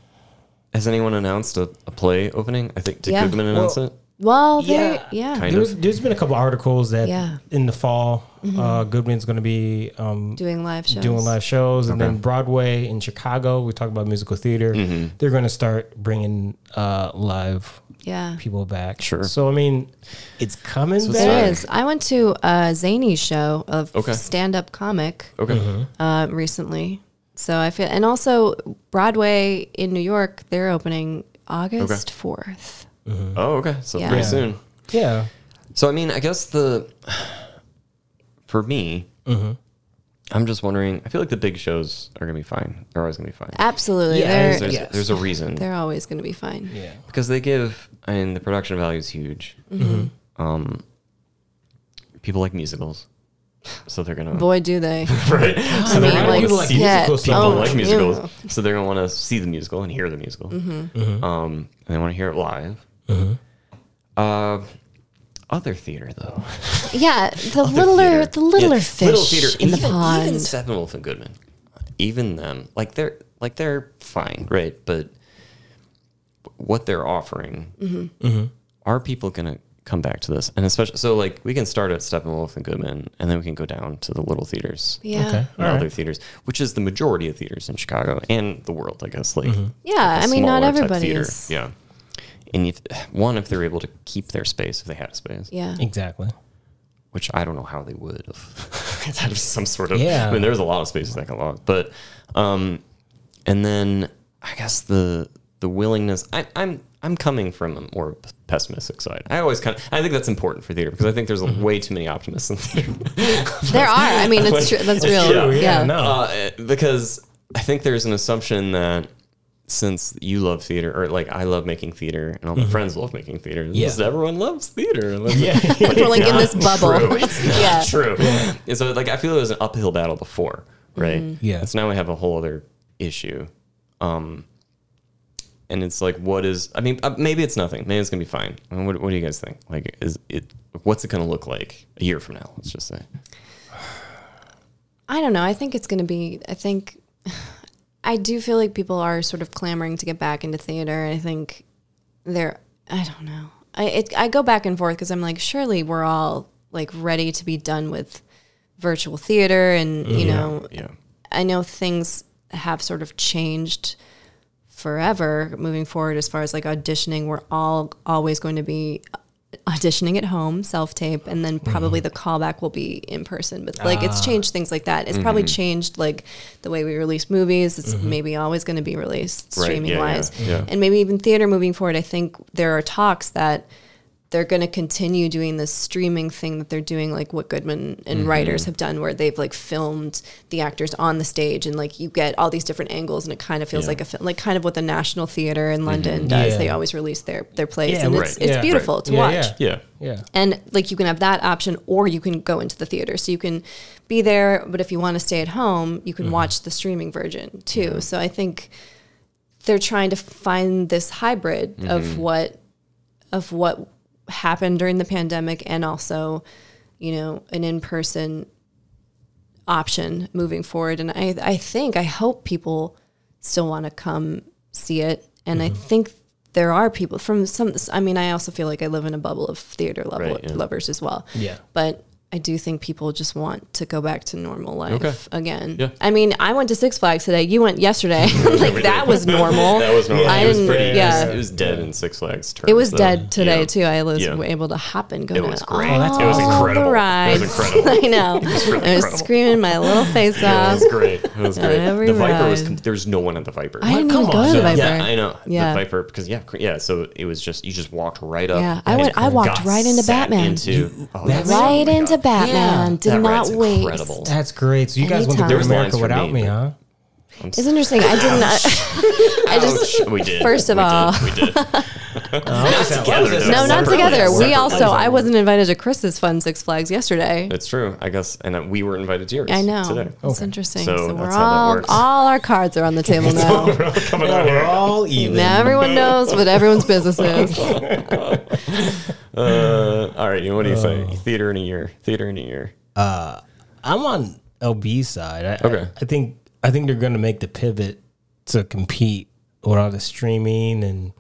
[SPEAKER 4] has anyone announced a, a play opening? I think did
[SPEAKER 5] Yeah.
[SPEAKER 4] Goodman announce
[SPEAKER 1] Well,
[SPEAKER 4] it?
[SPEAKER 5] Well,
[SPEAKER 1] Yeah.
[SPEAKER 5] there yeah.
[SPEAKER 4] Kind
[SPEAKER 1] There's, there's been a couple articles that
[SPEAKER 5] Yeah. Mm-hmm.
[SPEAKER 1] in the fall Uh, Goodwin's going to be um,
[SPEAKER 5] Doing live shows.
[SPEAKER 1] doing live shows, and then Broadway in Chicago. We talk about musical theater.
[SPEAKER 4] Mm-hmm.
[SPEAKER 1] They're going to start bringing uh, live
[SPEAKER 5] Yeah.
[SPEAKER 1] people back.
[SPEAKER 4] Sure.
[SPEAKER 1] So I mean, it's coming
[SPEAKER 4] So
[SPEAKER 1] back.
[SPEAKER 5] It
[SPEAKER 4] Sorry.
[SPEAKER 5] is. I went to uh, Zany's show of
[SPEAKER 4] Okay.
[SPEAKER 5] stand-up comic
[SPEAKER 4] Okay.
[SPEAKER 1] Mm-hmm.
[SPEAKER 5] uh, recently, so I feel, and also Broadway in New York, they're opening August fourth.
[SPEAKER 4] Oh, okay. So
[SPEAKER 5] Yeah.
[SPEAKER 4] pretty
[SPEAKER 5] Yeah.
[SPEAKER 4] soon.
[SPEAKER 1] Yeah.
[SPEAKER 4] So I mean, I guess the <sighs> for me,
[SPEAKER 1] Mm-hmm.
[SPEAKER 4] I'm just wondering. I feel like the big shows are gonna be fine. They're always gonna be fine.
[SPEAKER 5] Absolutely,
[SPEAKER 1] Yeah,
[SPEAKER 5] they're
[SPEAKER 4] There's,
[SPEAKER 1] Yes.
[SPEAKER 4] there's a reason
[SPEAKER 5] they're always going to be fine.
[SPEAKER 1] Yeah.
[SPEAKER 4] because they give. I mean, the production value is huge.
[SPEAKER 5] Mm-hmm.
[SPEAKER 4] Um, people like musicals, so they're gonna
[SPEAKER 5] Boy, do they!
[SPEAKER 4] <laughs> right. So they're
[SPEAKER 5] mean,
[SPEAKER 4] gonna
[SPEAKER 5] like,
[SPEAKER 4] want to
[SPEAKER 5] like
[SPEAKER 4] see
[SPEAKER 5] that.
[SPEAKER 4] musicals. People
[SPEAKER 5] Oh,
[SPEAKER 4] like
[SPEAKER 5] yeah.
[SPEAKER 4] musicals, so they're gonna want to see the musical and hear the musical.
[SPEAKER 5] Mm-hmm.
[SPEAKER 4] Um, and they want to hear it live. Uh, other theater though.
[SPEAKER 5] yeah, the
[SPEAKER 4] <laughs> Other
[SPEAKER 5] littler,
[SPEAKER 4] theater.
[SPEAKER 5] the littler
[SPEAKER 4] Yeah,
[SPEAKER 5] fish in the
[SPEAKER 4] even, Even
[SPEAKER 5] pond.
[SPEAKER 4] Steppenwolf and Goodman, even them, like they're like they're fine, right? But what they're offering,
[SPEAKER 5] Mm-hmm.
[SPEAKER 4] are people gonna come back to this? And especially, so like we can start at Steppenwolf and Goodman, and then we can go down to the little theaters.
[SPEAKER 5] Yeah,
[SPEAKER 1] Okay.
[SPEAKER 4] And other theaters, which is the majority of theaters in Chicago and the world, I guess. Like,
[SPEAKER 5] yeah.
[SPEAKER 4] a
[SPEAKER 5] I mean, not
[SPEAKER 4] smaller type
[SPEAKER 5] everybody
[SPEAKER 4] theater.
[SPEAKER 5] is.
[SPEAKER 4] Yeah. And if, one, if they're able to keep their space, if they had a space,
[SPEAKER 5] Yeah,
[SPEAKER 1] Exactly.
[SPEAKER 4] which I don't know how they would <laughs> have had some sort of.
[SPEAKER 1] Yeah.
[SPEAKER 4] I mean, there's a lot of spaces that can log, but um, and then I guess the the willingness. I, I'm I'm coming from a more pessimistic side. I always kind of I think that's important for theater because I think there's
[SPEAKER 1] Mm-hmm.
[SPEAKER 4] way too many
[SPEAKER 1] <laughs>
[SPEAKER 4] optimists in theater.
[SPEAKER 5] there are. I mean, it's true.
[SPEAKER 4] <laughs>
[SPEAKER 5] That's real.
[SPEAKER 4] true,
[SPEAKER 5] Oh, yeah.
[SPEAKER 1] No.
[SPEAKER 4] Uh, because I think there's an assumption that since you love theater, or like I love making theater, and all my friends love making theater,
[SPEAKER 1] Mm-hmm. Yeah.
[SPEAKER 4] just everyone loves theater. And that's
[SPEAKER 5] <laughs> We're like in this bubble. <laughs>
[SPEAKER 4] <laughs>
[SPEAKER 5] yeah.
[SPEAKER 4] true. And so, like, I feel it was an uphill battle before, right?
[SPEAKER 1] Yeah.
[SPEAKER 4] And so now we have a whole other issue. Um, and it's like, what is? I mean, uh, maybe it's nothing. Maybe it's gonna be fine. I mean, what, what do you guys think? Like, is it? What's it gonna look like a year from now? Let's just say.
[SPEAKER 5] I don't know. I think it's going to be, I think, <sighs> I do feel like people are sort of clamoring to get back into theater. I think they're, I don't know. I, it, I go back and forth because I'm like, surely we're all like ready to be done with virtual theater. And, you know,
[SPEAKER 4] Yeah.
[SPEAKER 5] I know things have sort of changed forever moving forward as far as like auditioning. We're all always going to be auditioning at home, self tape, and then probably
[SPEAKER 4] Mm-hmm.
[SPEAKER 5] the callback will be in person. But like
[SPEAKER 4] Ah.
[SPEAKER 5] it's changed things like that. It's probably
[SPEAKER 4] Mm-hmm.
[SPEAKER 5] changed like the way we release movies. It's maybe always going to be released
[SPEAKER 4] Right,
[SPEAKER 5] streaming
[SPEAKER 4] yeah, yeah,
[SPEAKER 5] wise.
[SPEAKER 4] yeah.
[SPEAKER 5] And maybe even theater moving forward. I think there are talks that they're going to continue doing this streaming thing that they're doing like what goodman
[SPEAKER 1] Mm-hmm.
[SPEAKER 5] and writers have done where they've like filmed the actors on the stage and like you get all these different angles and it kind of feels
[SPEAKER 4] Yeah.
[SPEAKER 5] like a film like kind of what the national theater in london does
[SPEAKER 1] Mm-hmm. Yeah.
[SPEAKER 5] they always release their their plays
[SPEAKER 1] Yeah,
[SPEAKER 5] and
[SPEAKER 1] right.
[SPEAKER 5] it's, it's
[SPEAKER 1] Yeah.
[SPEAKER 5] beautiful
[SPEAKER 1] Right.
[SPEAKER 5] to
[SPEAKER 1] Yeah,
[SPEAKER 5] watch
[SPEAKER 1] yeah.
[SPEAKER 4] Yeah.
[SPEAKER 1] yeah.
[SPEAKER 5] and like you can have that option or you can go into the theater so you can be there but if you want to stay at home you
[SPEAKER 1] Mm-hmm.
[SPEAKER 5] can watch the streaming version too so i think they're trying to find this hybrid
[SPEAKER 4] Mm-hmm.
[SPEAKER 5] of what of what happened during the pandemic and also you know an in-person option moving forward and i i think i hope people still want to come see it and i
[SPEAKER 4] Mm-hmm.
[SPEAKER 5] think there are people from some i mean i also feel like i live in a bubble of theater level
[SPEAKER 4] Right, yeah.
[SPEAKER 5] lovers as well
[SPEAKER 1] Yeah.
[SPEAKER 5] but I do think people just want to go back to normal life
[SPEAKER 4] Okay.
[SPEAKER 5] again.
[SPEAKER 4] Yeah.
[SPEAKER 5] I mean, I went to Six Flags today. You
[SPEAKER 4] <laughs>
[SPEAKER 5] went yesterday. <laughs> like that was normal.
[SPEAKER 4] That was normal.
[SPEAKER 5] I
[SPEAKER 4] it was
[SPEAKER 5] didn't-
[SPEAKER 4] pretty.
[SPEAKER 5] yeah.
[SPEAKER 4] It was, it was dead in Six Flags. Terms,
[SPEAKER 5] It was
[SPEAKER 4] though.
[SPEAKER 5] dead today
[SPEAKER 4] Yeah.
[SPEAKER 5] too. I was
[SPEAKER 4] Yeah.
[SPEAKER 5] able to hop and go.
[SPEAKER 4] It
[SPEAKER 5] down
[SPEAKER 4] was great.
[SPEAKER 5] all
[SPEAKER 4] it was incredible.
[SPEAKER 5] The
[SPEAKER 4] <laughs>
[SPEAKER 5] rides.
[SPEAKER 4] It was incredible.
[SPEAKER 5] I know. I was screaming my little face off.
[SPEAKER 4] It was great. It
[SPEAKER 5] <laughs>
[SPEAKER 4] was great.
[SPEAKER 5] Every
[SPEAKER 4] the Viper was.
[SPEAKER 5] ride.
[SPEAKER 4] Com- there was no one at the Viper.
[SPEAKER 5] I didn't
[SPEAKER 1] Come
[SPEAKER 5] even go
[SPEAKER 1] on,
[SPEAKER 5] to
[SPEAKER 1] yeah.
[SPEAKER 5] the Viper.
[SPEAKER 4] Yeah, I know.
[SPEAKER 5] Yeah.
[SPEAKER 4] The Viper because yeah, cr- yeah. So it was just you just walked right up.
[SPEAKER 5] Yeah, I
[SPEAKER 4] and
[SPEAKER 5] went- I walked
[SPEAKER 4] got
[SPEAKER 5] right into
[SPEAKER 4] sat
[SPEAKER 5] Batman.
[SPEAKER 4] Into oh,
[SPEAKER 1] That's-
[SPEAKER 4] that's-
[SPEAKER 5] Right
[SPEAKER 4] oh my
[SPEAKER 5] into
[SPEAKER 4] God.
[SPEAKER 5] Batman. Did
[SPEAKER 4] That
[SPEAKER 5] not
[SPEAKER 4] ride's
[SPEAKER 5] wait. <laughs>
[SPEAKER 4] incredible.
[SPEAKER 1] That's great. So you guys went to
[SPEAKER 5] Anytime.
[SPEAKER 1] Great
[SPEAKER 5] There's
[SPEAKER 1] America
[SPEAKER 4] lines for
[SPEAKER 1] without me,
[SPEAKER 4] me, but-
[SPEAKER 1] huh?
[SPEAKER 5] It's interesting. I did not. I just.
[SPEAKER 4] Ouch. Oh, we did.
[SPEAKER 5] first of
[SPEAKER 4] We did.
[SPEAKER 5] all-
[SPEAKER 4] we did.
[SPEAKER 1] Not
[SPEAKER 4] together, though.
[SPEAKER 5] <laughs> No, not
[SPEAKER 4] Separately.
[SPEAKER 5] together. We
[SPEAKER 4] Separately.
[SPEAKER 5] also. I wasn't invited to Chris's fun Six Flags yesterday.
[SPEAKER 4] That's true. I guess, and that we were invited to yours.
[SPEAKER 5] I know.
[SPEAKER 4] Today.
[SPEAKER 5] It's interesting.
[SPEAKER 4] So
[SPEAKER 5] So, we're
[SPEAKER 4] that's how that
[SPEAKER 5] all
[SPEAKER 4] works.
[SPEAKER 5] all our cards are on the table now.
[SPEAKER 1] We're all even.
[SPEAKER 5] now everyone knows what everyone's
[SPEAKER 4] <laughs>
[SPEAKER 5] business is.
[SPEAKER 4] Uh, all right. You know, what do you think? Theater in a year. Theater in a year.
[SPEAKER 1] I'm on LB's side. I,
[SPEAKER 4] Okay.
[SPEAKER 1] I, I think I think they're going to make the pivot to compete with all the streaming and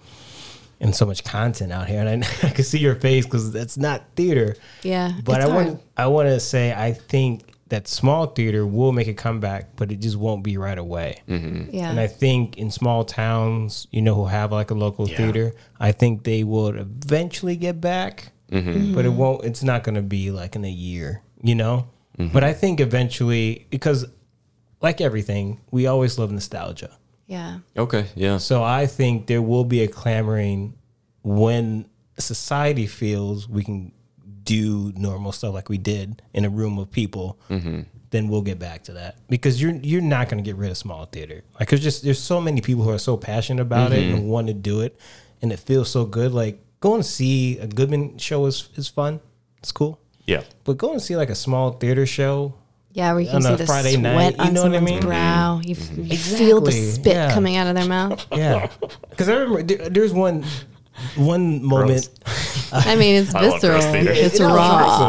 [SPEAKER 1] and so much content out here, and I, <laughs> I could see your face because that's not theater.
[SPEAKER 5] Yeah,
[SPEAKER 1] but
[SPEAKER 5] it's
[SPEAKER 1] I
[SPEAKER 5] hard.
[SPEAKER 1] want I want to say I think that small theater will make a comeback, but it just won't be right away.
[SPEAKER 5] Yeah.
[SPEAKER 1] And I think in small towns, you know, who have like a local theater, I think they will eventually get back, but it won't. It's not going to be like in a year, you know. But I think eventually, because like everything, we always love nostalgia.
[SPEAKER 5] yeah.
[SPEAKER 4] Okay. Yeah.
[SPEAKER 1] So I think there will be a clamoring when society feels we can do normal stuff like we did in a room of people. Then we'll get back to that because you're you're not going to get rid of small theater. Like there's just there's so many people who are so passionate about it and want to do it, and it feels so good. Like go and see a Goodman show is is fun. It's cool,
[SPEAKER 4] Yeah.
[SPEAKER 1] but go and see like a small theater show.
[SPEAKER 5] Yeah, where you can
[SPEAKER 1] On a
[SPEAKER 5] see the
[SPEAKER 1] Friday
[SPEAKER 5] sweat
[SPEAKER 1] night, you
[SPEAKER 5] on
[SPEAKER 1] know what I
[SPEAKER 5] someone's
[SPEAKER 1] mean?
[SPEAKER 5] brow. You, f- you feel the
[SPEAKER 1] Exactly,
[SPEAKER 5] spit
[SPEAKER 1] yeah.
[SPEAKER 5] coming out of their
[SPEAKER 1] <laughs>
[SPEAKER 5] mouth.
[SPEAKER 1] Yeah, because I remember there, there's one one moment
[SPEAKER 5] I mean, it's
[SPEAKER 4] I love
[SPEAKER 5] visceral.
[SPEAKER 4] Chris Theater.
[SPEAKER 1] It
[SPEAKER 5] It's
[SPEAKER 1] is
[SPEAKER 5] raw.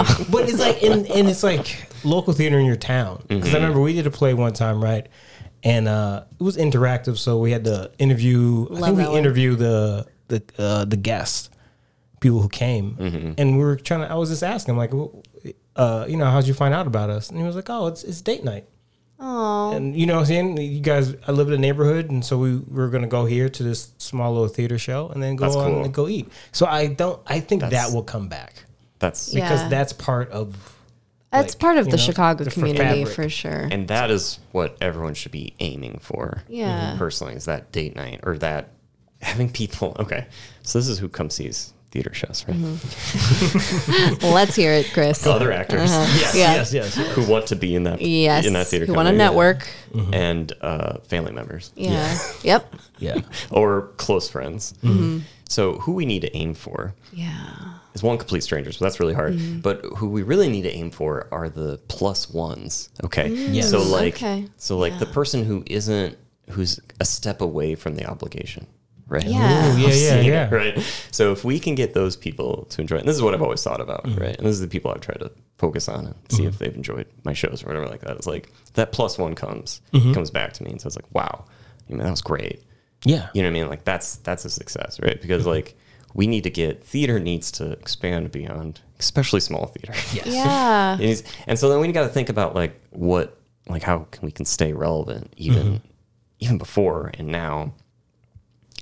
[SPEAKER 1] awesome. <laughs> But it's like, and, and it's like local theater in your town. Because
[SPEAKER 4] Mm-hmm.
[SPEAKER 1] I remember we did a play one time, right? And uh, it was interactive, so we had to interview. I
[SPEAKER 5] Love
[SPEAKER 1] think we
[SPEAKER 5] that one.
[SPEAKER 1] interviewed the the uh, the guests, people who came,
[SPEAKER 4] Mm-hmm.
[SPEAKER 1] and we were trying to. I was just asking, like, well, uh, you know, how'd you find out about us? And he was like, oh, it's it's date night.
[SPEAKER 5] Aw.
[SPEAKER 1] And you know what I'm saying? You guys, I live in a neighborhood, and so we were gonna go here to this small little theater show, and then go
[SPEAKER 4] That's
[SPEAKER 1] on
[SPEAKER 4] cool.
[SPEAKER 1] and go eat. So I don't. I think
[SPEAKER 4] That's-
[SPEAKER 1] that will come back
[SPEAKER 4] That's
[SPEAKER 5] Yeah.
[SPEAKER 1] because that's part of
[SPEAKER 5] That's
[SPEAKER 1] like,
[SPEAKER 5] part of
[SPEAKER 1] you
[SPEAKER 5] the
[SPEAKER 1] know,
[SPEAKER 5] Chicago
[SPEAKER 1] the fr-
[SPEAKER 5] community
[SPEAKER 1] fabric.
[SPEAKER 4] <laughs>
[SPEAKER 5] for sure.
[SPEAKER 4] and that is what everyone should be aiming for.
[SPEAKER 5] Yeah.
[SPEAKER 4] Personally, is that date night or that having people. Okay. So this is who comes sees theater shows, right?
[SPEAKER 5] Mm-hmm. Let's hear it, Chris.
[SPEAKER 4] Other actors. Yes.
[SPEAKER 5] Yeah.
[SPEAKER 1] yes, yes.
[SPEAKER 4] Uh-huh. Who want to be in that?
[SPEAKER 5] Yes.
[SPEAKER 4] In that theater.
[SPEAKER 5] You want to
[SPEAKER 4] company.
[SPEAKER 5] network.
[SPEAKER 4] and uh, family members
[SPEAKER 5] Yeah. yep.
[SPEAKER 1] <laughs> Yeah.
[SPEAKER 4] or close friends. So who we need to aim for
[SPEAKER 5] Yeah.
[SPEAKER 4] is one complete strangers, but that's really hard. But who we really need to aim for are the plus ones. Okay.
[SPEAKER 1] Yes.
[SPEAKER 4] So like
[SPEAKER 5] Okay.
[SPEAKER 4] so like the person who isn't who's a step away from the obligation. Right.
[SPEAKER 5] Yeah.
[SPEAKER 1] Ooh, yeah, yeah,
[SPEAKER 4] seeing it,
[SPEAKER 1] yeah.
[SPEAKER 4] right? So if we can get those people to enjoy it, and this is what I've always thought about,
[SPEAKER 1] Mm-hmm.
[SPEAKER 4] right? And this is the people I've tried to focus on and see if they've enjoyed my shows or whatever like that. It's like that plus one comes
[SPEAKER 1] Mm-hmm.
[SPEAKER 4] comes back to me and says like, wow, you know, that was great.
[SPEAKER 1] Yeah.
[SPEAKER 4] You know what I mean? Like that's that's a success, right?
[SPEAKER 1] Mm-hmm.
[SPEAKER 4] Because like we need to get theater needs to expand beyond, especially small theater. Yeah.
[SPEAKER 1] Oh,
[SPEAKER 5] Yeah.
[SPEAKER 4] and, it's- and so then we got to think about like what, like how can we can stay relevant even,
[SPEAKER 1] Mm-hmm.
[SPEAKER 4] even before and now.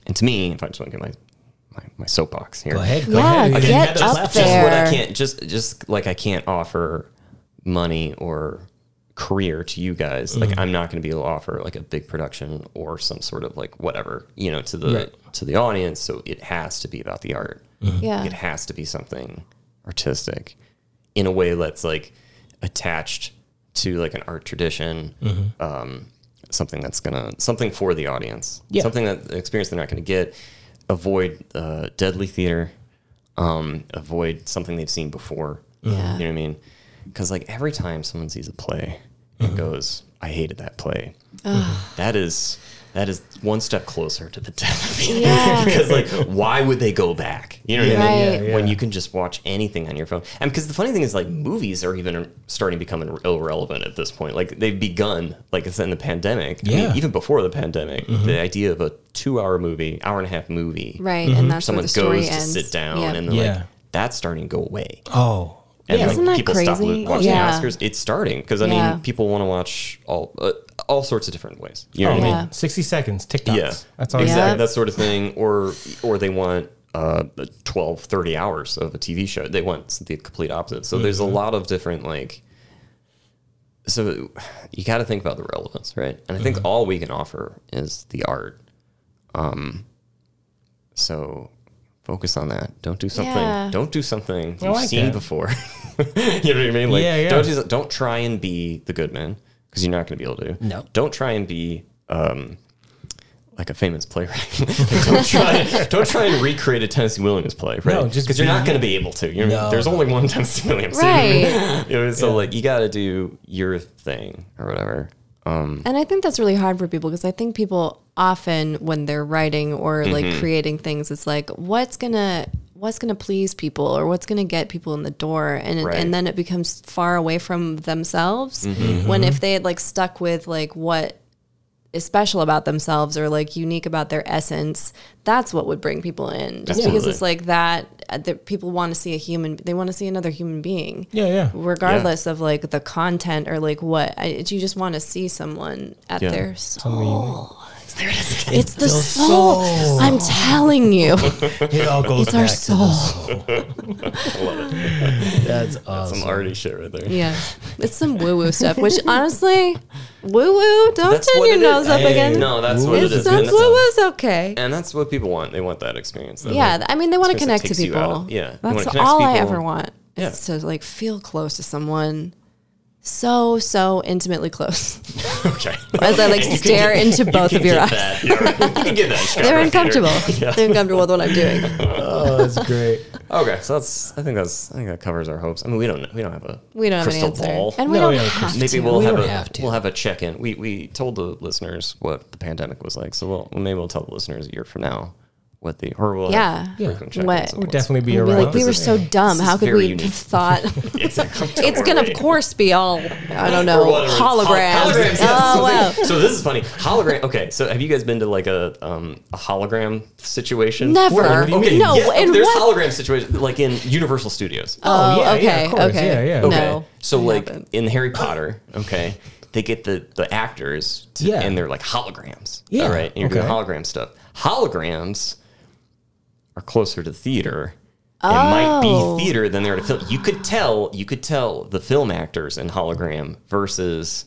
[SPEAKER 4] And to me, if I just want to get my, my my soapbox here,
[SPEAKER 1] Go ahead. Go
[SPEAKER 5] Yeah,
[SPEAKER 1] ahead. You
[SPEAKER 5] get
[SPEAKER 1] had to
[SPEAKER 5] up
[SPEAKER 1] laugh.
[SPEAKER 5] there.
[SPEAKER 4] just what I can't just just like I can't offer money or career to you guys.
[SPEAKER 1] Mm-hmm.
[SPEAKER 4] Like I'm not going to be able to offer like a big production or some sort of like whatever you know to the
[SPEAKER 1] Right. Mm-hmm.
[SPEAKER 4] to the audience. So it has to be about the art. It
[SPEAKER 5] Yeah.
[SPEAKER 4] has to be something artistic in a way that's like attached to like an art tradition.
[SPEAKER 5] Mm-hmm.
[SPEAKER 4] Um, something that's gonna something for the audience.
[SPEAKER 1] Yeah.
[SPEAKER 4] Something that the experience they're not gonna get. Avoid uh, deadly theater um, avoid something they've seen before.
[SPEAKER 5] Yeah.
[SPEAKER 4] You know what I mean? Because like every time someone sees a play
[SPEAKER 5] Mm-hmm.
[SPEAKER 4] and goes, "I hated that play," that is that is one step closer to the death of theater.
[SPEAKER 5] Yeah.
[SPEAKER 4] because like, why would they go back? You know what I mean?
[SPEAKER 5] Right.
[SPEAKER 1] Yeah,
[SPEAKER 4] When you can just watch anything on your phone, and because the funny thing is, like, movies are even starting to become irrelevant at this point. Like they've begun, like it's in the pandemic. I mean,
[SPEAKER 1] Yeah. Mm-hmm.
[SPEAKER 4] even before the pandemic, the idea of a two-hour movie, hour and a half movie,
[SPEAKER 5] Right.
[SPEAKER 1] Mm-hmm.
[SPEAKER 5] And that's where
[SPEAKER 4] someone
[SPEAKER 5] the
[SPEAKER 4] goes
[SPEAKER 5] story
[SPEAKER 4] to
[SPEAKER 5] ends.
[SPEAKER 4] sit down
[SPEAKER 5] Yeah.
[SPEAKER 4] and they're
[SPEAKER 1] Yeah.
[SPEAKER 4] like that's starting to go away
[SPEAKER 1] Oh.
[SPEAKER 4] and
[SPEAKER 5] Yeah.
[SPEAKER 4] like,
[SPEAKER 5] Isn't that
[SPEAKER 4] people stop
[SPEAKER 5] crazy?
[SPEAKER 4] lo- watching
[SPEAKER 5] Yeah.
[SPEAKER 4] the oscars it's starting because i
[SPEAKER 5] Yeah.
[SPEAKER 4] mean people want to watch all uh, all sorts of different ways you know
[SPEAKER 1] Oh,
[SPEAKER 4] what
[SPEAKER 5] Yeah.
[SPEAKER 4] I mean?
[SPEAKER 1] man. 60 seconds. TikToks.
[SPEAKER 4] yeah
[SPEAKER 1] That's all
[SPEAKER 4] exactly
[SPEAKER 5] Yeah.
[SPEAKER 4] that sort of thing or or they want uh 12 30 hours of a tv show they want the complete opposite so there's a
[SPEAKER 1] Mm-hmm.
[SPEAKER 4] lot of different like so you got to think about the relevance right and i think
[SPEAKER 1] Mm-hmm.
[SPEAKER 4] all we can offer is the art um so focus on that don't do something
[SPEAKER 5] Yeah.
[SPEAKER 4] don't do something you've
[SPEAKER 1] like
[SPEAKER 4] seen
[SPEAKER 1] that.
[SPEAKER 4] before <laughs> you know what i mean like
[SPEAKER 1] Yeah, yeah.
[SPEAKER 4] don't do so- don't try and be the good man because you're not going to be able to
[SPEAKER 1] No.
[SPEAKER 4] don't try and be um like a famous playwright. <laughs> Like, don't try, don't try and recreate a Tennessee Williams play, right?
[SPEAKER 1] No, just
[SPEAKER 4] because you're
[SPEAKER 1] be
[SPEAKER 4] not
[SPEAKER 1] you.
[SPEAKER 4] going to be able to. You know, what I mean?
[SPEAKER 1] No.
[SPEAKER 4] there's only one Tennessee Williams. you know what I mean? <laughs> You know, so like you got to do your thing or whatever.
[SPEAKER 5] And I think that's really hard for people because I think people often when they're writing or like creating things, it's like what's gonna what's gonna please people or what's gonna get people in the door, and it-
[SPEAKER 4] Right.
[SPEAKER 5] and then it becomes far away from themselves. When if they had like stuck with like what is special about themselves or like unique about their essence, that's what would bring people in. Just because
[SPEAKER 4] Absolutely.
[SPEAKER 5] it's like that, uh, that people want to see a human, they want to see another human being.
[SPEAKER 1] Yeah, yeah.
[SPEAKER 5] Regardless of like the content or like what, I, it's- you just want to see someone at
[SPEAKER 4] Yeah.
[SPEAKER 5] their soul. There it is. It's, the soul. I'm
[SPEAKER 4] <laughs>
[SPEAKER 5] telling you.
[SPEAKER 1] It all goes
[SPEAKER 5] It's our
[SPEAKER 1] back to the
[SPEAKER 5] soul.
[SPEAKER 1] <laughs> That's awesome.
[SPEAKER 4] Some arty shit right there.
[SPEAKER 5] yeah. It's some woo woo stuff, which honestly, woo woo, don't turn
[SPEAKER 4] what
[SPEAKER 5] your
[SPEAKER 4] it is.
[SPEAKER 5] nose up
[SPEAKER 1] Hey,
[SPEAKER 5] again.
[SPEAKER 4] No, that's what it
[SPEAKER 5] it's,
[SPEAKER 4] is.
[SPEAKER 5] it's
[SPEAKER 4] And
[SPEAKER 5] woo
[SPEAKER 4] that's-
[SPEAKER 5] woo's okay.
[SPEAKER 4] And that's what people want. They want that experience. That,
[SPEAKER 5] Yeah,
[SPEAKER 4] like,
[SPEAKER 5] th- I mean, they want to
[SPEAKER 4] experience
[SPEAKER 5] connect
[SPEAKER 4] that
[SPEAKER 5] to
[SPEAKER 4] takes you out
[SPEAKER 5] people.
[SPEAKER 4] of- yeah, they wanna
[SPEAKER 5] that's
[SPEAKER 4] connect to
[SPEAKER 5] all I
[SPEAKER 4] people.
[SPEAKER 5] ever want is to like feel close to someone, so so intimately close. <laughs>
[SPEAKER 4] okay.
[SPEAKER 5] As I
[SPEAKER 4] <laughs>
[SPEAKER 5] like stare into both of your eyes,
[SPEAKER 4] That, yeah, right. You can get
[SPEAKER 5] <laughs>
[SPEAKER 4] that. Chicago
[SPEAKER 5] they're
[SPEAKER 4] theater.
[SPEAKER 5] uncomfortable.
[SPEAKER 4] Yeah.
[SPEAKER 5] They're uncomfortable with what I'm doing.
[SPEAKER 1] Oh, that's great.
[SPEAKER 4] Okay, so that's. I think that's. I think that covers our hopes. I mean, we don't. We don't have a.
[SPEAKER 5] We don't
[SPEAKER 4] crystal
[SPEAKER 5] have an answer,
[SPEAKER 4] ball.
[SPEAKER 5] and we
[SPEAKER 1] No,
[SPEAKER 5] don't
[SPEAKER 1] yeah,
[SPEAKER 5] have
[SPEAKER 4] Maybe
[SPEAKER 5] to.
[SPEAKER 4] we'll
[SPEAKER 1] We
[SPEAKER 4] have
[SPEAKER 1] don't
[SPEAKER 4] a
[SPEAKER 1] have to.
[SPEAKER 4] we'll have a check in. We we told the listeners what the pandemic was like, so we'll maybe we'll tell the listeners a year from now what the or we'll
[SPEAKER 5] Yeah.
[SPEAKER 4] have frequent
[SPEAKER 5] Yeah.
[SPEAKER 4] check-ins
[SPEAKER 5] What-
[SPEAKER 4] of
[SPEAKER 5] We'll
[SPEAKER 1] We'll
[SPEAKER 4] what's-
[SPEAKER 1] definitely be
[SPEAKER 5] We'll be
[SPEAKER 1] around.
[SPEAKER 5] like, we were so dumb.
[SPEAKER 4] This
[SPEAKER 5] How
[SPEAKER 4] is
[SPEAKER 5] could
[SPEAKER 4] very
[SPEAKER 5] we
[SPEAKER 4] unique. <laughs>
[SPEAKER 5] have thought?
[SPEAKER 4] Exactly. Don't
[SPEAKER 5] <laughs> it's going to,
[SPEAKER 4] worry.
[SPEAKER 5] of course, be all, I don't know,
[SPEAKER 4] Or whatever it's- hol- <laughs>
[SPEAKER 5] holograms.
[SPEAKER 4] holograms, yes.
[SPEAKER 5] Oh,
[SPEAKER 4] So <laughs>
[SPEAKER 5] wow.
[SPEAKER 4] thi- So this is funny. Hologram. Okay, so have you guys been to like a um, a hologram situation?
[SPEAKER 5] Never. What do you
[SPEAKER 4] Okay.
[SPEAKER 5] mean? No,
[SPEAKER 4] yeah,
[SPEAKER 5] in
[SPEAKER 4] there's
[SPEAKER 5] what-
[SPEAKER 4] hologram situations like in Universal Studios.
[SPEAKER 5] Oh,
[SPEAKER 1] yeah, yeah,
[SPEAKER 5] okay.
[SPEAKER 1] of course.
[SPEAKER 5] Okay.
[SPEAKER 1] Yeah, yeah.
[SPEAKER 5] No.
[SPEAKER 1] Okay.
[SPEAKER 4] So
[SPEAKER 5] I
[SPEAKER 4] like
[SPEAKER 5] haven't.
[SPEAKER 4] in Harry Potter, okay, they get the the actors to,
[SPEAKER 1] Yeah.
[SPEAKER 4] and they're like holograms.
[SPEAKER 1] Yeah,
[SPEAKER 4] All right. And you're doing
[SPEAKER 1] okay.
[SPEAKER 4] hologram stuff. Holograms are closer to theater. and might
[SPEAKER 5] Oh.
[SPEAKER 4] be theater than they're to film. You could tell, you could tell the film actors in hologram versus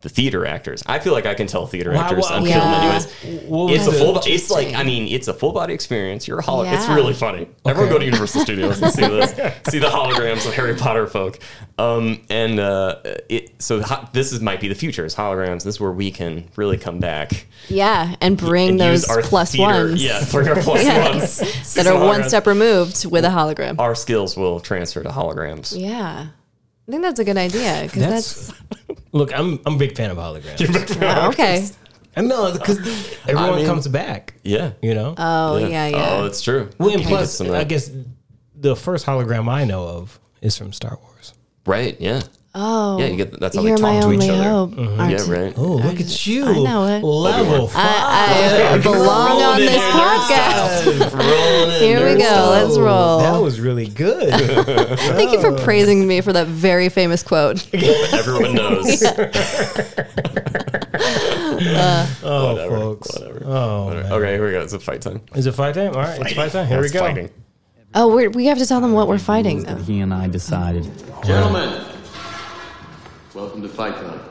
[SPEAKER 4] the theater actors. I feel like I can tell theater
[SPEAKER 1] Wow,
[SPEAKER 4] actors
[SPEAKER 1] wow,
[SPEAKER 4] on
[SPEAKER 1] okay.
[SPEAKER 4] film,
[SPEAKER 5] Yeah.
[SPEAKER 4] anyways.
[SPEAKER 1] What
[SPEAKER 4] It's
[SPEAKER 1] was
[SPEAKER 4] a
[SPEAKER 1] the-
[SPEAKER 4] full. bo- It's like I mean, it's a full body experience. You're a holo- It's
[SPEAKER 5] Yeah.
[SPEAKER 4] really funny. Everyone go to Universal Studios and see this. See the holograms of Harry Potter folk. Um, and uh, it so ho- this is might be the future. Is holograms. This is where we can really come back
[SPEAKER 5] Yeah, and bring
[SPEAKER 4] and
[SPEAKER 5] those
[SPEAKER 4] use our
[SPEAKER 5] plus
[SPEAKER 4] theater-
[SPEAKER 5] ones
[SPEAKER 4] Yeah, bring
[SPEAKER 5] <laughs>
[SPEAKER 4] our plus
[SPEAKER 5] Yeah.
[SPEAKER 4] ones See
[SPEAKER 5] that
[SPEAKER 4] some
[SPEAKER 5] are one
[SPEAKER 4] holograms.
[SPEAKER 5] step removed with a hologram.
[SPEAKER 4] Our skills will transfer to holograms.
[SPEAKER 5] Yeah. I think that's a good idea because
[SPEAKER 1] That's-
[SPEAKER 5] that's,
[SPEAKER 1] <laughs>
[SPEAKER 5] <laughs>
[SPEAKER 1] Look, I'm I'm a big fan of holograms.
[SPEAKER 5] oh, okay.
[SPEAKER 1] I know <laughs> because everyone
[SPEAKER 4] mean-
[SPEAKER 1] comes back.
[SPEAKER 4] Yeah.
[SPEAKER 1] You know.
[SPEAKER 5] Oh yeah, yeah.
[SPEAKER 4] Oh, that's true.
[SPEAKER 1] well, and
[SPEAKER 4] We did
[SPEAKER 1] plus,
[SPEAKER 4] some of that.
[SPEAKER 1] I guess the first hologram I know of is from Star Wars.
[SPEAKER 4] right. Yeah.
[SPEAKER 5] Oh,
[SPEAKER 4] Yeah, you get that's how they
[SPEAKER 5] you're my
[SPEAKER 4] talk to
[SPEAKER 5] only
[SPEAKER 4] each other.
[SPEAKER 5] hope. aren't
[SPEAKER 4] Yeah,
[SPEAKER 5] you?
[SPEAKER 4] right.
[SPEAKER 1] Oh, look at you!
[SPEAKER 5] I know it.
[SPEAKER 1] Level five.
[SPEAKER 5] I, I belong on this
[SPEAKER 4] Rolling in
[SPEAKER 5] podcast.
[SPEAKER 4] Rolling in
[SPEAKER 5] Here
[SPEAKER 4] there.
[SPEAKER 5] we go. Let's roll.
[SPEAKER 1] That was really
[SPEAKER 4] <laughs>
[SPEAKER 1] good.
[SPEAKER 5] Thank you for praising me for that very famous quote.
[SPEAKER 4] Everyone
[SPEAKER 5] <laughs>
[SPEAKER 4] knows.
[SPEAKER 1] oh,
[SPEAKER 4] Whatever.
[SPEAKER 1] folks.
[SPEAKER 4] Whatever.
[SPEAKER 1] Oh, man.
[SPEAKER 4] Okay, here we go. It's a fight time.
[SPEAKER 1] is it fight time? All right, it's fight time. Here
[SPEAKER 4] It's
[SPEAKER 1] we go.
[SPEAKER 4] Fighting.
[SPEAKER 5] Oh, we're, we have to tell them what we're fighting though.
[SPEAKER 7] He and I decided.
[SPEAKER 8] Gentlemen, welcome to Fight Club.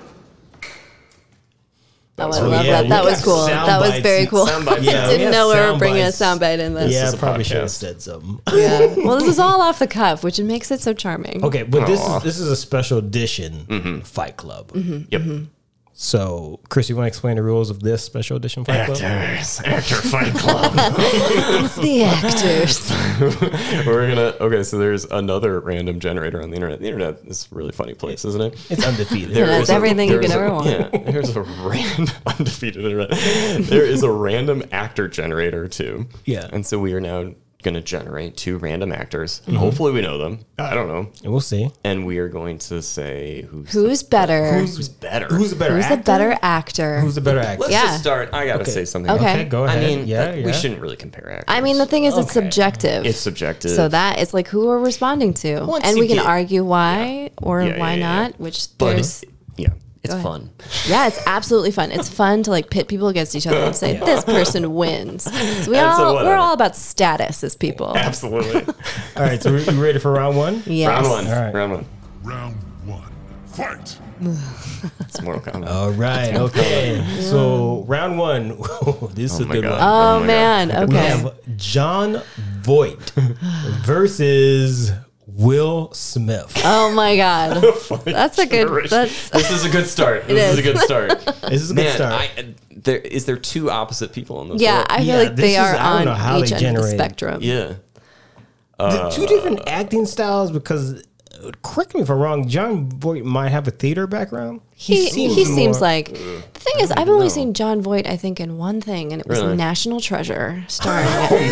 [SPEAKER 5] Oh, I love
[SPEAKER 1] yeah,
[SPEAKER 5] that. That
[SPEAKER 1] we
[SPEAKER 5] was
[SPEAKER 1] got
[SPEAKER 5] cool.
[SPEAKER 1] sound
[SPEAKER 5] That was
[SPEAKER 1] bites
[SPEAKER 5] very
[SPEAKER 1] and
[SPEAKER 5] cool.
[SPEAKER 4] sound bites. Yeah,
[SPEAKER 5] I
[SPEAKER 4] we
[SPEAKER 5] <laughs>
[SPEAKER 1] have
[SPEAKER 5] didn't know we were
[SPEAKER 1] sound
[SPEAKER 5] bringing
[SPEAKER 1] bites.
[SPEAKER 5] a soundbite in this.
[SPEAKER 1] yeah,
[SPEAKER 4] is a
[SPEAKER 1] probably should have
[SPEAKER 4] podcast.
[SPEAKER 1] said something.
[SPEAKER 5] <laughs> Yeah. Well, this is all off the cuff, which makes it so
[SPEAKER 1] <laughs>
[SPEAKER 5] charming.
[SPEAKER 1] Okay, but this
[SPEAKER 4] Aw. Mm-hmm.
[SPEAKER 1] is this is a special edition Fight Club.
[SPEAKER 5] Mm-hmm.
[SPEAKER 4] Yep.
[SPEAKER 1] So, Chris, you want to explain the rules of this special edition Fight Club?
[SPEAKER 4] Actors. Actor Fight
[SPEAKER 1] <laughs>
[SPEAKER 4] Club.
[SPEAKER 5] It's the actors.
[SPEAKER 4] We're gonna. Okay, so there's another random generator on the internet. The internet is a really funny place, isn't it?
[SPEAKER 1] It's undefeated.
[SPEAKER 4] There
[SPEAKER 5] That's
[SPEAKER 4] is a-
[SPEAKER 5] everything you
[SPEAKER 4] there
[SPEAKER 5] could
[SPEAKER 4] is a-
[SPEAKER 5] ever want.
[SPEAKER 4] Yeah, there's a random <laughs> undefeated internet. There is a random actor generator too.
[SPEAKER 1] Yeah.
[SPEAKER 4] and so we are now going to generate two random actors.
[SPEAKER 1] Mm-hmm.
[SPEAKER 4] And hopefully, we know them. I don't know,
[SPEAKER 1] we'll see.
[SPEAKER 4] and we are going to say who's
[SPEAKER 5] Who's better? Who's,
[SPEAKER 4] who's better.
[SPEAKER 1] Who's a better
[SPEAKER 5] a
[SPEAKER 1] actor?
[SPEAKER 5] better actor?
[SPEAKER 1] Who's the better actor?
[SPEAKER 4] Let's
[SPEAKER 5] Yeah.
[SPEAKER 4] just start. I gotta say something.
[SPEAKER 5] Okay.
[SPEAKER 1] Okay, go ahead.
[SPEAKER 4] I mean,
[SPEAKER 1] yeah,
[SPEAKER 4] that-
[SPEAKER 1] yeah.
[SPEAKER 4] we shouldn't really compare actors.
[SPEAKER 5] I mean, the thing is, it's
[SPEAKER 1] Okay.
[SPEAKER 5] subjective.
[SPEAKER 4] it's subjective.
[SPEAKER 5] so that it's like who we're responding to,
[SPEAKER 4] Once
[SPEAKER 5] and
[SPEAKER 4] you
[SPEAKER 5] we can
[SPEAKER 4] get-
[SPEAKER 5] argue why or
[SPEAKER 4] Yeah, yeah,
[SPEAKER 5] why
[SPEAKER 4] yeah, yeah.
[SPEAKER 5] not. Which
[SPEAKER 4] but
[SPEAKER 5] there's,
[SPEAKER 4] it- yeah, it's
[SPEAKER 5] ahead.
[SPEAKER 4] fun.
[SPEAKER 5] yeah, it's absolutely fun. It's fun to like pit people against each other and say this person wins. So we
[SPEAKER 4] And so
[SPEAKER 5] all
[SPEAKER 4] whatever.
[SPEAKER 5] we're all about status as people. <laughs>
[SPEAKER 4] Absolutely.
[SPEAKER 1] All right, so you ready for round one?
[SPEAKER 5] Yes.
[SPEAKER 4] Round one.
[SPEAKER 1] All right.
[SPEAKER 4] Round one.
[SPEAKER 2] Round one. Fight!
[SPEAKER 4] It's Mortal Kombat.
[SPEAKER 1] All right, okay. So round one. <laughs> this is a
[SPEAKER 4] my
[SPEAKER 1] good
[SPEAKER 4] God.
[SPEAKER 1] one.
[SPEAKER 5] Oh,
[SPEAKER 4] my
[SPEAKER 5] man.
[SPEAKER 4] God.
[SPEAKER 1] We
[SPEAKER 5] Okay.
[SPEAKER 1] have John Voight versus Will Smith.
[SPEAKER 5] <laughs> Oh my god, that's a good.
[SPEAKER 4] Generation. <laughs>
[SPEAKER 5] That's
[SPEAKER 4] this is a good start. This is.
[SPEAKER 5] is.
[SPEAKER 4] a good
[SPEAKER 5] <laughs>
[SPEAKER 4] start.
[SPEAKER 1] This is a good
[SPEAKER 4] Man,
[SPEAKER 1] start.
[SPEAKER 4] I, there is there two opposite people in this.
[SPEAKER 5] yeah.
[SPEAKER 4] world?
[SPEAKER 5] I feel
[SPEAKER 1] Yeah,
[SPEAKER 5] like
[SPEAKER 1] this
[SPEAKER 5] they
[SPEAKER 1] is-
[SPEAKER 5] are
[SPEAKER 1] I don't know how
[SPEAKER 5] on each
[SPEAKER 1] they
[SPEAKER 5] end of the
[SPEAKER 1] generated.
[SPEAKER 5] spectrum.
[SPEAKER 4] yeah.
[SPEAKER 1] The two different acting styles because correct me if I'm wrong. John Voight might have a theater background.
[SPEAKER 5] He, he, seems
[SPEAKER 1] more-
[SPEAKER 5] like. The thing is, I've only
[SPEAKER 4] know.
[SPEAKER 5] seen John Voight, I think, in one thing, and it was
[SPEAKER 4] Really?
[SPEAKER 5] National Treasure, starring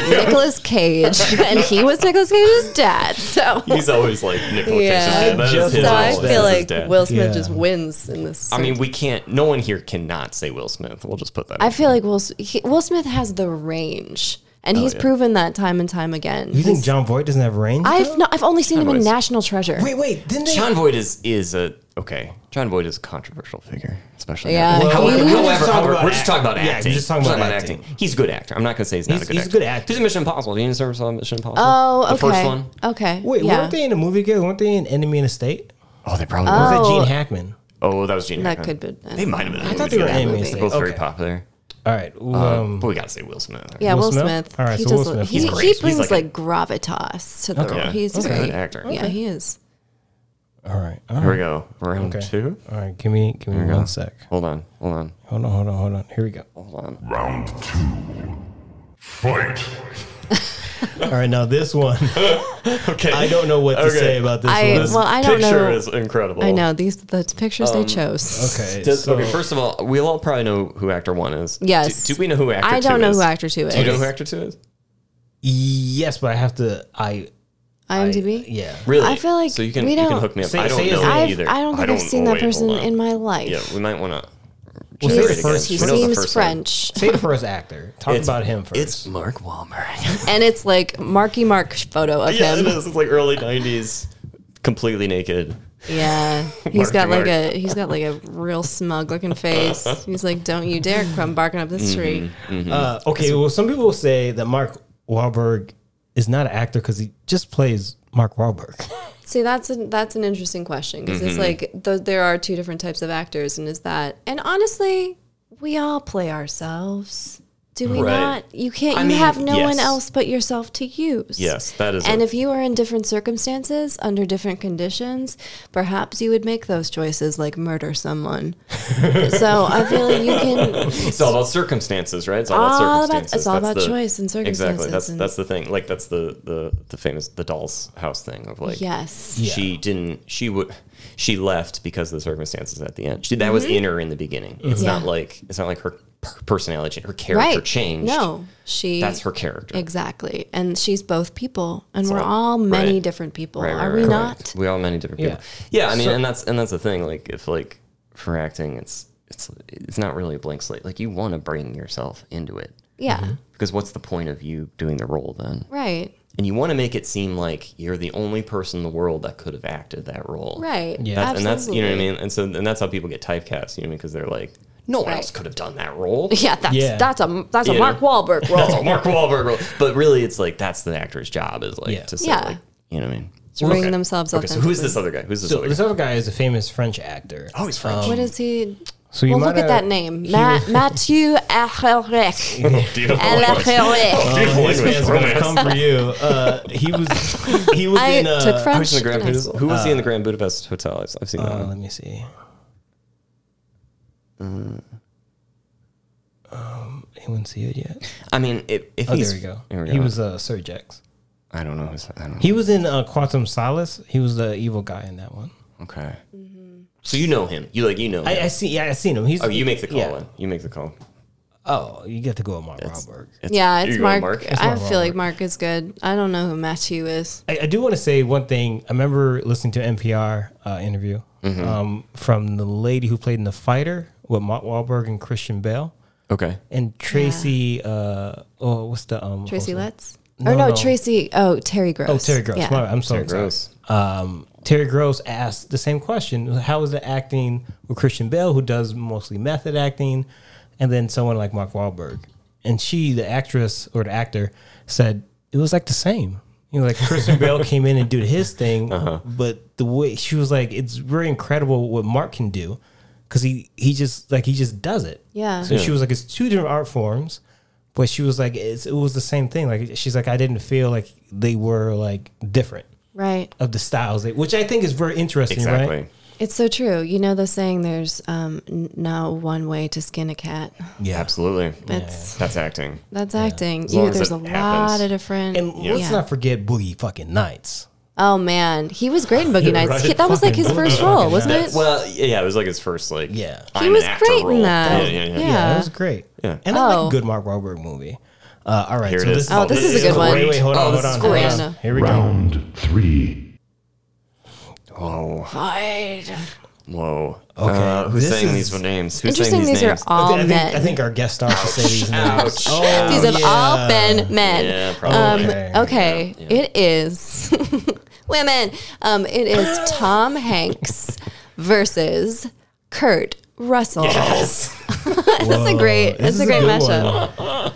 [SPEAKER 5] Nicolas Cage, <laughs> and he was Nicolas Cage's dad. So,
[SPEAKER 4] He's always like Nicolas
[SPEAKER 5] Yeah.
[SPEAKER 4] Cage's dad. That is
[SPEAKER 1] Just
[SPEAKER 4] his
[SPEAKER 5] so
[SPEAKER 4] role.
[SPEAKER 5] I
[SPEAKER 1] dad.
[SPEAKER 5] feel
[SPEAKER 4] That's his
[SPEAKER 5] like
[SPEAKER 4] dad.
[SPEAKER 5] Will Smith
[SPEAKER 1] Yeah.
[SPEAKER 5] just wins in this.
[SPEAKER 4] I mean, we can't. No one here cannot say Will Smith. We'll just put that.
[SPEAKER 5] I
[SPEAKER 4] in.
[SPEAKER 5] feel like Will S- he, Will Smith has the range, and he's
[SPEAKER 4] Oh, yeah.
[SPEAKER 5] proven that time and time again.
[SPEAKER 1] You think
[SPEAKER 5] He's-
[SPEAKER 1] John Voight doesn't have range?
[SPEAKER 5] I've not, I've only seen him in
[SPEAKER 4] Anyways.
[SPEAKER 5] National Treasure.
[SPEAKER 1] wait, wait. Didn't they?
[SPEAKER 4] John Voight is is a okay. John Voight is a controversial figure, especially.
[SPEAKER 5] Yeah.
[SPEAKER 4] now.
[SPEAKER 5] Well,
[SPEAKER 4] however,
[SPEAKER 5] we-
[SPEAKER 4] however,
[SPEAKER 5] we
[SPEAKER 1] just talked
[SPEAKER 4] however,
[SPEAKER 1] about
[SPEAKER 4] we're just talking about
[SPEAKER 1] acting. Yeah,
[SPEAKER 4] acting.
[SPEAKER 1] we're just talking about acting.
[SPEAKER 4] He's a good actor. I'm not going to say he's not
[SPEAKER 1] He's-
[SPEAKER 4] a good
[SPEAKER 1] he's a
[SPEAKER 4] actor.
[SPEAKER 1] good actor.
[SPEAKER 4] He's in Mission Impossible. He didn't serve on Mission Impossible.
[SPEAKER 5] Oh, okay.
[SPEAKER 4] The first one.
[SPEAKER 5] Okay.
[SPEAKER 1] wait,
[SPEAKER 5] yeah.
[SPEAKER 1] weren't they in a movie together? Weren't they in Enemy in the State?
[SPEAKER 4] Oh, they probably
[SPEAKER 1] Or
[SPEAKER 4] were.
[SPEAKER 1] was that
[SPEAKER 5] Oh.
[SPEAKER 1] Gene Hackman?
[SPEAKER 4] Oh, that was Gene.
[SPEAKER 5] That
[SPEAKER 4] Hackman.
[SPEAKER 5] could be-
[SPEAKER 4] They might have been. in
[SPEAKER 1] I
[SPEAKER 4] the
[SPEAKER 1] thought
[SPEAKER 4] movie
[SPEAKER 1] they were
[SPEAKER 4] together.
[SPEAKER 1] enemies.
[SPEAKER 4] They're Both very
[SPEAKER 1] Okay.
[SPEAKER 4] popular.
[SPEAKER 1] All right. Um,
[SPEAKER 4] But we got to say Will Smith.
[SPEAKER 5] Yeah,
[SPEAKER 1] Will
[SPEAKER 5] Will,
[SPEAKER 1] Smith?
[SPEAKER 5] Smith.
[SPEAKER 1] All right, so
[SPEAKER 5] he does
[SPEAKER 1] Will
[SPEAKER 5] look-
[SPEAKER 1] Smith.
[SPEAKER 5] He,
[SPEAKER 1] He's
[SPEAKER 5] he
[SPEAKER 4] great. He's
[SPEAKER 5] brings
[SPEAKER 4] like
[SPEAKER 5] like,
[SPEAKER 4] a-
[SPEAKER 5] gravitas to the
[SPEAKER 1] Okay.
[SPEAKER 5] role. He's
[SPEAKER 4] He's a
[SPEAKER 5] great.
[SPEAKER 4] good actor.
[SPEAKER 5] Yeah, he is.
[SPEAKER 1] all right. All
[SPEAKER 4] Here
[SPEAKER 1] right.
[SPEAKER 4] we go. Round
[SPEAKER 1] Okay.
[SPEAKER 4] two.
[SPEAKER 1] All right. Give me give me one sec.
[SPEAKER 4] Hold on. Hold on.
[SPEAKER 1] Hold on. Hold on. Hold on. Here
[SPEAKER 4] <laughs>
[SPEAKER 1] we go. All
[SPEAKER 4] Hold on.
[SPEAKER 2] Round two. Fight.
[SPEAKER 1] right. Now this one,
[SPEAKER 4] <laughs> Okay.
[SPEAKER 1] I don't know what to
[SPEAKER 4] Okay.
[SPEAKER 1] say about this
[SPEAKER 5] I-
[SPEAKER 1] one.
[SPEAKER 5] well, I don't
[SPEAKER 4] picture
[SPEAKER 5] know.
[SPEAKER 4] is incredible.
[SPEAKER 5] I know these the pictures
[SPEAKER 4] Um,
[SPEAKER 5] they chose.
[SPEAKER 1] okay.
[SPEAKER 4] Does-
[SPEAKER 1] so,
[SPEAKER 4] okay, first of all, we all probably know who actor one is.
[SPEAKER 5] Yes.
[SPEAKER 4] Do, do we know who actor
[SPEAKER 5] I
[SPEAKER 4] two
[SPEAKER 5] don't know
[SPEAKER 4] is?
[SPEAKER 5] who actor two
[SPEAKER 4] Do you know who
[SPEAKER 5] is.
[SPEAKER 4] actor two is?
[SPEAKER 1] yes, but I have to. I. I
[SPEAKER 5] IMDb.
[SPEAKER 1] yeah.
[SPEAKER 4] Really?
[SPEAKER 5] I feel like
[SPEAKER 4] so. You can
[SPEAKER 5] we
[SPEAKER 4] you can
[SPEAKER 5] don't-
[SPEAKER 4] hook me up.
[SPEAKER 1] Say-
[SPEAKER 4] I don't
[SPEAKER 1] say his
[SPEAKER 4] know
[SPEAKER 1] name.
[SPEAKER 4] him
[SPEAKER 5] I've,
[SPEAKER 4] either.
[SPEAKER 5] I don't think I have
[SPEAKER 4] know-
[SPEAKER 5] seen
[SPEAKER 4] wait,
[SPEAKER 5] that person
[SPEAKER 4] hold on.
[SPEAKER 5] in my life.
[SPEAKER 4] Yeah, we might want to.
[SPEAKER 1] say the
[SPEAKER 5] Jesus,
[SPEAKER 1] first-
[SPEAKER 5] he
[SPEAKER 1] we know the
[SPEAKER 5] seems
[SPEAKER 4] first name.
[SPEAKER 5] French,
[SPEAKER 1] Say the first actor. Talk about him first.
[SPEAKER 4] It's Mark
[SPEAKER 5] <laughs>
[SPEAKER 4] Wahlberg.
[SPEAKER 5] and it's like Marky Mark photo of
[SPEAKER 4] yeah, it
[SPEAKER 5] him.
[SPEAKER 4] is. It's like early '90s, completely naked. <laughs>
[SPEAKER 5] Yeah,
[SPEAKER 4] Marky
[SPEAKER 5] he's got like
[SPEAKER 4] Mark.
[SPEAKER 5] a he's got like a real smug
[SPEAKER 4] <laughs>
[SPEAKER 5] looking face. He's like, "Don't you dare come barking up
[SPEAKER 4] Mm-hmm.
[SPEAKER 5] this tree."
[SPEAKER 1] Uh, okay, well, some people will say that Mark Wahlberg is not an actor because he just plays Mark
[SPEAKER 4] <laughs>
[SPEAKER 1] Wahlberg.
[SPEAKER 5] See, that's an that's an interesting question because
[SPEAKER 4] Mm-hmm.
[SPEAKER 5] it's like th- there are two different types of actors, and is that and honestly, we all play ourselves, do we
[SPEAKER 4] Right.
[SPEAKER 5] not? You can't.
[SPEAKER 4] I
[SPEAKER 5] you
[SPEAKER 4] mean,
[SPEAKER 5] have no one
[SPEAKER 4] yes.
[SPEAKER 5] else but yourself to use.
[SPEAKER 4] Yes, that is
[SPEAKER 5] And
[SPEAKER 4] a-
[SPEAKER 5] if you are in different circumstances, under different conditions, perhaps you would make those choices, like
[SPEAKER 4] <laughs>
[SPEAKER 5] murder someone. so I feel like you can.
[SPEAKER 4] It's all about circumstances, right? It's all,
[SPEAKER 5] All
[SPEAKER 4] about
[SPEAKER 5] about-
[SPEAKER 4] circumstances.
[SPEAKER 5] it's all
[SPEAKER 4] That's
[SPEAKER 5] about choice and
[SPEAKER 4] Exactly. That's
[SPEAKER 5] circumstances and-
[SPEAKER 4] that's the thing. Like that's the the the famous the doll's house thing of like
[SPEAKER 5] Yes.
[SPEAKER 4] she didn't she would she left because of the circumstances at the end she, that was in her in the beginning it's not
[SPEAKER 5] Mm-hmm. Yeah.
[SPEAKER 4] like it's not like her per- personality her character
[SPEAKER 5] Right.
[SPEAKER 4] changed
[SPEAKER 5] No, she.
[SPEAKER 4] that's her character
[SPEAKER 5] Exactly. And she's both people, and we're
[SPEAKER 4] all-
[SPEAKER 5] all many
[SPEAKER 4] right.
[SPEAKER 5] different people.
[SPEAKER 4] Right, right,
[SPEAKER 5] Are
[SPEAKER 4] right,
[SPEAKER 5] we
[SPEAKER 4] right.
[SPEAKER 5] not?
[SPEAKER 4] we all many different
[SPEAKER 1] Yeah.
[SPEAKER 4] people yeah i mean and that's and that's the thing like if like for acting it's it's it's not really a blank slate like you want to bring yourself into it
[SPEAKER 5] Yeah.
[SPEAKER 4] because what's the point of you doing the role then
[SPEAKER 5] Right.
[SPEAKER 4] and you want to make it seem like you're the only person in the world that could have acted that role
[SPEAKER 5] Right.
[SPEAKER 1] Yeah.
[SPEAKER 4] That's, and that's you know what I mean, and so and that's how people get typecast, you know, because they're like, no one
[SPEAKER 5] Right.
[SPEAKER 4] else could have done that role.
[SPEAKER 5] <laughs> Yeah, that's
[SPEAKER 1] Yeah.
[SPEAKER 5] that's a that's a
[SPEAKER 4] Yeah.
[SPEAKER 5] Mark Wahlberg
[SPEAKER 4] that's
[SPEAKER 5] role.
[SPEAKER 4] a Mark Wahlberg role. But really, it's like that's the actor's job is like
[SPEAKER 1] Yeah.
[SPEAKER 4] to say,
[SPEAKER 5] Yeah.
[SPEAKER 4] like, you know what I mean?
[SPEAKER 5] To bring themselves
[SPEAKER 4] Okay, so who's
[SPEAKER 5] authentically.
[SPEAKER 4] this other guy? Who's this
[SPEAKER 1] So
[SPEAKER 4] other
[SPEAKER 1] this
[SPEAKER 4] guy?
[SPEAKER 1] other guy is Um, a famous French actor.
[SPEAKER 4] Oh, he's French.
[SPEAKER 5] what is he?
[SPEAKER 1] So you
[SPEAKER 5] well,
[SPEAKER 1] might
[SPEAKER 5] look at
[SPEAKER 1] have-
[SPEAKER 5] that
[SPEAKER 1] <laughs>
[SPEAKER 5] name,
[SPEAKER 1] he
[SPEAKER 5] Matt Mathieu
[SPEAKER 4] <laughs>
[SPEAKER 5] Aherec.
[SPEAKER 4] Beautiful.
[SPEAKER 5] Aherec.
[SPEAKER 4] Beautiful
[SPEAKER 1] Oh, This
[SPEAKER 4] English
[SPEAKER 1] man's gonna
[SPEAKER 4] romance.
[SPEAKER 1] come for you. Uh, he was he was
[SPEAKER 5] <laughs> I
[SPEAKER 1] in uh,
[SPEAKER 5] took
[SPEAKER 4] Who's
[SPEAKER 5] French.
[SPEAKER 4] in Oh, the Grand
[SPEAKER 5] in high
[SPEAKER 4] Budapest-
[SPEAKER 5] school.
[SPEAKER 4] Who was he in the Grand Budapest Hotel? I've- I've seen that.
[SPEAKER 1] uh,
[SPEAKER 4] one.
[SPEAKER 1] let me see. Mm-hmm. Um, anyone see it yet?
[SPEAKER 4] I mean, if, if
[SPEAKER 1] Oh,
[SPEAKER 4] he's
[SPEAKER 1] there we go.
[SPEAKER 4] Here we
[SPEAKER 1] He
[SPEAKER 4] go.
[SPEAKER 1] was uh, Sir Jax.
[SPEAKER 4] I don't know. who's- I don't know.
[SPEAKER 1] He was in uh, Quantum Solace. He was the evil guy in that one.
[SPEAKER 4] okay.
[SPEAKER 5] Mm-hmm.
[SPEAKER 4] So you know him. You like you know. Him.
[SPEAKER 1] I, I see. Yeah, I seen him. He's.
[SPEAKER 4] oh, you make the call.
[SPEAKER 1] yeah.
[SPEAKER 4] then. You make the call.
[SPEAKER 1] Oh, you get to go with Mark Wahlberg.
[SPEAKER 5] Yeah,
[SPEAKER 4] Here
[SPEAKER 5] it's
[SPEAKER 4] you go,
[SPEAKER 5] Mark.
[SPEAKER 4] Mark.
[SPEAKER 5] I
[SPEAKER 1] Mark
[SPEAKER 5] feel like Mark is good. I don't know who Matthew is.
[SPEAKER 1] I, I do want to say one thing. I remember listening to an NPR uh, interview um, from the lady who played in The Fighter with Mark Wahlberg and Christian Bale
[SPEAKER 4] Okay.
[SPEAKER 1] and Tracy. Uh, oh, what's the um,
[SPEAKER 5] Tracy
[SPEAKER 1] host-
[SPEAKER 5] Letts.
[SPEAKER 1] No,
[SPEAKER 5] or no,
[SPEAKER 1] no.
[SPEAKER 5] Tracy. Oh, Terry Gross.
[SPEAKER 1] Oh, Terry Gross.
[SPEAKER 5] Yeah.
[SPEAKER 1] My- I'm sorry.
[SPEAKER 4] Terry Gross.
[SPEAKER 1] Um, Terry Gross asked the same question: How is it acting with Christian Bale, who does mostly method acting, and then someone like Mark Wahlberg? And she, the actress or the actor, said it was like the same. You know, like Christian
[SPEAKER 4] <laughs>
[SPEAKER 1] Bale came in and did his thing,
[SPEAKER 4] Uh-huh.
[SPEAKER 1] but the way she was like, it's very incredible what Mark can do because he he just like he just does it.
[SPEAKER 5] Yeah.
[SPEAKER 1] So she was like, it's two different art forms. But she was like, it's, it was the same thing. Like she's like, I didn't feel like they were like different
[SPEAKER 5] Right.
[SPEAKER 1] of the styles, they- which I think is very interesting,
[SPEAKER 4] Exactly.
[SPEAKER 1] right?
[SPEAKER 5] It's so true. You know the saying, "There's um, n- no one way to skin a cat."
[SPEAKER 1] Yeah,
[SPEAKER 4] Absolutely.
[SPEAKER 5] That's
[SPEAKER 4] That's acting.
[SPEAKER 5] that's acting.
[SPEAKER 4] long
[SPEAKER 5] You,
[SPEAKER 4] as
[SPEAKER 5] there's
[SPEAKER 4] it
[SPEAKER 5] a
[SPEAKER 4] happens.
[SPEAKER 5] lot of different.
[SPEAKER 1] And let's
[SPEAKER 5] yeah.
[SPEAKER 1] not forget Boogie fucking Nights.
[SPEAKER 5] Oh man, he was great in Boogie
[SPEAKER 1] Yeah,
[SPEAKER 5] Nights.
[SPEAKER 1] right.
[SPEAKER 5] He- that was like his
[SPEAKER 1] Fucking
[SPEAKER 5] first
[SPEAKER 1] Boogie
[SPEAKER 5] role,
[SPEAKER 1] Nights.
[SPEAKER 5] wasn't
[SPEAKER 4] That-
[SPEAKER 5] it?
[SPEAKER 4] well, yeah, it was like his first like.
[SPEAKER 1] Yeah. He
[SPEAKER 4] I'm an
[SPEAKER 5] was
[SPEAKER 4] actor
[SPEAKER 5] great in
[SPEAKER 4] role.
[SPEAKER 5] that.
[SPEAKER 4] Yeah, yeah, yeah.
[SPEAKER 5] Yeah.
[SPEAKER 1] that was great.
[SPEAKER 4] Yeah.
[SPEAKER 1] And I
[SPEAKER 5] Oh.
[SPEAKER 1] like good Mark Wahlberg movie. Uh, all right,
[SPEAKER 4] Here
[SPEAKER 1] so
[SPEAKER 4] it
[SPEAKER 1] this
[SPEAKER 4] is.
[SPEAKER 1] is
[SPEAKER 5] Oh, this is a good one.
[SPEAKER 1] Wait, wait, hold
[SPEAKER 4] Oh,
[SPEAKER 1] on,
[SPEAKER 4] this
[SPEAKER 1] hold
[SPEAKER 4] is
[SPEAKER 1] on, hold
[SPEAKER 5] great.
[SPEAKER 1] on. Here we go.
[SPEAKER 2] Round three.
[SPEAKER 4] Whoa.
[SPEAKER 1] Okay,
[SPEAKER 4] Uh, who's
[SPEAKER 1] this
[SPEAKER 4] saying
[SPEAKER 1] is-
[SPEAKER 4] these names? Who's
[SPEAKER 5] Interesting.
[SPEAKER 4] saying
[SPEAKER 5] These,
[SPEAKER 4] these,
[SPEAKER 5] are
[SPEAKER 4] names?
[SPEAKER 5] all
[SPEAKER 1] I, think,
[SPEAKER 5] men.
[SPEAKER 1] I think our guest star should say these names.
[SPEAKER 4] Ouch.
[SPEAKER 1] Oh,
[SPEAKER 5] these have all
[SPEAKER 1] yeah.
[SPEAKER 5] been men.
[SPEAKER 4] Yeah,
[SPEAKER 5] Um,
[SPEAKER 4] probably.
[SPEAKER 5] okay. It is <laughs> women. Um,
[SPEAKER 1] <gasps>
[SPEAKER 5] it is Tom Hanks versus Kurt Russell. <laughs> that's a great.
[SPEAKER 1] This
[SPEAKER 5] That's
[SPEAKER 1] is
[SPEAKER 5] a great
[SPEAKER 1] good
[SPEAKER 5] matchup.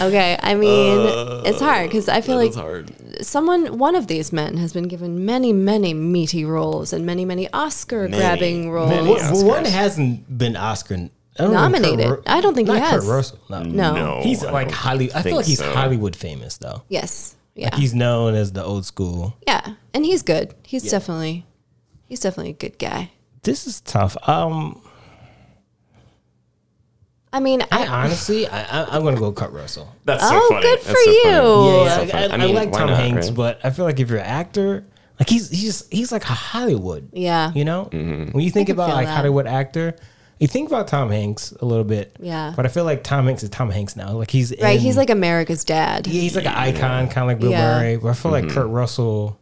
[SPEAKER 5] Okay, I mean, it's hard because I
[SPEAKER 4] Uh,
[SPEAKER 5] feel
[SPEAKER 4] That
[SPEAKER 5] like
[SPEAKER 4] was hard.
[SPEAKER 5] someone, one of these men, has been given many, many meaty roles and many, many Oscar-grabbing roles.
[SPEAKER 1] Well,
[SPEAKER 4] Many
[SPEAKER 1] well, one
[SPEAKER 4] Oscars.
[SPEAKER 1] hasn't been Oscar I don't know if
[SPEAKER 5] Nominated.
[SPEAKER 1] Kurt Ru-
[SPEAKER 5] I don't think he
[SPEAKER 1] not Kurt
[SPEAKER 5] has.
[SPEAKER 1] Russell. No.
[SPEAKER 5] No.
[SPEAKER 1] He's
[SPEAKER 4] Oh, I
[SPEAKER 1] like
[SPEAKER 4] don't
[SPEAKER 1] Hollywood. I
[SPEAKER 4] think
[SPEAKER 1] feel like he's
[SPEAKER 4] so.
[SPEAKER 1] Hollywood famous though.
[SPEAKER 5] Yes. Yeah.
[SPEAKER 1] Like he's known as the old school.
[SPEAKER 5] yeah, and he's good. He's definitely, he's definitely a good guy.
[SPEAKER 1] This is tough. Um,
[SPEAKER 5] I mean,
[SPEAKER 1] I
[SPEAKER 5] I,
[SPEAKER 1] honestly, I, I, I'm gonna go Kurt Russell.
[SPEAKER 4] That's
[SPEAKER 5] Oh,
[SPEAKER 4] so funny.
[SPEAKER 5] good
[SPEAKER 4] That's
[SPEAKER 5] for
[SPEAKER 4] so funny.
[SPEAKER 5] you.
[SPEAKER 1] Yeah,
[SPEAKER 4] so
[SPEAKER 1] I, I,
[SPEAKER 4] funny.
[SPEAKER 1] I
[SPEAKER 4] I mean,
[SPEAKER 1] like
[SPEAKER 4] why
[SPEAKER 1] Tom
[SPEAKER 4] not,
[SPEAKER 1] Hanks,
[SPEAKER 4] right?
[SPEAKER 1] but I feel like if you're an actor, like he's he's he's like a Hollywood.
[SPEAKER 5] Yeah.
[SPEAKER 1] you know,
[SPEAKER 4] Mm-hmm.
[SPEAKER 1] when you think
[SPEAKER 5] can
[SPEAKER 1] about
[SPEAKER 5] feel
[SPEAKER 1] like
[SPEAKER 5] that.
[SPEAKER 1] Hollywood actor, you think about Tom Hanks a little bit.
[SPEAKER 5] Yeah.
[SPEAKER 1] but I feel like Tom Hanks is Tom Hanks now. Like he's
[SPEAKER 5] right?
[SPEAKER 1] in-
[SPEAKER 5] He's like America's dad.
[SPEAKER 1] yeah, he's like an icon, kind of like Bill
[SPEAKER 5] Yeah.
[SPEAKER 1] Murray. But I feel
[SPEAKER 4] Mm-hmm.
[SPEAKER 1] like Kurt Russell.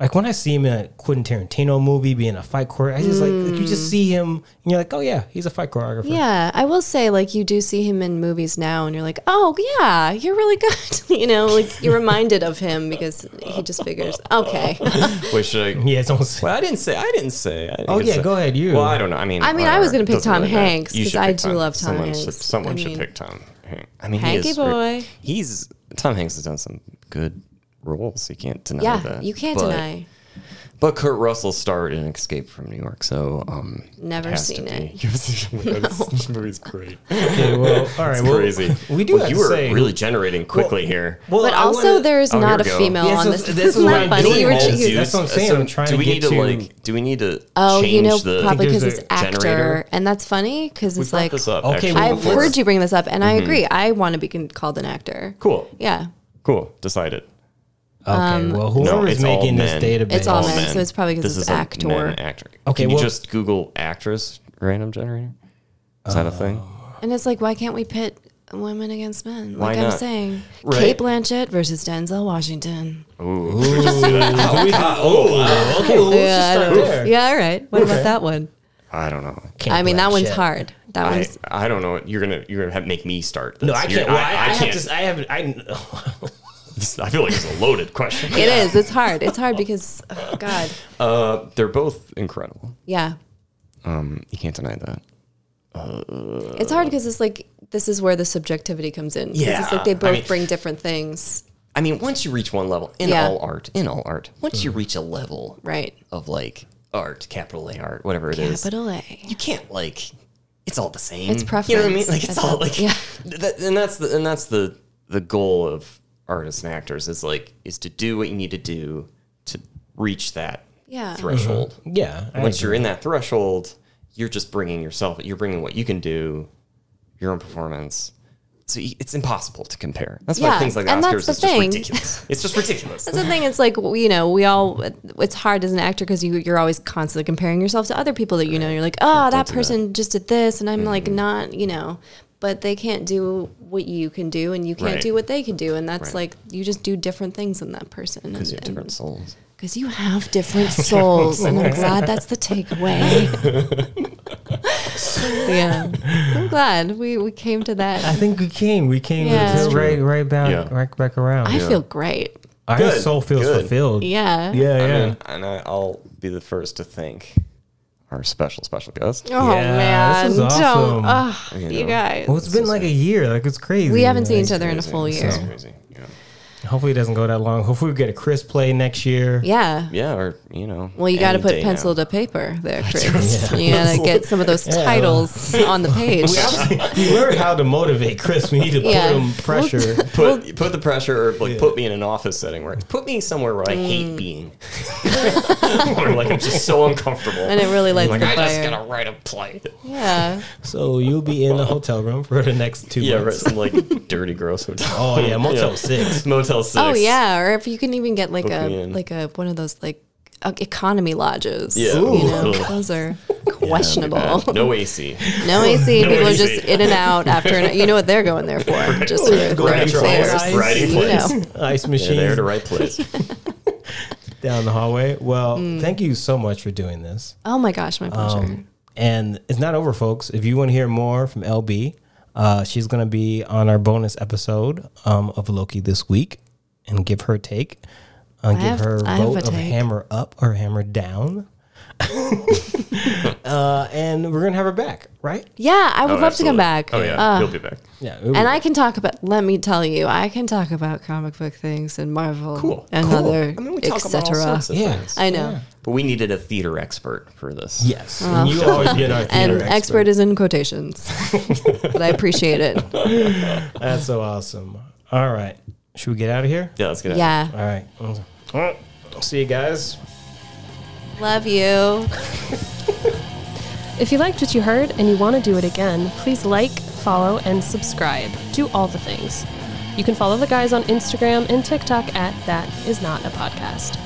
[SPEAKER 1] Like when I see him in a Quentin Tarantino movie, being a fight court, I just like, like you just see him and you're like, oh yeah, he's a fight choreographer.
[SPEAKER 5] Mm. Yeah, I will say, like, you do see him in movies now, and you're like, oh, yeah, you're really good. <laughs> you know, like,
[SPEAKER 4] <laughs>
[SPEAKER 5] you're reminded of him because he just figures, okay.
[SPEAKER 4] Wait, should I?
[SPEAKER 1] <laughs> yeah, it's almost
[SPEAKER 4] Well, I didn't say. I didn't say. I didn't
[SPEAKER 1] Oh, yeah,
[SPEAKER 4] say-
[SPEAKER 1] go ahead, you.
[SPEAKER 4] Well, I don't know. I mean,
[SPEAKER 5] I mean, I
[SPEAKER 4] whatever.
[SPEAKER 5] was gonna pick
[SPEAKER 4] Doesn't
[SPEAKER 5] Tom
[SPEAKER 4] matter.
[SPEAKER 5] Hanks,
[SPEAKER 4] You
[SPEAKER 5] 'cause
[SPEAKER 4] should
[SPEAKER 5] I
[SPEAKER 4] pick
[SPEAKER 5] do love Tom
[SPEAKER 4] someone Should,
[SPEAKER 5] Hanks.
[SPEAKER 4] someone
[SPEAKER 5] I
[SPEAKER 4] should
[SPEAKER 5] mean-
[SPEAKER 4] pick Tom. Hanks. I mean, he
[SPEAKER 5] Hanky
[SPEAKER 4] is, great.
[SPEAKER 5] boy.
[SPEAKER 4] He's Tom Hanks has done some good roles. You can't deny
[SPEAKER 5] <laughs> yeah,
[SPEAKER 4] that.
[SPEAKER 5] you can't
[SPEAKER 4] But-
[SPEAKER 5] deny.
[SPEAKER 4] But Kurt Russell starred in Escape from New York, so um,
[SPEAKER 5] Never
[SPEAKER 4] has to
[SPEAKER 5] seen
[SPEAKER 4] be.
[SPEAKER 1] <laughs>
[SPEAKER 5] it.
[SPEAKER 4] This movie's great.
[SPEAKER 1] Okay,
[SPEAKER 4] <laughs>
[SPEAKER 1] well, all right,
[SPEAKER 4] It's
[SPEAKER 1] well,
[SPEAKER 4] crazy.
[SPEAKER 1] We do
[SPEAKER 4] Well,
[SPEAKER 1] have
[SPEAKER 4] you
[SPEAKER 1] to
[SPEAKER 4] were
[SPEAKER 1] say,
[SPEAKER 4] really generating quickly here.
[SPEAKER 1] Well,
[SPEAKER 5] But
[SPEAKER 1] I
[SPEAKER 5] also,
[SPEAKER 1] wanna-
[SPEAKER 5] there is
[SPEAKER 4] Oh, here
[SPEAKER 5] not a
[SPEAKER 4] we go.
[SPEAKER 5] female
[SPEAKER 1] Yeah,
[SPEAKER 5] on
[SPEAKER 1] so
[SPEAKER 5] this. <laughs>
[SPEAKER 1] this
[SPEAKER 5] This
[SPEAKER 1] is
[SPEAKER 5] is
[SPEAKER 1] what
[SPEAKER 5] not
[SPEAKER 1] I'm
[SPEAKER 5] funny.
[SPEAKER 1] doing,
[SPEAKER 5] You were
[SPEAKER 1] Paul,
[SPEAKER 5] ju- you-
[SPEAKER 1] dude. That's what I'm saying. I'm trying
[SPEAKER 4] Uh, do
[SPEAKER 1] to
[SPEAKER 4] we
[SPEAKER 1] get
[SPEAKER 4] need to,
[SPEAKER 1] to-
[SPEAKER 4] like? Do we need to?
[SPEAKER 5] Oh,
[SPEAKER 4] change
[SPEAKER 5] you know,
[SPEAKER 4] the,
[SPEAKER 5] probably
[SPEAKER 1] there's
[SPEAKER 5] because it's
[SPEAKER 1] a
[SPEAKER 5] actor,
[SPEAKER 4] generator?
[SPEAKER 5] and that's funny because
[SPEAKER 4] We
[SPEAKER 5] it's
[SPEAKER 4] brought
[SPEAKER 5] like
[SPEAKER 4] this up.
[SPEAKER 1] Okay,
[SPEAKER 4] actually,
[SPEAKER 1] well,
[SPEAKER 5] I've
[SPEAKER 4] before.
[SPEAKER 5] heard you bring this up, and I agree. I want to be con- called an actor.
[SPEAKER 4] Mm-hmm. Cool.
[SPEAKER 5] Yeah,
[SPEAKER 4] Cool. Decided.
[SPEAKER 1] okay, well, whoever is
[SPEAKER 4] it's all
[SPEAKER 1] making this
[SPEAKER 4] men.
[SPEAKER 1] database,
[SPEAKER 5] um, It's all men.
[SPEAKER 4] men.
[SPEAKER 5] so it's probably 'cause
[SPEAKER 4] This
[SPEAKER 5] it's
[SPEAKER 4] is a
[SPEAKER 5] actor.
[SPEAKER 4] men actor.
[SPEAKER 1] Okay,
[SPEAKER 4] Can you
[SPEAKER 1] well-
[SPEAKER 4] just Google actress random generator? Is that a thing?
[SPEAKER 5] and it's like, why can't we pit women against men?
[SPEAKER 4] Why
[SPEAKER 5] Like I'm
[SPEAKER 4] not?
[SPEAKER 5] saying,
[SPEAKER 4] Right.
[SPEAKER 5] Kate Blanchett versus Denzel Washington.
[SPEAKER 1] <laughs> Oh, okay, well, we'll just
[SPEAKER 5] Yeah, I
[SPEAKER 1] start
[SPEAKER 5] don't-
[SPEAKER 1] there.
[SPEAKER 5] yeah, all right. What about that one?
[SPEAKER 4] I don't know.
[SPEAKER 1] Can't
[SPEAKER 5] I mean, that
[SPEAKER 1] blame
[SPEAKER 5] one's
[SPEAKER 1] shit.
[SPEAKER 5] hard. That
[SPEAKER 4] I,
[SPEAKER 5] one's
[SPEAKER 4] I don't know. what- You're gonna you're gonna have make me start. This.
[SPEAKER 1] No, I
[SPEAKER 4] You're-
[SPEAKER 1] can't. Well, I, I,
[SPEAKER 4] I,
[SPEAKER 1] have
[SPEAKER 4] can't.
[SPEAKER 1] to. I have. I <laughs>
[SPEAKER 4] this- I feel like it's a loaded question.
[SPEAKER 5] It is. It's hard. It's hard because oh, God.
[SPEAKER 4] Uh, they're both incredible.
[SPEAKER 5] Yeah.
[SPEAKER 4] Um, you can't deny that.
[SPEAKER 5] It's hard because it's like this is where the subjectivity comes in. 'cause It's
[SPEAKER 4] Yeah.
[SPEAKER 5] like they
[SPEAKER 4] I
[SPEAKER 5] both
[SPEAKER 4] mean-
[SPEAKER 5] bring different things.
[SPEAKER 4] I mean, once you reach one level in
[SPEAKER 5] Yeah.
[SPEAKER 4] all art, in all art, once you reach a level
[SPEAKER 5] Right.
[SPEAKER 4] of like art, capital A art, whatever it is,
[SPEAKER 5] Capital A.
[SPEAKER 4] you can't like it's all the same.
[SPEAKER 5] It's
[SPEAKER 4] You know what I mean?
[SPEAKER 5] preference.
[SPEAKER 4] Like it's
[SPEAKER 5] That's
[SPEAKER 4] all
[SPEAKER 5] all-
[SPEAKER 4] like
[SPEAKER 5] yeah.
[SPEAKER 4] th- that, and that's the and that's the the goal of artists and actors is like is to do what you need to do to reach that
[SPEAKER 5] Yeah.
[SPEAKER 4] threshold.
[SPEAKER 1] yeah. I
[SPEAKER 4] Once
[SPEAKER 1] agree.
[SPEAKER 4] you're in that threshold, you're just bringing yourself. You're bringing what you can do, your own performance. So y- it's impossible to compare. That's why
[SPEAKER 5] Yeah,
[SPEAKER 4] things like the
[SPEAKER 5] and
[SPEAKER 4] Oscars
[SPEAKER 5] that's
[SPEAKER 4] is
[SPEAKER 5] the
[SPEAKER 4] just
[SPEAKER 5] thing.
[SPEAKER 4] ridiculous. It's just
[SPEAKER 5] <laughs>
[SPEAKER 4] ridiculous.
[SPEAKER 5] That's the thing. It's like you know, we all. It's hard as an actor because you you're always constantly comparing yourself to other people that you know. You're like, oh, that person just did this, and I'm like,
[SPEAKER 4] Mm-hmm.
[SPEAKER 5] not you know, but they can't do what you can do, and you can't
[SPEAKER 4] Right.
[SPEAKER 5] do what they can do, and that's
[SPEAKER 4] Right.
[SPEAKER 5] like you just do different things than that person.
[SPEAKER 4] Because you have
[SPEAKER 5] and-
[SPEAKER 4] different souls.
[SPEAKER 5] and- 'cause you have
[SPEAKER 4] <laughs>
[SPEAKER 5] different souls, and I'm glad that's the takeaway. yeah, I'm glad we we came to that.
[SPEAKER 1] I think we came. We came
[SPEAKER 5] Yeah.
[SPEAKER 1] to right, right back,
[SPEAKER 4] Yeah.
[SPEAKER 1] right back around.
[SPEAKER 5] I feel great.
[SPEAKER 1] Our
[SPEAKER 4] Good,
[SPEAKER 1] soul feels
[SPEAKER 4] good.
[SPEAKER 1] fulfilled.
[SPEAKER 5] Yeah.
[SPEAKER 1] yeah,
[SPEAKER 4] I
[SPEAKER 1] yeah.
[SPEAKER 4] mean, and I, I'll be the first to thank our special, special guest.
[SPEAKER 5] Oh
[SPEAKER 1] Yeah,
[SPEAKER 5] man,
[SPEAKER 1] this is awesome.
[SPEAKER 5] don't ugh, you,
[SPEAKER 4] know.
[SPEAKER 5] guys.
[SPEAKER 1] well, it's been like a year. Like it's crazy.
[SPEAKER 5] We haven't seen
[SPEAKER 1] Like,
[SPEAKER 5] each other in a full year.
[SPEAKER 4] It's crazy. Yeah.
[SPEAKER 1] Hopefully, it doesn't go that long. Hopefully, we get a Chris play next year.
[SPEAKER 5] Yeah.
[SPEAKER 4] yeah, or, you know.
[SPEAKER 5] Well, you got to
[SPEAKER 4] any
[SPEAKER 5] put
[SPEAKER 4] day
[SPEAKER 5] pencil
[SPEAKER 4] now.
[SPEAKER 5] to paper there, Chris. You got to get some of those titles on the page.
[SPEAKER 1] <laughs> we learned how to motivate Chris. We need to
[SPEAKER 5] Yeah.
[SPEAKER 1] put him pressure.
[SPEAKER 5] <laughs>
[SPEAKER 4] Put, put the pressure, or like put me in an office setting where put me somewhere where I
[SPEAKER 5] Mm.
[SPEAKER 4] hate
[SPEAKER 5] <laughs>
[SPEAKER 4] being, where like I'm just so uncomfortable.
[SPEAKER 5] and it really lights
[SPEAKER 4] like
[SPEAKER 5] the
[SPEAKER 4] I just
[SPEAKER 5] fire.
[SPEAKER 4] gotta write a play.
[SPEAKER 5] yeah.
[SPEAKER 1] So you'll be in the hotel room for the next two
[SPEAKER 4] Yeah,
[SPEAKER 1] <laughs>
[SPEAKER 4] right,
[SPEAKER 1] months.
[SPEAKER 4] some like dirty, gross hotel. <laughs>
[SPEAKER 1] Oh yeah, Motel Six.
[SPEAKER 4] Motel Motel Six.
[SPEAKER 5] Oh yeah, or if you can even get like
[SPEAKER 4] Book
[SPEAKER 5] a
[SPEAKER 4] me in.
[SPEAKER 5] like a one of those like uh, economy lodges.
[SPEAKER 4] Yeah.
[SPEAKER 5] you
[SPEAKER 4] Ooh. <laughs>
[SPEAKER 5] know, those are questionable.
[SPEAKER 4] Uh, no AC.
[SPEAKER 5] No AC.
[SPEAKER 4] No
[SPEAKER 5] people
[SPEAKER 4] AC.
[SPEAKER 5] are just in and out after. An, you know what they're going there for? Just for
[SPEAKER 1] Going
[SPEAKER 5] right
[SPEAKER 1] to try ice.
[SPEAKER 4] Riding
[SPEAKER 5] You
[SPEAKER 4] place.
[SPEAKER 5] know.
[SPEAKER 1] Ice
[SPEAKER 4] Yeah,
[SPEAKER 1] machine
[SPEAKER 4] they're at the right
[SPEAKER 5] <laughs>
[SPEAKER 4] place.
[SPEAKER 1] down the hallway. Well,
[SPEAKER 5] Mm.
[SPEAKER 1] thank you so much for doing this.
[SPEAKER 5] Oh my gosh, my pleasure.
[SPEAKER 1] Um, and it's not over, folks. If you want to hear more from LB, uh, she's going to be on our bonus episode um, of Loki this week and give her take. Uh, give
[SPEAKER 5] have-
[SPEAKER 1] her
[SPEAKER 5] I have
[SPEAKER 1] vote
[SPEAKER 5] a
[SPEAKER 1] of
[SPEAKER 5] take.
[SPEAKER 1] hammer up or hammer
[SPEAKER 5] <laughs>
[SPEAKER 1] down. uh, and we're going to have her back, right?
[SPEAKER 5] yeah, I would
[SPEAKER 4] Oh,
[SPEAKER 5] love to
[SPEAKER 4] absolutely.
[SPEAKER 5] come back.
[SPEAKER 4] Oh yeah,
[SPEAKER 5] Uh,
[SPEAKER 4] he'll be back.
[SPEAKER 1] Yeah.
[SPEAKER 5] and I can talk about. Let me tell you, I can talk about comic book things and Marvel
[SPEAKER 4] Cool,
[SPEAKER 5] and
[SPEAKER 4] cool.
[SPEAKER 5] other
[SPEAKER 4] I mean, we talk about all
[SPEAKER 5] etc.
[SPEAKER 4] sorts of-
[SPEAKER 1] yeah.
[SPEAKER 5] I know.
[SPEAKER 4] But we needed a theater expert for this.
[SPEAKER 1] Yes. and you always been our
[SPEAKER 5] Uh-huh. <laughs> And
[SPEAKER 1] theater
[SPEAKER 5] expert. is in quotations, but I
[SPEAKER 4] <laughs>
[SPEAKER 5] appreciate it.
[SPEAKER 1] That's so awesome. All right. Should we get out of here?
[SPEAKER 4] Yeah, that's good.
[SPEAKER 5] Yeah,
[SPEAKER 1] All right. Well, See you guys.
[SPEAKER 5] love you.
[SPEAKER 3] If you liked what you heard and you want to do it again, please like, follow, and subscribe. Do all the things. You can follow the guys on Instagram and TikTok at That Is Not a Podcast.